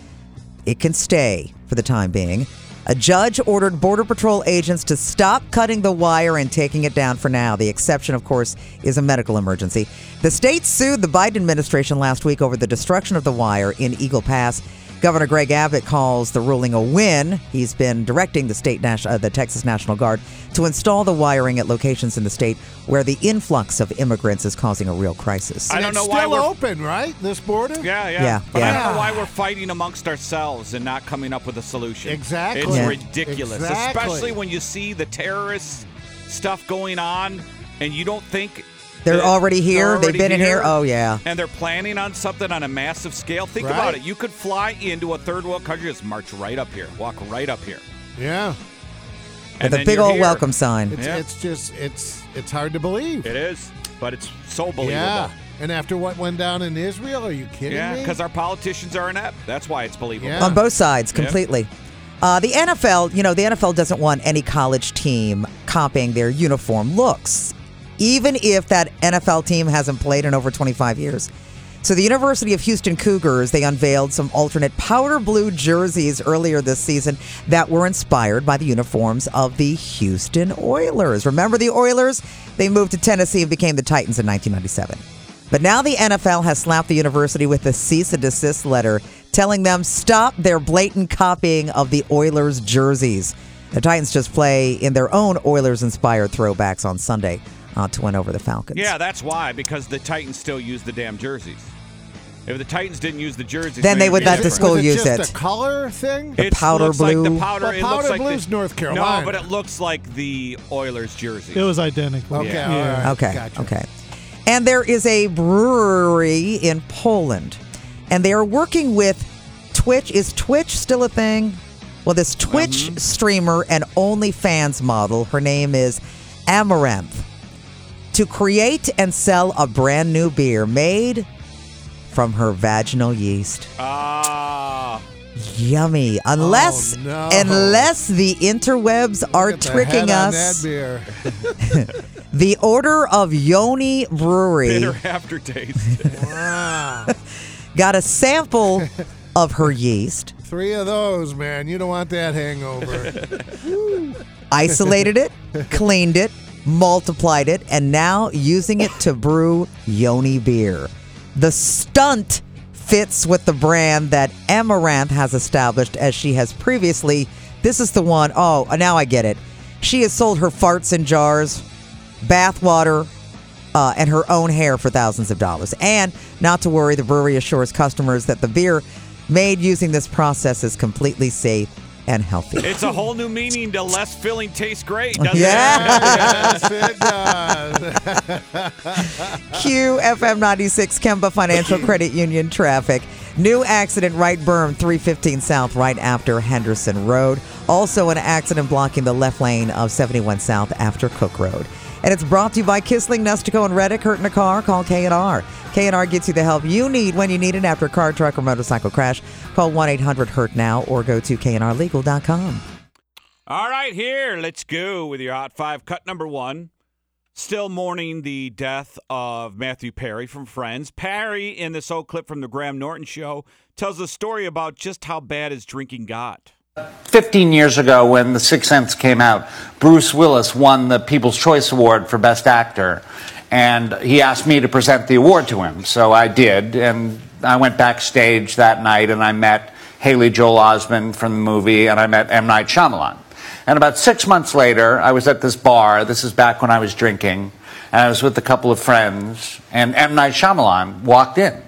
Speaker 11: it can stay for the time being. A judge ordered Border Patrol agents to stop cutting the wire and taking it down for now. The exception, of course, is a medical emergency. The state sued the Biden administration last week over the destruction of the wire in Eagle Pass. Governor Greg Abbott calls the ruling a win. He's been directing the state, nas- uh, the Texas National Guard, to install the wiring at locations in the state where the influx of immigrants is causing a real crisis.
Speaker 5: And
Speaker 4: don't
Speaker 5: it's
Speaker 4: know why
Speaker 5: still
Speaker 4: we're-
Speaker 5: open, right? This border?
Speaker 4: Yeah, yeah.
Speaker 11: Yeah,
Speaker 4: But I
Speaker 11: yeah.
Speaker 4: don't know why we're fighting amongst ourselves and not coming up with a solution.
Speaker 5: Exactly.
Speaker 4: It's
Speaker 5: Yeah.
Speaker 4: ridiculous,
Speaker 5: Exactly.
Speaker 4: especially when you see the terrorist stuff going on and you don't think
Speaker 11: They're
Speaker 4: that
Speaker 11: already here.
Speaker 4: they're
Speaker 11: They've been in here. Oh yeah.
Speaker 4: and they're planning on something on a massive scale. Think
Speaker 11: Right.
Speaker 4: about it. You could fly into a third world country, just march right up here, walk right up here.
Speaker 5: Yeah.
Speaker 4: And
Speaker 11: With a
Speaker 4: then
Speaker 11: big
Speaker 4: you're
Speaker 11: old
Speaker 4: here.
Speaker 11: welcome sign.
Speaker 5: It's,
Speaker 4: Yeah.
Speaker 5: it's just it's it's hard to believe.
Speaker 4: It is, but it's so believable.
Speaker 5: Yeah. And after what went down in Israel, are you kidding
Speaker 4: Yeah,
Speaker 5: me?
Speaker 4: because our politicians are inept. That's why it's believable.
Speaker 11: on both sides completely. Uh, the NFL, you know, the NFL doesn't want any college team copying their uniform looks, even if that NFL team hasn't played in over 25 years. So the University of Houston Cougars, they unveiled some alternate powder blue jerseys earlier this season that were inspired by the uniforms of the Houston Oilers. Remember the Oilers? They moved to Tennessee and became the Titans in 1997. But now the NFL has slapped the university with a cease and desist letter telling them stop their blatant copying of the Oilers jerseys. The Titans just play in their own Oilers inspired throwbacks on Sunday uh, to win over the Falcons.
Speaker 4: Yeah, that's why because the Titans still use the damn jerseys. If the Titans didn't use the jerseys,
Speaker 11: Then they
Speaker 4: maybe
Speaker 11: would
Speaker 4: it'd
Speaker 11: let
Speaker 4: be
Speaker 11: the
Speaker 4: different.
Speaker 11: school
Speaker 5: Was it
Speaker 11: use
Speaker 5: just
Speaker 11: it.
Speaker 5: a color thing?
Speaker 11: The
Speaker 4: It
Speaker 11: powder
Speaker 4: looks Like
Speaker 11: blue.
Speaker 4: the powder,
Speaker 5: Well,
Speaker 4: it
Speaker 5: powder
Speaker 4: looks like
Speaker 5: blue's
Speaker 4: the,
Speaker 5: North Carolina.
Speaker 4: No,
Speaker 5: [laughs]
Speaker 4: but it looks like the Oilers jersey.
Speaker 12: It was identical.
Speaker 4: Okay,
Speaker 12: Yeah.
Speaker 4: all
Speaker 12: Yeah.
Speaker 4: right.
Speaker 11: Okay.
Speaker 4: Gotcha.
Speaker 11: Okay. And there is a brewery in Poland, and they are working with Twitch. Is Twitch still a thing? Well, this Twitch
Speaker 5: Um.
Speaker 11: streamer and OnlyFans model, her name is Amaranth, to create and sell a brand new beer made from her vaginal yeast.
Speaker 4: Ah.
Speaker 11: Yummy. Unless,
Speaker 5: Oh, no.
Speaker 11: unless the interwebs are
Speaker 5: Get the
Speaker 11: tricking
Speaker 5: head on
Speaker 11: us.
Speaker 5: that
Speaker 11: [laughs]
Speaker 5: beer.
Speaker 11: The Order of Yoni Brewery [laughs]
Speaker 4: Bitter aftertaste. [laughs]
Speaker 11: got a sample of her yeast,
Speaker 5: Three of those, man. You don't want
Speaker 4: [laughs]
Speaker 5: that hangover.
Speaker 11: isolated it, cleaned it, multiplied it, and now using it to brew Yoni beer. The stunt fits with the brand that Amaranth has established as she has previously. This is the one, oh, now I get it. She has sold her farts in jars, bath water, uh, and her own hair for thousands of dollars. And not to worry, the brewery assures customers that the beer made using this process is completely safe and healthy.
Speaker 4: it's a whole new meaning to less filling tastes great, doesn't
Speaker 11: Yeah.
Speaker 4: it?
Speaker 5: [laughs] Yes, it [laughs]
Speaker 11: QFM 96 Kemba Financial Credit Union traffic. New accident right berm 315 south right after Henderson Road. Also an accident blocking the left lane of 71 south after Cook Road. And it's brought to you by Kissling, Nestico, and Reddick. Hurt in a car? Call K&R. K&R gets you the help you need when you need it after a car, truck, or motorcycle crash. Call 1-800-HURT now or go to knrlegal.com.
Speaker 4: All right, here, let's go with your hot five. Cut number one. Still mourning the death of Matthew Perry from Friends. Perry, in this old clip from the Graham Norton show, tells a story about just how bad his drinking got.
Speaker 3: 15 years ago when The Sixth Sense came out, Bruce Willis won the People's Choice Award for Best Actor. And he asked me to present the award to him. So I did. And I went backstage that night and I met Haley Joel Osment from the movie and I met M. Night Shyamalan. And about six months later, I was at this bar. This is back when I was drinking. And I was with a couple of friends. And M. Night Shyamalan walked in.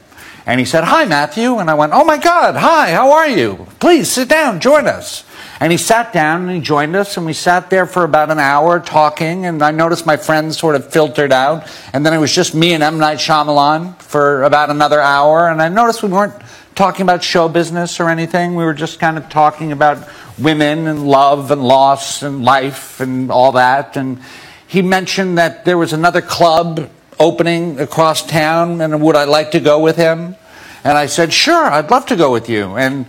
Speaker 3: And he said, Hi, Matthew. And I went, Oh my God, hi, how are you? Please sit down, join us. And he sat down and he joined us, and we sat there for about an hour talking. And I noticed my friends sort of filtered out. And then it was just me and M. Night Shyamalan for about another hour. And I noticed we weren't talking about show business or anything. We were just kind of talking about women and love and loss and life and all that. And he mentioned that there was another club opening across town and would I like to go with him? And I said, sure, I'd love to go with you. And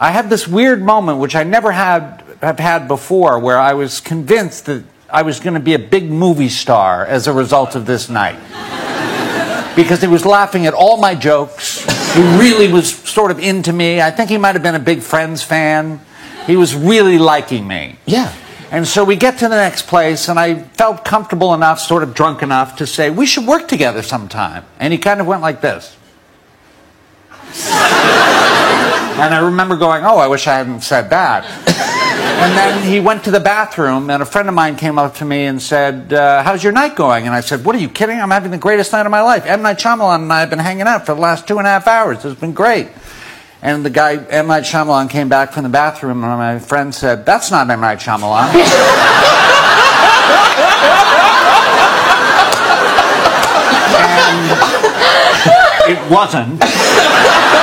Speaker 3: I had this weird moment, which I never had, have had before, where I was convinced that I was going to be a big movie star as a result of this night because he was laughing at all my jokes. He really was sort of into me. I think he might have been a big Friends fan. He was really liking me. Yeah. And so we get to the next place, and I felt comfortable enough, sort of drunk enough, to say, We should work together sometime. And he kind of went like this. and I remember going, Oh, I wish I hadn't said that. And then he went to the bathroom, and a friend of mine came up to me and said, uh, How's your night going? And I said, What are you kidding? I'm having the greatest night of my life. M. Night Shyamalan and I have been hanging out for the last two and a half hours. It's been great. And the guy, M. Night Shyamalan, came back from the bathroom, and my friend said, That's not M. Night Shyamalan. It wasn't.
Speaker 11: [laughs]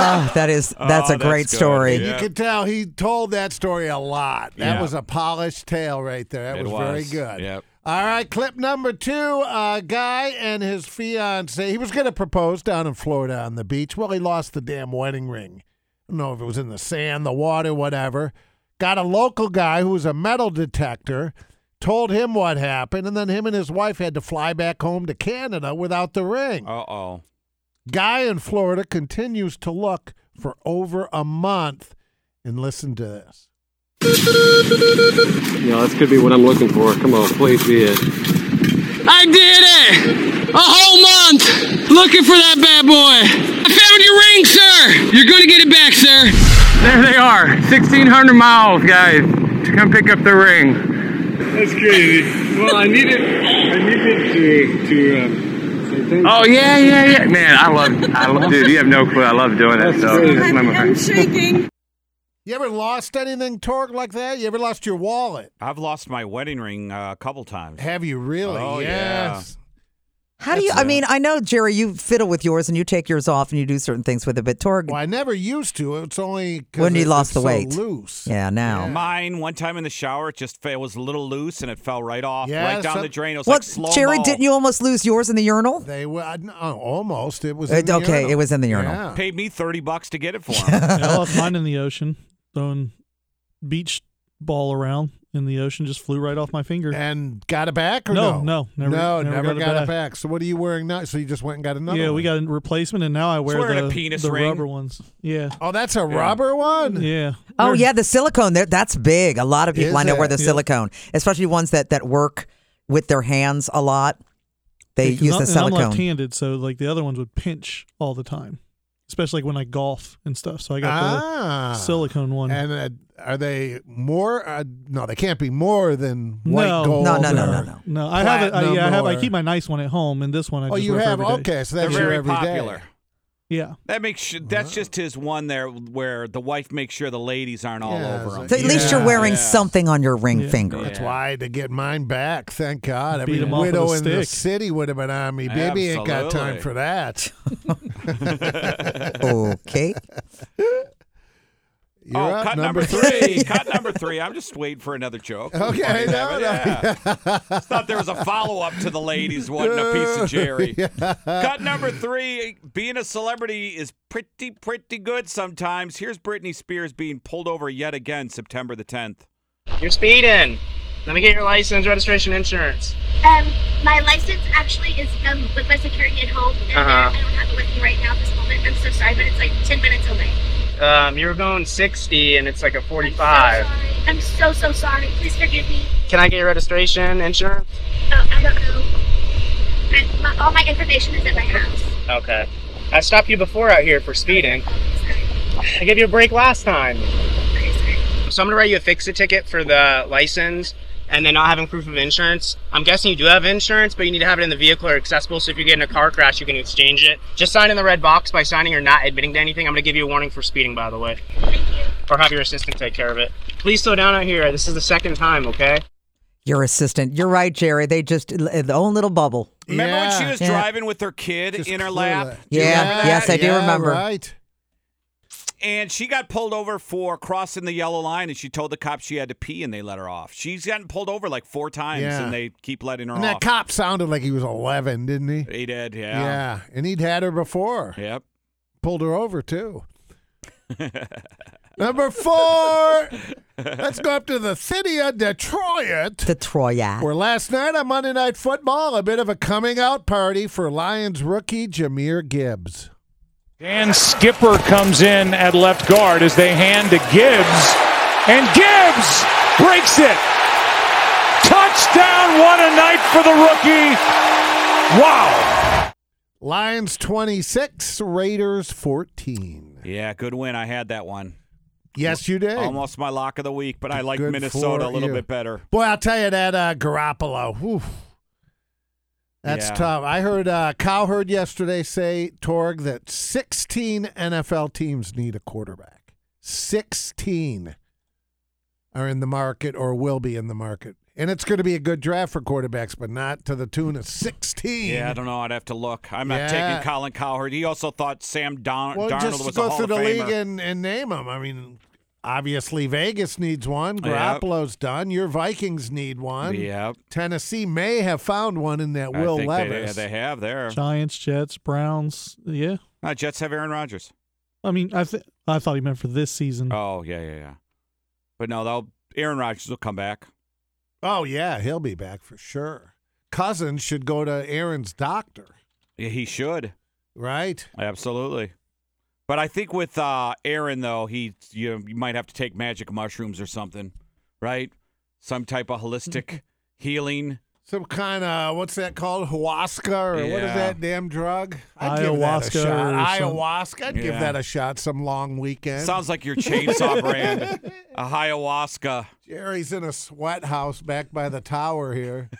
Speaker 11: Oh, that is [laughs] that's a great story.
Speaker 5: You could tell he told that story a lot. That
Speaker 11: Yeah.
Speaker 5: was a polished tale right there. That
Speaker 4: It
Speaker 5: was,
Speaker 4: was.
Speaker 5: very good.
Speaker 4: Yep.
Speaker 5: All right, clip number two. A guy and his fiance. He was going to propose down in Florida on the beach. Well, he lost the damn wedding ring. I don't know if it was in the sand, the water, whatever. Got a local guy who was a metal detector. Told him what happened, and then him and his wife had to fly back home to Canada without the ring.
Speaker 4: Uh oh.
Speaker 5: Guy in Florida continues to look for over a month. And listen to this. Ah.
Speaker 11: [laughs]
Speaker 6: You know, this could be what I'm looking for. Come on, please be it.
Speaker 13: I did it! A whole month looking for that bad boy. I found your ring, sir. You're gonna get it back, sir. There they are, 1,600 miles, guys, to come pick up the ring.
Speaker 6: That's crazy. Well, I needed, I needed to, to um, say thank you.
Speaker 13: Oh yeah, yeah, yeah, man! I love,
Speaker 6: I love-
Speaker 13: dude. You have no clue. I love doing it. So
Speaker 6: that's my
Speaker 5: shaking. [laughs] You ever lost anything, Torque, like that? You ever lost your wallet?
Speaker 4: I've lost my wedding ring uh, a couple times.
Speaker 5: Have you really?
Speaker 4: Oh,
Speaker 5: yes.
Speaker 11: How do you? I mean, I know Jerry, you fiddle with yours and you take yours off and you do certain things with it, but Torg,
Speaker 5: Well, I never used to. It's only 'cause
Speaker 11: when you
Speaker 5: it-
Speaker 11: lost
Speaker 5: it's
Speaker 11: the
Speaker 5: so
Speaker 11: weight,
Speaker 5: loose.
Speaker 11: yeah, now.
Speaker 4: Mine, one time in the shower, it just it was a little loose and it fell right off,
Speaker 5: Yeah,
Speaker 4: right down
Speaker 5: some-
Speaker 4: the drain. It was like
Speaker 11: What,
Speaker 4: slow.
Speaker 11: Jerry? Didn't you almost lose yours in the urinal?
Speaker 5: They were I- no, almost. It was
Speaker 11: Uh,
Speaker 5: in the
Speaker 11: okay,
Speaker 5: urinal.
Speaker 11: it was in the urinal.
Speaker 5: Yeah.
Speaker 4: Paid me thirty bucks to get it for
Speaker 11: [laughs]
Speaker 12: Yeah, I
Speaker 4: him.
Speaker 12: lost mine in the ocean, throwing beach ball around in the ocean, just flew right off my finger.
Speaker 5: And got it back or
Speaker 12: no,
Speaker 5: no?
Speaker 12: no, never,
Speaker 5: no, never,
Speaker 12: got, it back.
Speaker 5: So what are you wearing now? So you just went and got another.
Speaker 12: Yeah,
Speaker 5: one.
Speaker 12: we got a replacement, and now I wear
Speaker 4: wearing
Speaker 12: the,
Speaker 4: a penis
Speaker 12: the
Speaker 4: ring.
Speaker 12: rubber ones. Yeah,
Speaker 5: Oh, that's a rubber one.
Speaker 12: yeah.
Speaker 11: Oh yeah, the silicone. that- That's big. A lot of people
Speaker 5: Is
Speaker 11: I know wear the
Speaker 5: it? Yeah.
Speaker 11: silicone, especially ones that that work with their hands a lot. They
Speaker 12: Yeah, 'cause
Speaker 11: use
Speaker 12: I'm- and
Speaker 11: the
Speaker 12: I'm
Speaker 11: silicone.
Speaker 12: left-handed, so like the other ones would pinch all the time, especially like when I golf and stuff. So I got
Speaker 5: Ah.
Speaker 12: the silicone one.
Speaker 5: And uh, are they more? Uh, no, they can't be more than white
Speaker 12: no,
Speaker 5: gold. or
Speaker 12: no. I have it. I,
Speaker 5: platinum
Speaker 12: yeah, I have. I
Speaker 5: or-
Speaker 12: keep my nice one at home, and this one I
Speaker 5: Oh,
Speaker 12: just
Speaker 5: you
Speaker 12: wear for
Speaker 5: have-
Speaker 12: every day.
Speaker 5: okay, so
Speaker 4: They're
Speaker 5: that's your
Speaker 4: very
Speaker 5: everyday.
Speaker 4: popular.
Speaker 12: Yeah.
Speaker 4: That makes su- that's just his one there where the wife makes sure the ladies aren't all
Speaker 5: Yeah,
Speaker 4: over him.
Speaker 11: So at least you're wearing something on your ring finger.
Speaker 5: That's why I had to get mine back. Thank God.
Speaker 12: Beat
Speaker 5: Every
Speaker 12: 'em off with a
Speaker 5: widow in the
Speaker 12: stick.
Speaker 5: city would have been on me. Baby ain't got time
Speaker 4: Absolutely.
Speaker 5: for that. [laughs]
Speaker 11: okay.
Speaker 5: You're
Speaker 4: oh,
Speaker 5: up,
Speaker 4: cut
Speaker 5: number
Speaker 4: number three. cut number three. I'm just waiting for another joke.
Speaker 5: [laughs] Okay,
Speaker 4: Fucking
Speaker 5: no,
Speaker 4: have it,
Speaker 5: no.
Speaker 4: yeah. Just thought there was a follow up to the ladies wanting a piece of
Speaker 5: [laughs]
Speaker 4: Jerry. Cut number three. Being a celebrity is pretty, pretty good sometimes. Here's Britney Spears being pulled over yet again, September the 10th.
Speaker 14: You're speeding. Let me get your license, registration, insurance.
Speaker 15: Um, my license actually is um, with my security at home, and
Speaker 14: Uh-huh.
Speaker 15: I don't have it with me right now at this moment. I'm so sorry, but it's like 10 minutes away.
Speaker 14: Um, you were going 60 and it's like a 45.
Speaker 15: I'm so, so sorry. Please forgive me.
Speaker 14: Can I get your registration, insurance?
Speaker 15: Uh, I don't know. I, my, all my information is at my house.
Speaker 14: Okay. I stopped you before out here for speeding. I gave you a break last time. So I'm gonna write you a fix-it ticket for the license and then not having proof of insurance. I'm guessing you do have insurance, but you need to have it in the vehicle or accessible so if you get in a car crash you can exchange it. Just sign in the red box by signing or not admitting to anything. I'm gonna give you a warning for speeding by the way. Or have your assistant take care of it. Please slow down out here. This is the second time, okay?
Speaker 11: [laughs] Your assistant. You're right, Jerry. They just uh, the own little bubble.
Speaker 4: Remember when she was
Speaker 11: Yeah.
Speaker 4: driving with her kid in her lap? Do you
Speaker 11: Yeah.
Speaker 4: remember that?
Speaker 11: Yes, I do remember.
Speaker 5: Right.
Speaker 4: And she got pulled over for crossing the yellow line, and she told the cops she had to pee, and they let her off. She's gotten pulled over like four times,
Speaker 5: Yeah.
Speaker 4: and they keep letting her
Speaker 5: And
Speaker 4: off.
Speaker 5: that cop sounded like he was 11, didn't he?
Speaker 4: he did,
Speaker 5: Yeah. And he'd had her before.
Speaker 4: Yep.
Speaker 5: Pulled her over, too.
Speaker 4: [laughs]
Speaker 5: Number four. Let's go up to the city of Detroit.
Speaker 11: Detroit.
Speaker 5: Where last night on Monday Night Football, a bit of a coming out party for Lions rookie Jameer Gibbs.
Speaker 19: Dan Skipper comes in at left guard as they hand to Gibbs. And Gibbs breaks it. Touchdown. What a night for the rookie. Wow.
Speaker 5: Lions 26, Raiders 14.
Speaker 4: Yeah, good win. I had that one.
Speaker 5: Yes, you did.
Speaker 4: Almost my lock of the week, but I like
Speaker 5: Good
Speaker 4: Minnesota a
Speaker 5: for
Speaker 4: little
Speaker 5: you.
Speaker 4: bit better.
Speaker 5: Boy, I'll tell you that uh, Garoppolo. whew, that's
Speaker 4: Yeah.
Speaker 5: tough. I heard uh, Cowherd yesterday say, Torg, that 16 NFL teams need a quarterback. 16 are in the market or will be in the market And it's going to be a good draft for quarterbacks, but not to the tune of 16.
Speaker 4: Yeah, I don't know. I'd have to look. I'm not
Speaker 5: Yeah.
Speaker 4: taking Colin Cowherd. He also thought Sam Don-
Speaker 5: Well,
Speaker 4: Darnold
Speaker 5: just
Speaker 4: was a
Speaker 5: go
Speaker 4: Hall
Speaker 5: through
Speaker 4: of
Speaker 5: the
Speaker 4: Famer.
Speaker 5: league and, and name them. I mean, obviously Vegas needs one.
Speaker 4: Yep.
Speaker 5: Garoppolo's done. Your Vikings need one.
Speaker 4: Yep.
Speaker 5: Tennessee may have found one in that
Speaker 4: I
Speaker 5: Will
Speaker 4: think they-
Speaker 5: Levis.
Speaker 4: They, have there.
Speaker 12: Giants, Jets, Browns. Yeah.
Speaker 4: Uh, Jets have Aaron Rodgers.
Speaker 12: I mean, I th- I thought he meant for this season.
Speaker 4: Oh yeah, yeah, yeah. But no, they'll Aaron Rodgers will come back.
Speaker 5: oh yeah, he'll be back for sure. Cousins should go to Aaron's doctor,
Speaker 4: Yeah, he should.
Speaker 5: right?
Speaker 4: Absolutely. But I think with uh, Aaron though, he you, know, you might have to take magic mushrooms or something, right? Some type of
Speaker 5: [laughs]
Speaker 4: holistic healing.
Speaker 5: Some kind of what's that called? Huasca or what is
Speaker 4: Yeah.
Speaker 5: that damn drug? I'd give that a
Speaker 12: Ayahuasca
Speaker 5: shot.
Speaker 12: or some-
Speaker 5: Ayahuasca. I'd give
Speaker 4: Yeah.
Speaker 5: that a shot. Some long weekend.
Speaker 4: Sounds like your
Speaker 5: [laughs]
Speaker 4: chainsaw brand, a ayahuasca,
Speaker 5: Jerry's in a sweat house back by the tower
Speaker 4: [laughs]
Speaker 5: here,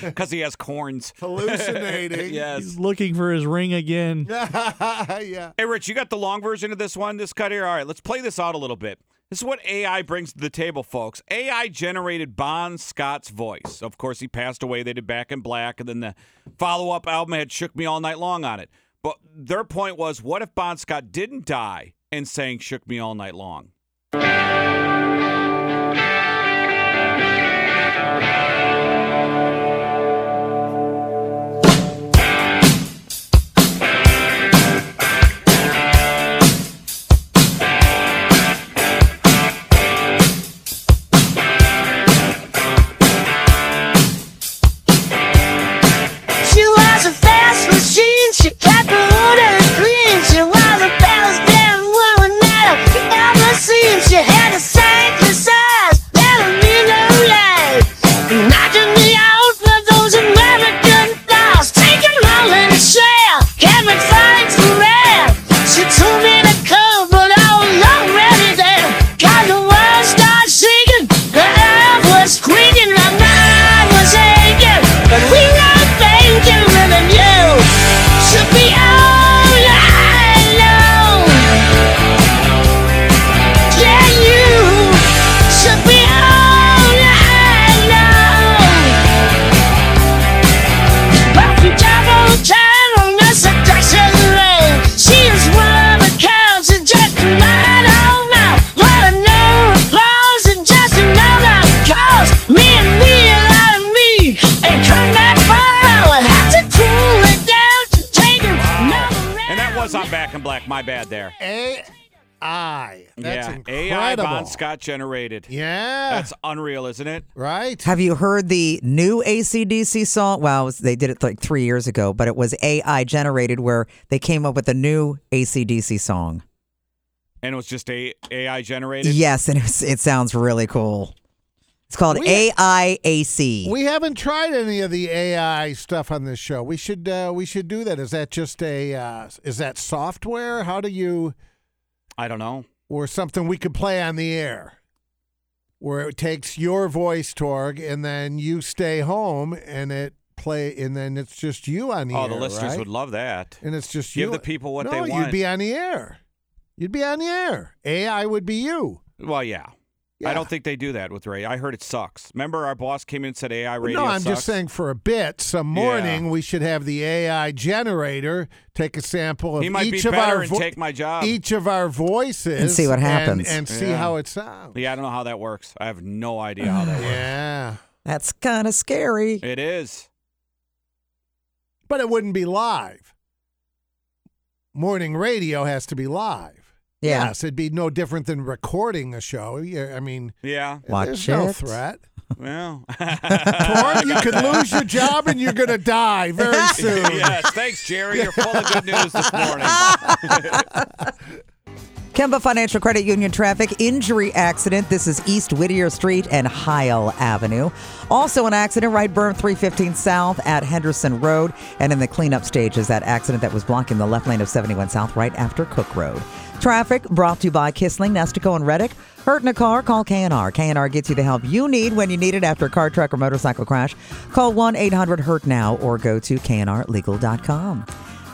Speaker 4: because he has corns. [laughs]
Speaker 5: hallucinating.
Speaker 4: yes.
Speaker 12: He's looking for his ring again.
Speaker 5: [laughs] yeah.
Speaker 4: Hey, Rich, you got the long version of this one, this cut here? All right, let's play this out a little bit. This is what AI brings to the table, folks. AI generated Bon Scott's voice. Of course, he passed away. They did Back in Black, and then the follow up album had Shook Me All Night Long on it. But their point was what if Bon Scott didn't die and sang Shook Me All Night Long?
Speaker 17: She was a fast machine. She kept her order clean. She was a fast damn woman that I've ever seen. She had a synthesized melamine life. Knocking me out for those American thoughts. Taking all in a shell. Kevin finds the man. She told me to come, but I was already there. Got the world started shaking. The earth was creaking. My mind was aching. But we were thinking women you should be all alone. Yeah, you should be all alone. But we double down on this addiction lane. She is one of a kind, she just might all now. What a no applause and just another cause. Me and me, a lot of me, and come back far. I have to cool it down to take it.
Speaker 4: And that was on Back in Black. My bad there.
Speaker 5: AI. That's
Speaker 4: yeah, AI
Speaker 5: incredible.
Speaker 4: Bon Scott generated.
Speaker 5: Yeah.
Speaker 4: That's unreal, isn't it?
Speaker 5: right?
Speaker 11: Have you heard the new ACDC song? Well, it was- they did it like three years ago, but it was AI generated where they came up with a new ACDC song.
Speaker 4: And it was just a AI generated.
Speaker 11: Yes, and it, was, it sounds really cool. It's called AIAC.
Speaker 5: We haven't tried any of the AI stuff on this show. We should uh, we should do that. Is that just a uh, is that software? How do you
Speaker 4: I don't know.
Speaker 5: or something we could play on the air? Where it takes your voice, Torg, and then you stay home and it play and then it's just you on the
Speaker 4: Oh,
Speaker 5: air.
Speaker 4: the listeners
Speaker 5: right?
Speaker 4: would love that.
Speaker 5: and it's just
Speaker 4: Give
Speaker 5: you.
Speaker 4: the people what
Speaker 5: no,
Speaker 4: they
Speaker 5: You'd
Speaker 4: want.
Speaker 5: be on the air. You'd be on the air. AI would be you.
Speaker 4: Well, yeah.
Speaker 5: Yeah.
Speaker 4: I don't think they do that with radio. I heard it sucks. Remember, our boss came in and said AI radio.
Speaker 5: No, I'm
Speaker 4: sucks?
Speaker 5: just saying for a bit, some morning we should have the AI generator take a sample of
Speaker 4: He might be
Speaker 5: each of
Speaker 4: better
Speaker 5: our
Speaker 4: and
Speaker 5: vo-
Speaker 4: take my job.
Speaker 5: each of our voices
Speaker 11: And see what happens.
Speaker 5: and, see
Speaker 4: Yeah.
Speaker 5: how it sounds.
Speaker 4: Yeah, I don't know how that works. I have no idea how
Speaker 5: [sighs]
Speaker 4: that works.
Speaker 5: Yeah,
Speaker 11: That's kind of scary.
Speaker 4: It is.
Speaker 5: but it wouldn't be live. Morning radio has to be live.
Speaker 11: Yeah.
Speaker 5: Yes, it'd be no different than recording a show. Yeah, I mean,
Speaker 4: Yeah.
Speaker 11: Watch
Speaker 5: there's no
Speaker 11: it.
Speaker 5: threat. [laughs]
Speaker 4: Well.
Speaker 5: Or you could lose your job and you're gonna
Speaker 4: [laughs]
Speaker 5: die very soon.
Speaker 4: yes. Thanks, Jerry. You're full of good news this
Speaker 11: [laughs]
Speaker 4: morning.
Speaker 11: Kemba Financial Credit Union traffic injury accident. This is East Whittier Street and Heil Avenue. Also, an accident right berm 315 South at Henderson Road. And in the cleanup stage is that accident that was blocking the left lane of 71 South right after Cook Road. Traffic brought to you by Kissling, Nestico, and Reddick. Hurt in a car? Call KNR. KNR gets you the help you need when you need it after a car, truck, or motorcycle crash. Call 1 800 HURT now or go to knrlegal.com.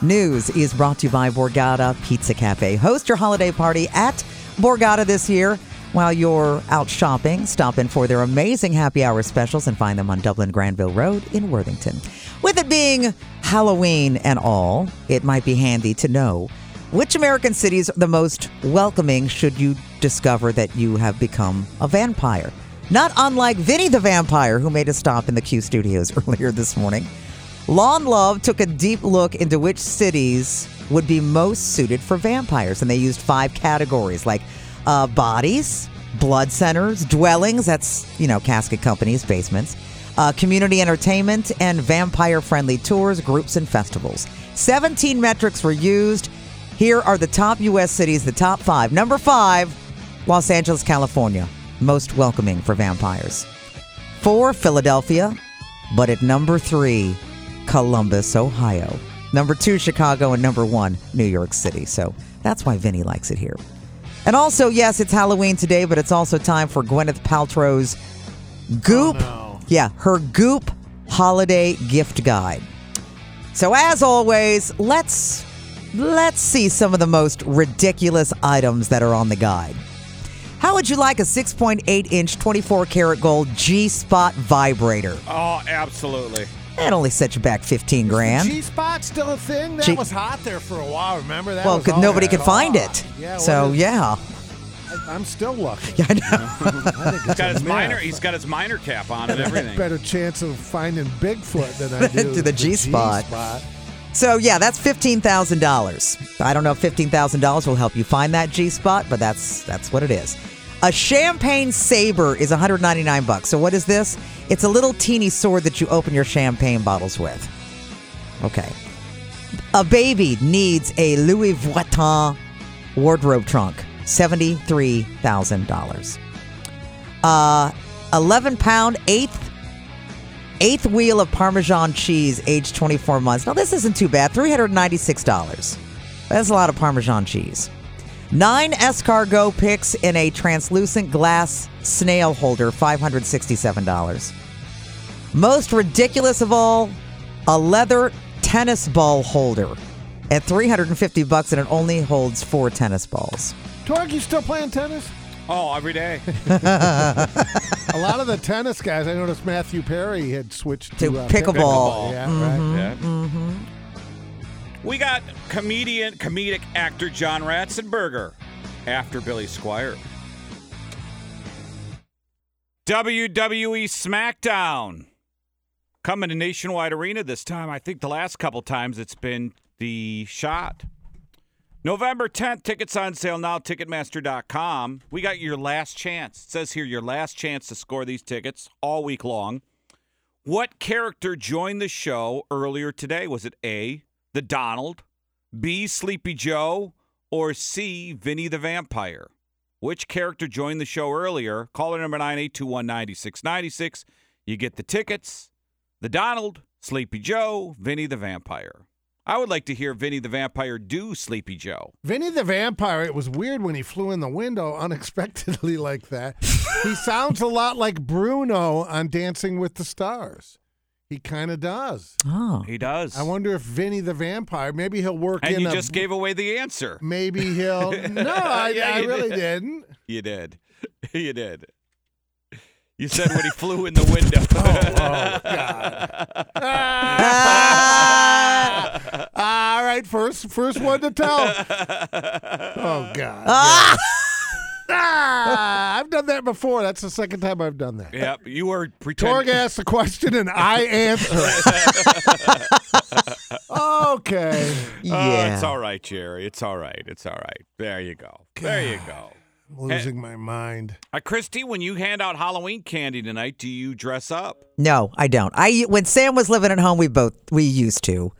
Speaker 11: News is brought to you by Borgata Pizza Cafe. Host your holiday party at Borgata this year. While you're out shopping, stop in for their amazing happy hour specials and find them on Dublin Granville Road in Worthington. With it being Halloween and all, it might be handy to know which American cities are the most welcoming should you discover that you have become a vampire. Not unlike Vinny the Vampire, who made a stop in the Q studios [laughs] earlier this morning. Lawn Love took a deep look into which cities would be most suited for vampires, and they used five categories like uh, bodies, blood centers, dwellings that's, you know, casket companies, basements, uh, community entertainment, and vampire friendly tours, groups, and festivals. 17 metrics were used. Here are the top U.S. cities, the top five. Number five, Los Angeles, California, most welcoming for vampires. Four, Philadelphia, but at number three, Columbus, Ohio. Number two, Chicago, and number one, New York City. So that's why Vinny likes it here. And also, yes, it's Halloween today, but it's also time for Gwyneth Paltrow's Goop. Yeah, her Goop holiday gift guide. So as always, let's let's see some of the most ridiculous items that are on the guide. How would you like a 6.8 inch, 24 karat gold G spot vibrator?
Speaker 4: Oh, absolutely.
Speaker 11: That only set you back 15 grand.
Speaker 5: G spot still a thing? That
Speaker 11: G-
Speaker 5: was hot there for a while. Remember that?
Speaker 11: well,
Speaker 5: was
Speaker 11: 'cause
Speaker 5: all
Speaker 11: nobody
Speaker 5: that
Speaker 11: could find
Speaker 5: hot.
Speaker 11: it.
Speaker 5: Yeah.
Speaker 11: so
Speaker 5: well,
Speaker 11: yeah,
Speaker 5: I, I'm still lucky.
Speaker 11: Yeah, I
Speaker 5: [laughs]
Speaker 4: He's
Speaker 11: know.
Speaker 4: got
Speaker 5: a
Speaker 4: his
Speaker 5: myth.
Speaker 4: minor. He's got his minor cap on and [laughs] everything.
Speaker 5: Better chance of finding Bigfoot than I
Speaker 11: Than
Speaker 5: do
Speaker 11: [laughs] to the G-spot.
Speaker 5: G-spot.
Speaker 11: So yeah, that's fifteen thousand dollars. I don't know if fifteen thousand dollars will help you find that G spot, but that's that's what it is. A champagne saber is 199 bucks. So what is this? It's a little teeny sword that you open your champagne bottles with. Okay. A baby needs a Louis Vuitton wardrobe trunk, $73,000. Uh 11 pound eighth eighth wheel of Parmesan cheese, aged 24 months. Now, this isn't too bad. $396. That's a lot of Parmesan cheese. Nine escargot picks in a translucent glass snail holder, $567. Most ridiculous of all, a leather tennis ball holder at 350 bucks, and it only holds four tennis balls.
Speaker 5: Torg, you still playing tennis?
Speaker 4: Oh, every day.
Speaker 5: [laughs] a lot of the tennis guys, I noticed Matthew Perry had switched to,
Speaker 11: To
Speaker 5: uh,
Speaker 11: pickleball.
Speaker 5: Yeah,
Speaker 11: Mhm,
Speaker 5: right.
Speaker 11: mhm.
Speaker 4: We got comedian, comedic actor John Ratzenberger after Billy Squire. WWE E SmackDown coming to Nationwide Arena this time. I think the last couple times it's been the shot. November 10th, tickets on sale now, Ticketmaster.com. We got your last chance. It says here your last chance to score these tickets all week long. What character joined the show earlier today? Was it A, the Donald, B, Sleepy Joe, or C, Vinny the Vampire? Which character joined the show earlier? Caller number 982-19696. You get the tickets. The Donald, Sleepy Joe, Vinny the Vampire. I would like to hear Vinny the Vampire do Sleepy Joe.
Speaker 5: Vinny the Vampire, it was weird when he flew in the window unexpectedly [laughs] like that. he sounds a lot like Bruno on Dancing with the Stars. He kind of does.
Speaker 11: Oh.
Speaker 4: He does.
Speaker 5: I wonder if Vinny the Vampire, maybe he'll work
Speaker 4: and
Speaker 5: in
Speaker 4: you
Speaker 5: a.
Speaker 4: just gave away the answer.
Speaker 5: [laughs]
Speaker 4: [laughs]
Speaker 5: maybe he'll. No, I,
Speaker 4: Yeah,
Speaker 5: I
Speaker 4: you
Speaker 5: really
Speaker 4: did. [laughs]
Speaker 5: didn't.
Speaker 4: You did. You did. You said when he flew in the window.
Speaker 5: Ah. All right, first first one to
Speaker 4: [laughs]
Speaker 5: tell. Oh God.
Speaker 11: Ah!
Speaker 5: [laughs] Ah, I've done that before. That's the second time I've done that.
Speaker 4: Yep, you were
Speaker 5: Torg
Speaker 4: pretending.
Speaker 5: asked the question and I answer
Speaker 4: [laughs]
Speaker 5: it. okay.
Speaker 4: Oh, it's all right, Jerry. It's all right. It's all right. There you go. There you go.
Speaker 5: I'm losing my mind.
Speaker 4: Uh, Christy, when you hand out Halloween candy tonight, do you dress up?
Speaker 11: No, I don't. I when Sam was living at home, we both we used to,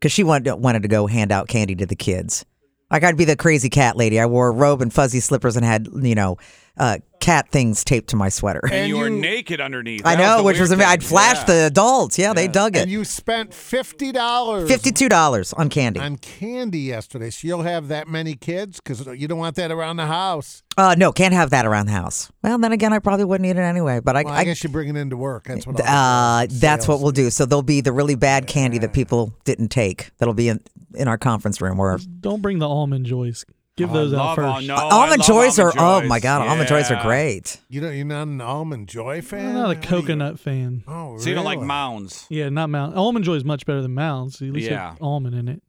Speaker 11: because she wanted wanted to go hand out candy to the kids. Like I'd be the crazy cat lady. I wore a robe and fuzzy slippers and had you know uh, cat things taped to my sweater.
Speaker 4: And, you were naked underneath.
Speaker 11: I
Speaker 4: That
Speaker 11: know,
Speaker 4: the
Speaker 11: which was
Speaker 4: weird
Speaker 11: amazing. I'd
Speaker 4: thing.
Speaker 11: flash
Speaker 4: Yeah.
Speaker 11: the adults. Yeah, they dug
Speaker 5: And
Speaker 11: it.
Speaker 5: you spent fifty dollars
Speaker 11: Fifty-two dollars on candy.
Speaker 5: on candy yesterday. So you'll have that many kids because you don't want that around the house.
Speaker 11: Uh, no, can't have that around the house. Well, then again, I probably wouldn't eat it anyway. But I,
Speaker 5: Well, I,
Speaker 11: I
Speaker 5: guess you bring it into work. That's what.
Speaker 11: Uh, that's what we'll do. So there'll be the really bad candy that people didn't take. That'll be in, in our conference room where
Speaker 12: Don't bring the almond joys Give those out first.
Speaker 11: almond joys are oh my god, almond joys
Speaker 4: Uh,
Speaker 11: are great.
Speaker 5: You know, you're not an almond joy fan.
Speaker 12: I'm not a coconut fan.
Speaker 5: Oh,
Speaker 4: So you don't like
Speaker 5: really?
Speaker 4: mounds.
Speaker 12: Yeah, not Mound. Almond Joy is much better than Mounds. At least
Speaker 4: Yeah.
Speaker 12: yeah. almond in it.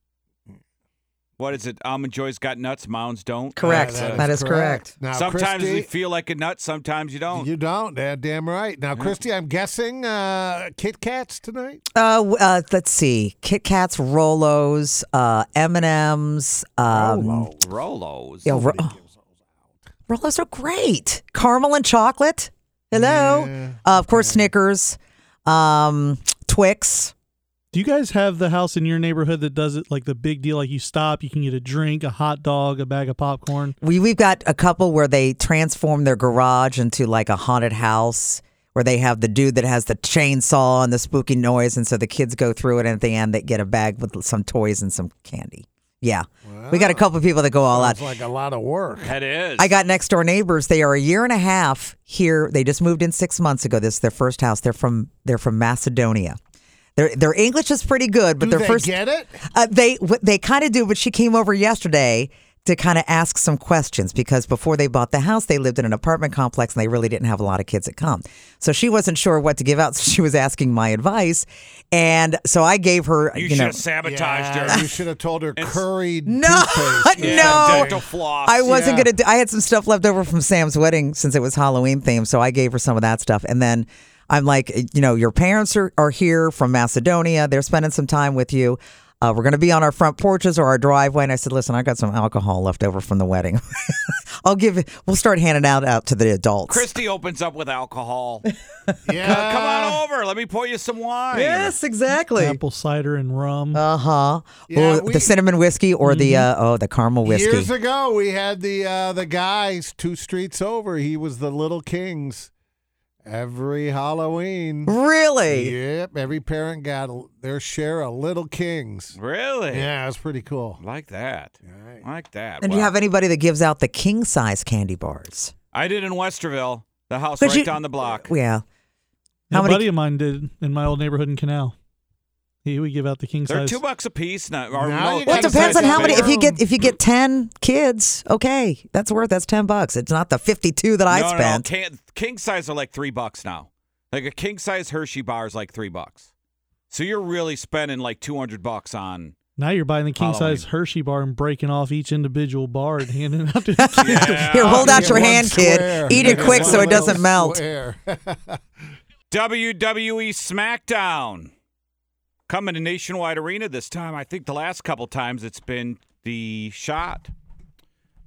Speaker 4: What is it? Almond joys got nuts, mounds don't.
Speaker 11: Correct.
Speaker 4: That's, uh,
Speaker 11: That is correct.
Speaker 5: Now,
Speaker 4: sometimes
Speaker 5: Christy-
Speaker 4: you feel like a nut, sometimes you don't.
Speaker 5: You don't. Dad, damn right. Now, Christy, I'm guessing uh, Kit Kats tonight.
Speaker 11: Uh, w- uh, let's see, Kit Kats, Rolos, uh, M and M's. Um,
Speaker 4: Rolos.
Speaker 11: yeah, Ro- Rolos are great. Caramel and chocolate. Hello. Uh, of course, Snickers, um, Twix.
Speaker 12: Do you guys have the house in your neighborhood that does it like the big deal? Like you stop, you can get a drink, a hot dog, a bag of popcorn.
Speaker 11: We we've got a couple where they transform their garage into like a haunted house where they have the dude that has the chainsaw and the spooky noise, and so the kids go through it, and at the end they get a bag with some toys and some candy. Yeah, we got a couple people that go all out.
Speaker 5: It's like a lot of work.
Speaker 4: That is.
Speaker 11: I got next door neighbors. They are a year and a half here. They just moved in six months ago. This is their first house. They're from they're from Macedonia. Their their English is pretty good, but
Speaker 5: Do
Speaker 11: their
Speaker 5: they
Speaker 11: first
Speaker 5: get it?
Speaker 11: Uh, they what they kind of do. But she came over yesterday to kind of ask some questions because before they bought the house, they lived in an apartment complex and they really didn't have a lot of kids that come. So she wasn't sure what to give out. So she was asking my advice, and so I gave her
Speaker 4: You,
Speaker 11: you,
Speaker 4: should
Speaker 11: know
Speaker 4: have sabotaged
Speaker 5: Yeah,
Speaker 4: her.
Speaker 5: you should have told her curried.
Speaker 11: [laughs] no,
Speaker 5: Yeah,
Speaker 11: no.
Speaker 4: dental floss.
Speaker 11: I wasn't
Speaker 5: Yeah.
Speaker 11: gonna. Do, I had some stuff left over from Sam's wedding since it was Halloween themed, so I gave her some of that stuff, and then. I'm like, you know, your parents are, are here from Macedonia. They're spending some time with you. Uh, we're going to be on our front porches or our driveway. And I said, listen, I got some alcohol left over from the wedding. [laughs] I'll give it, we'll start handing out out to the adults.
Speaker 4: Christy opens up with
Speaker 5: [laughs]
Speaker 4: alcohol. yeah. Come on over. Let me pour you some wine.
Speaker 11: yes, exactly.
Speaker 12: Apple cider and rum. Mm-hmm.
Speaker 11: Uh huh.
Speaker 5: Yeah,
Speaker 11: or
Speaker 5: we-
Speaker 11: the cinnamon whiskey or the, uh, oh, the caramel whiskey.
Speaker 5: Years ago, we had the uh, the guys two streets over. He was the Little Kings. Every Halloween,
Speaker 11: Really?
Speaker 5: Yep. Every parent got a- their share of Little Kings.
Speaker 4: Really?
Speaker 5: Yeah, it's pretty cool.
Speaker 4: Like that. Like that.
Speaker 11: And do you
Speaker 4: Wow.
Speaker 11: have anybody that gives out the king size candy bars?
Speaker 4: I did in Westerville, the house
Speaker 11: Could
Speaker 4: right
Speaker 11: you-
Speaker 4: down the block.
Speaker 11: Yeah.
Speaker 12: A
Speaker 11: How many-
Speaker 12: buddy of mine did in my old neighborhood in Canal. He would give out the king
Speaker 4: They're
Speaker 12: size.
Speaker 4: two bucks a piece. Not, or no,
Speaker 5: Now you
Speaker 11: Well, it
Speaker 5: gotta
Speaker 11: depends
Speaker 5: size
Speaker 11: on
Speaker 5: up
Speaker 11: how many. If you
Speaker 5: your
Speaker 11: get if you get ten kids, okay, that's worth that's ten bucks. It's not the fifty two that I
Speaker 4: no, no, no,
Speaker 11: spent.
Speaker 4: can- king size are like three bucks now. Like a king size Hershey bar is like three bucks. So you're really spending like two hundred bucks on.
Speaker 12: now you're buying the king size Hershey bar and breaking off each individual bar and handing it
Speaker 11: [laughs]
Speaker 12: out to the kids.
Speaker 11: [laughs] Here, hold out
Speaker 5: Get
Speaker 11: your
Speaker 5: one
Speaker 11: hand,
Speaker 5: square.
Speaker 11: kid. Eat it
Speaker 5: Get
Speaker 11: quick
Speaker 5: one
Speaker 11: so it
Speaker 5: little
Speaker 11: doesn't melt.
Speaker 5: square.
Speaker 4: WWE E SmackDown coming to Nationwide Arena this time. I think the last couple times it's been the shot.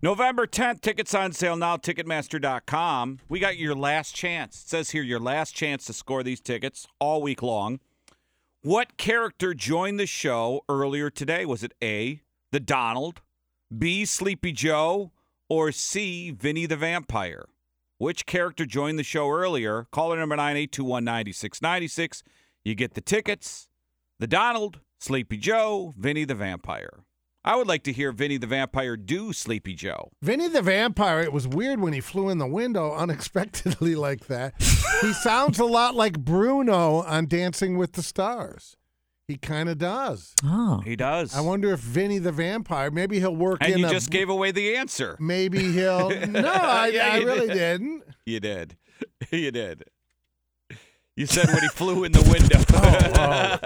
Speaker 4: November 10th, tickets on sale now, Ticketmaster.com. We got your last chance. It says here your last chance to score these tickets all week long. What character joined the show earlier today? Was it A, the Donald, B, Sleepy Joe, or C, Vinny the Vampire? Which character joined the show earlier? Caller number 982199696. You get the tickets. The Donald, Sleepy Joe, Vinny the Vampire. I would like to hear Vinny the Vampire do Sleepy Joe.
Speaker 5: Vinny the Vampire, it was weird when he flew in the window unexpectedly [laughs] like that. he sounds a lot like Bruno on Dancing with the Stars. He kind of does.
Speaker 11: Oh,
Speaker 4: He does.
Speaker 5: I wonder if Vinny the Vampire, maybe he'll work
Speaker 4: and
Speaker 5: in
Speaker 4: you
Speaker 5: a.
Speaker 4: just gave away the answer.
Speaker 5: maybe
Speaker 4: [laughs]
Speaker 5: he'll. No, I,
Speaker 4: Yeah,
Speaker 5: I
Speaker 4: you
Speaker 5: really
Speaker 4: did. [laughs]
Speaker 5: didn't.
Speaker 4: You did. You did. You said
Speaker 5: [laughs]
Speaker 4: when he flew in the window.
Speaker 5: Oh,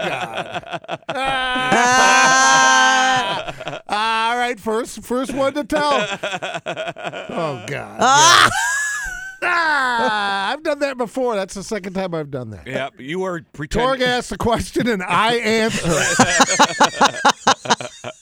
Speaker 4: [laughs]
Speaker 5: Ah. All right, first first one
Speaker 4: [laughs]
Speaker 5: to tell. oh, God. Ah, I've done that before. That's the second time I've done that.
Speaker 4: yep, you were
Speaker 5: Torg
Speaker 4: pretending.
Speaker 5: asked a question and I answer
Speaker 4: [laughs]
Speaker 5: it.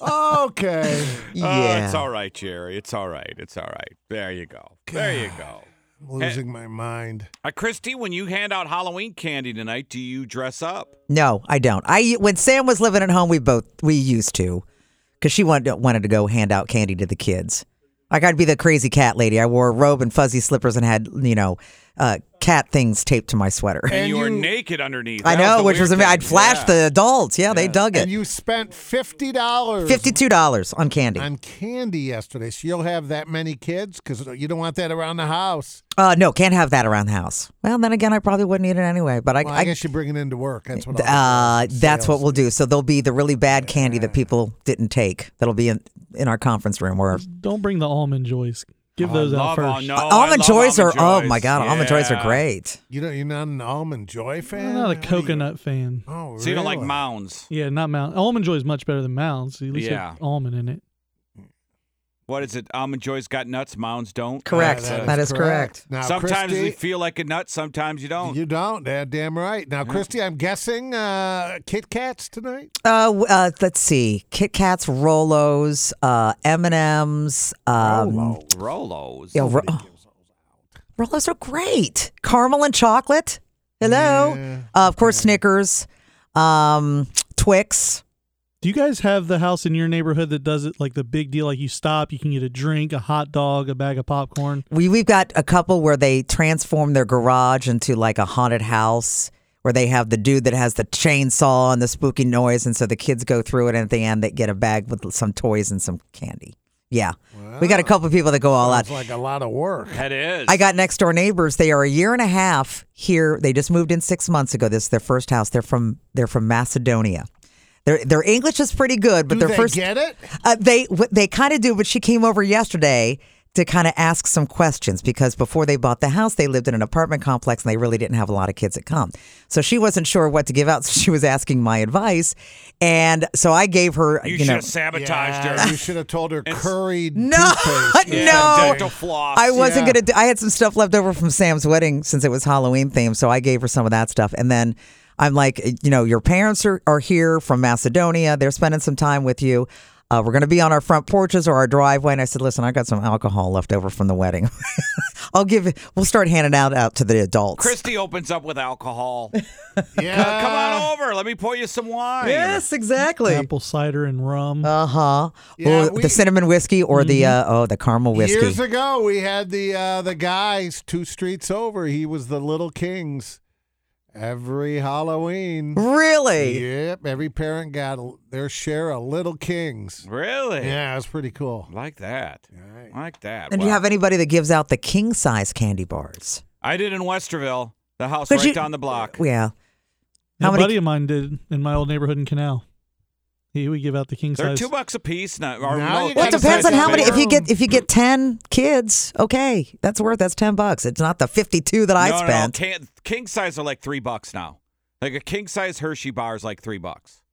Speaker 5: okay.
Speaker 4: Oh,
Speaker 11: Yeah.
Speaker 4: it's all right, Jerry. It's all right. It's all right. There you go. There you go.
Speaker 5: I'm losing my mind.
Speaker 4: Uh, Christy, when you hand out Halloween candy tonight, do you dress up?
Speaker 11: No, I don't. I when Sam was living at home, we both we used to, because she wanted wanted to go hand out candy to the kids. Like I'd be the crazy cat lady. I wore a robe and fuzzy slippers and had you know uh, cat things taped to my sweater.
Speaker 4: And, you, were naked underneath.
Speaker 11: I
Speaker 4: That
Speaker 11: know,
Speaker 4: the
Speaker 11: which was
Speaker 4: weird
Speaker 11: amazing.
Speaker 4: thing.
Speaker 11: I'd flash
Speaker 4: Yeah.
Speaker 11: the adults. Yeah, they dug
Speaker 5: And
Speaker 11: it.
Speaker 5: you spent fifty dollars
Speaker 11: Fifty-two dollars on candy.
Speaker 5: on candy yesterday. So you'll have that many kids because you don't want that around the house.
Speaker 11: Uh, no, can't have that around the house. Well, then again, I probably wouldn't eat it anyway. But I,
Speaker 5: Well, I,
Speaker 11: I,
Speaker 5: guess you bring it into work. That's what. I'll do.
Speaker 11: uh, that's what we'll do. So there'll be the really bad candy that people didn't take. That'll be in, in our conference room where
Speaker 12: Don't bring the almond joys.
Speaker 4: Oh,
Speaker 12: Give those out first.
Speaker 11: Uh, almond joys are oh my god, almond joys are great.
Speaker 5: You don't, you're not an almond joy fan.
Speaker 12: I'm not a coconut fan.
Speaker 5: Oh,
Speaker 4: So you don't like
Speaker 5: really?
Speaker 4: mounds.
Speaker 12: Yeah, not Mound. Almond Joy is much better than Mounds. At least it
Speaker 4: Yeah.
Speaker 12: had almond in it.
Speaker 4: What is it? Almond joys got nuts, mounds don't. Uh,
Speaker 11: Correct. That- that That is is correct. correct.
Speaker 5: Now,
Speaker 4: sometimes
Speaker 5: Christy-
Speaker 4: you feel like a nut, sometimes you don't.
Speaker 5: You don't. Yeah, damn right. Now, Christy, I'm guessing uh, Kit Kats tonight.
Speaker 11: Uh, w- uh, let's see, Kit Kats, Rolos, uh, M and M's. Um,
Speaker 4: Rolos.
Speaker 11: yeah, Ro- Rolos are great. Caramel and chocolate. Hello. Uh, of course, Snickers, um, Twix.
Speaker 12: Do you guys have the house in your neighborhood that does it like the big deal? Like you stop, you can get a drink, a hot dog, a bag of popcorn.
Speaker 11: We we've got a couple where they transform their garage into like a haunted house where they have the dude that has the chainsaw and the spooky noise and so the kids go through it and at the end they get a bag with some toys and some candy. Yeah. we got a couple people that go all out.
Speaker 5: It's like a lot of work.
Speaker 4: That is.
Speaker 11: I got next door neighbors. They are a year and a half here. They just moved in six months ago. This is their first house. They're from they're from Macedonia. Their their English is pretty good, but
Speaker 5: Do
Speaker 11: their
Speaker 5: they
Speaker 11: first
Speaker 5: get it?
Speaker 11: Uh, they wh- they kind of do. But she came over yesterday to kind of ask some questions because before they bought the house, they lived in an apartment complex and they really didn't have a lot of kids that come. So she wasn't sure what to give out. So she was asking my advice, and so I gave her
Speaker 4: You,
Speaker 11: you,
Speaker 4: should
Speaker 11: know
Speaker 4: have sabotaged
Speaker 5: Yeah,
Speaker 4: her.
Speaker 5: you should have told
Speaker 4: [laughs]
Speaker 5: her curried
Speaker 11: No,
Speaker 5: toothpaste.
Speaker 11: no. Yeah,
Speaker 4: dental floss.
Speaker 11: I wasn't gonna. Do, I had some stuff left over from Sam's wedding since it was Halloween themed, so I gave her some of that stuff. And then I'm like, you know, your parents are, are here from Macedonia. They're spending some time with you. Uh, we're gonna be on our front porches or our driveway. And I said, listen, I got some alcohol left over from the wedding. [laughs] I'll give. it- We'll start handing out out to the adults.
Speaker 4: Christy opens up with
Speaker 5: [laughs]
Speaker 4: alcohol. yeah. Come on over. Let me pour you some wine.
Speaker 11: Yes, exactly.
Speaker 12: Apple cider and rum. Mm-hmm.
Speaker 11: Uh huh.
Speaker 5: Yeah,
Speaker 11: or the cinnamon whiskey or the uh, oh the caramel whiskey.
Speaker 5: Years ago, we had the uh, the guys two streets over. He was the Little Kings. Every Halloween.
Speaker 11: Really?
Speaker 5: Yep. Every parent got a- their share of Little Kings.
Speaker 4: Really?
Speaker 5: Yeah, it's pretty cool.
Speaker 4: Like that. Like that.
Speaker 11: and do
Speaker 4: Wow.
Speaker 11: you have anybody that gives out the king size candy bars?
Speaker 4: I did in Westerville, the house
Speaker 11: Could
Speaker 4: right
Speaker 11: you-
Speaker 4: down the block.
Speaker 11: Yeah.
Speaker 12: How
Speaker 11: How
Speaker 12: a
Speaker 11: many-
Speaker 12: buddy of mine did in my old neighborhood in Canal. He would give out the king
Speaker 4: They're
Speaker 12: size.
Speaker 4: two bucks a piece. Not, or no,
Speaker 5: Now you
Speaker 11: Well, it
Speaker 4: king
Speaker 11: depends
Speaker 4: size
Speaker 11: on how
Speaker 4: is
Speaker 11: many. If
Speaker 4: bigger.
Speaker 11: you get if you get ten kids, okay, that's worth that's ten bucks. It's not the fifty two that I
Speaker 4: no,
Speaker 11: spent.
Speaker 4: No, no. Can- King size are like three bucks now. Like a king size Hershey bar is like three bucks.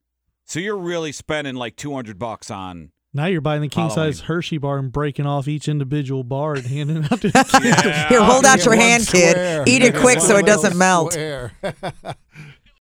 Speaker 4: So you're really spending like two hundred bucks on.
Speaker 12: now you're buying the king size Hershey bar and breaking off each individual bar and handing
Speaker 5: [laughs]
Speaker 12: it out to the kids.
Speaker 11: Here, hold out your
Speaker 5: One
Speaker 11: hand,
Speaker 5: square. [laughs]
Speaker 11: kid. Eat it
Speaker 5: Yeah,
Speaker 11: quick
Speaker 5: one
Speaker 11: so it
Speaker 5: little
Speaker 11: doesn't
Speaker 5: [laughs]
Speaker 11: melt.
Speaker 5: square.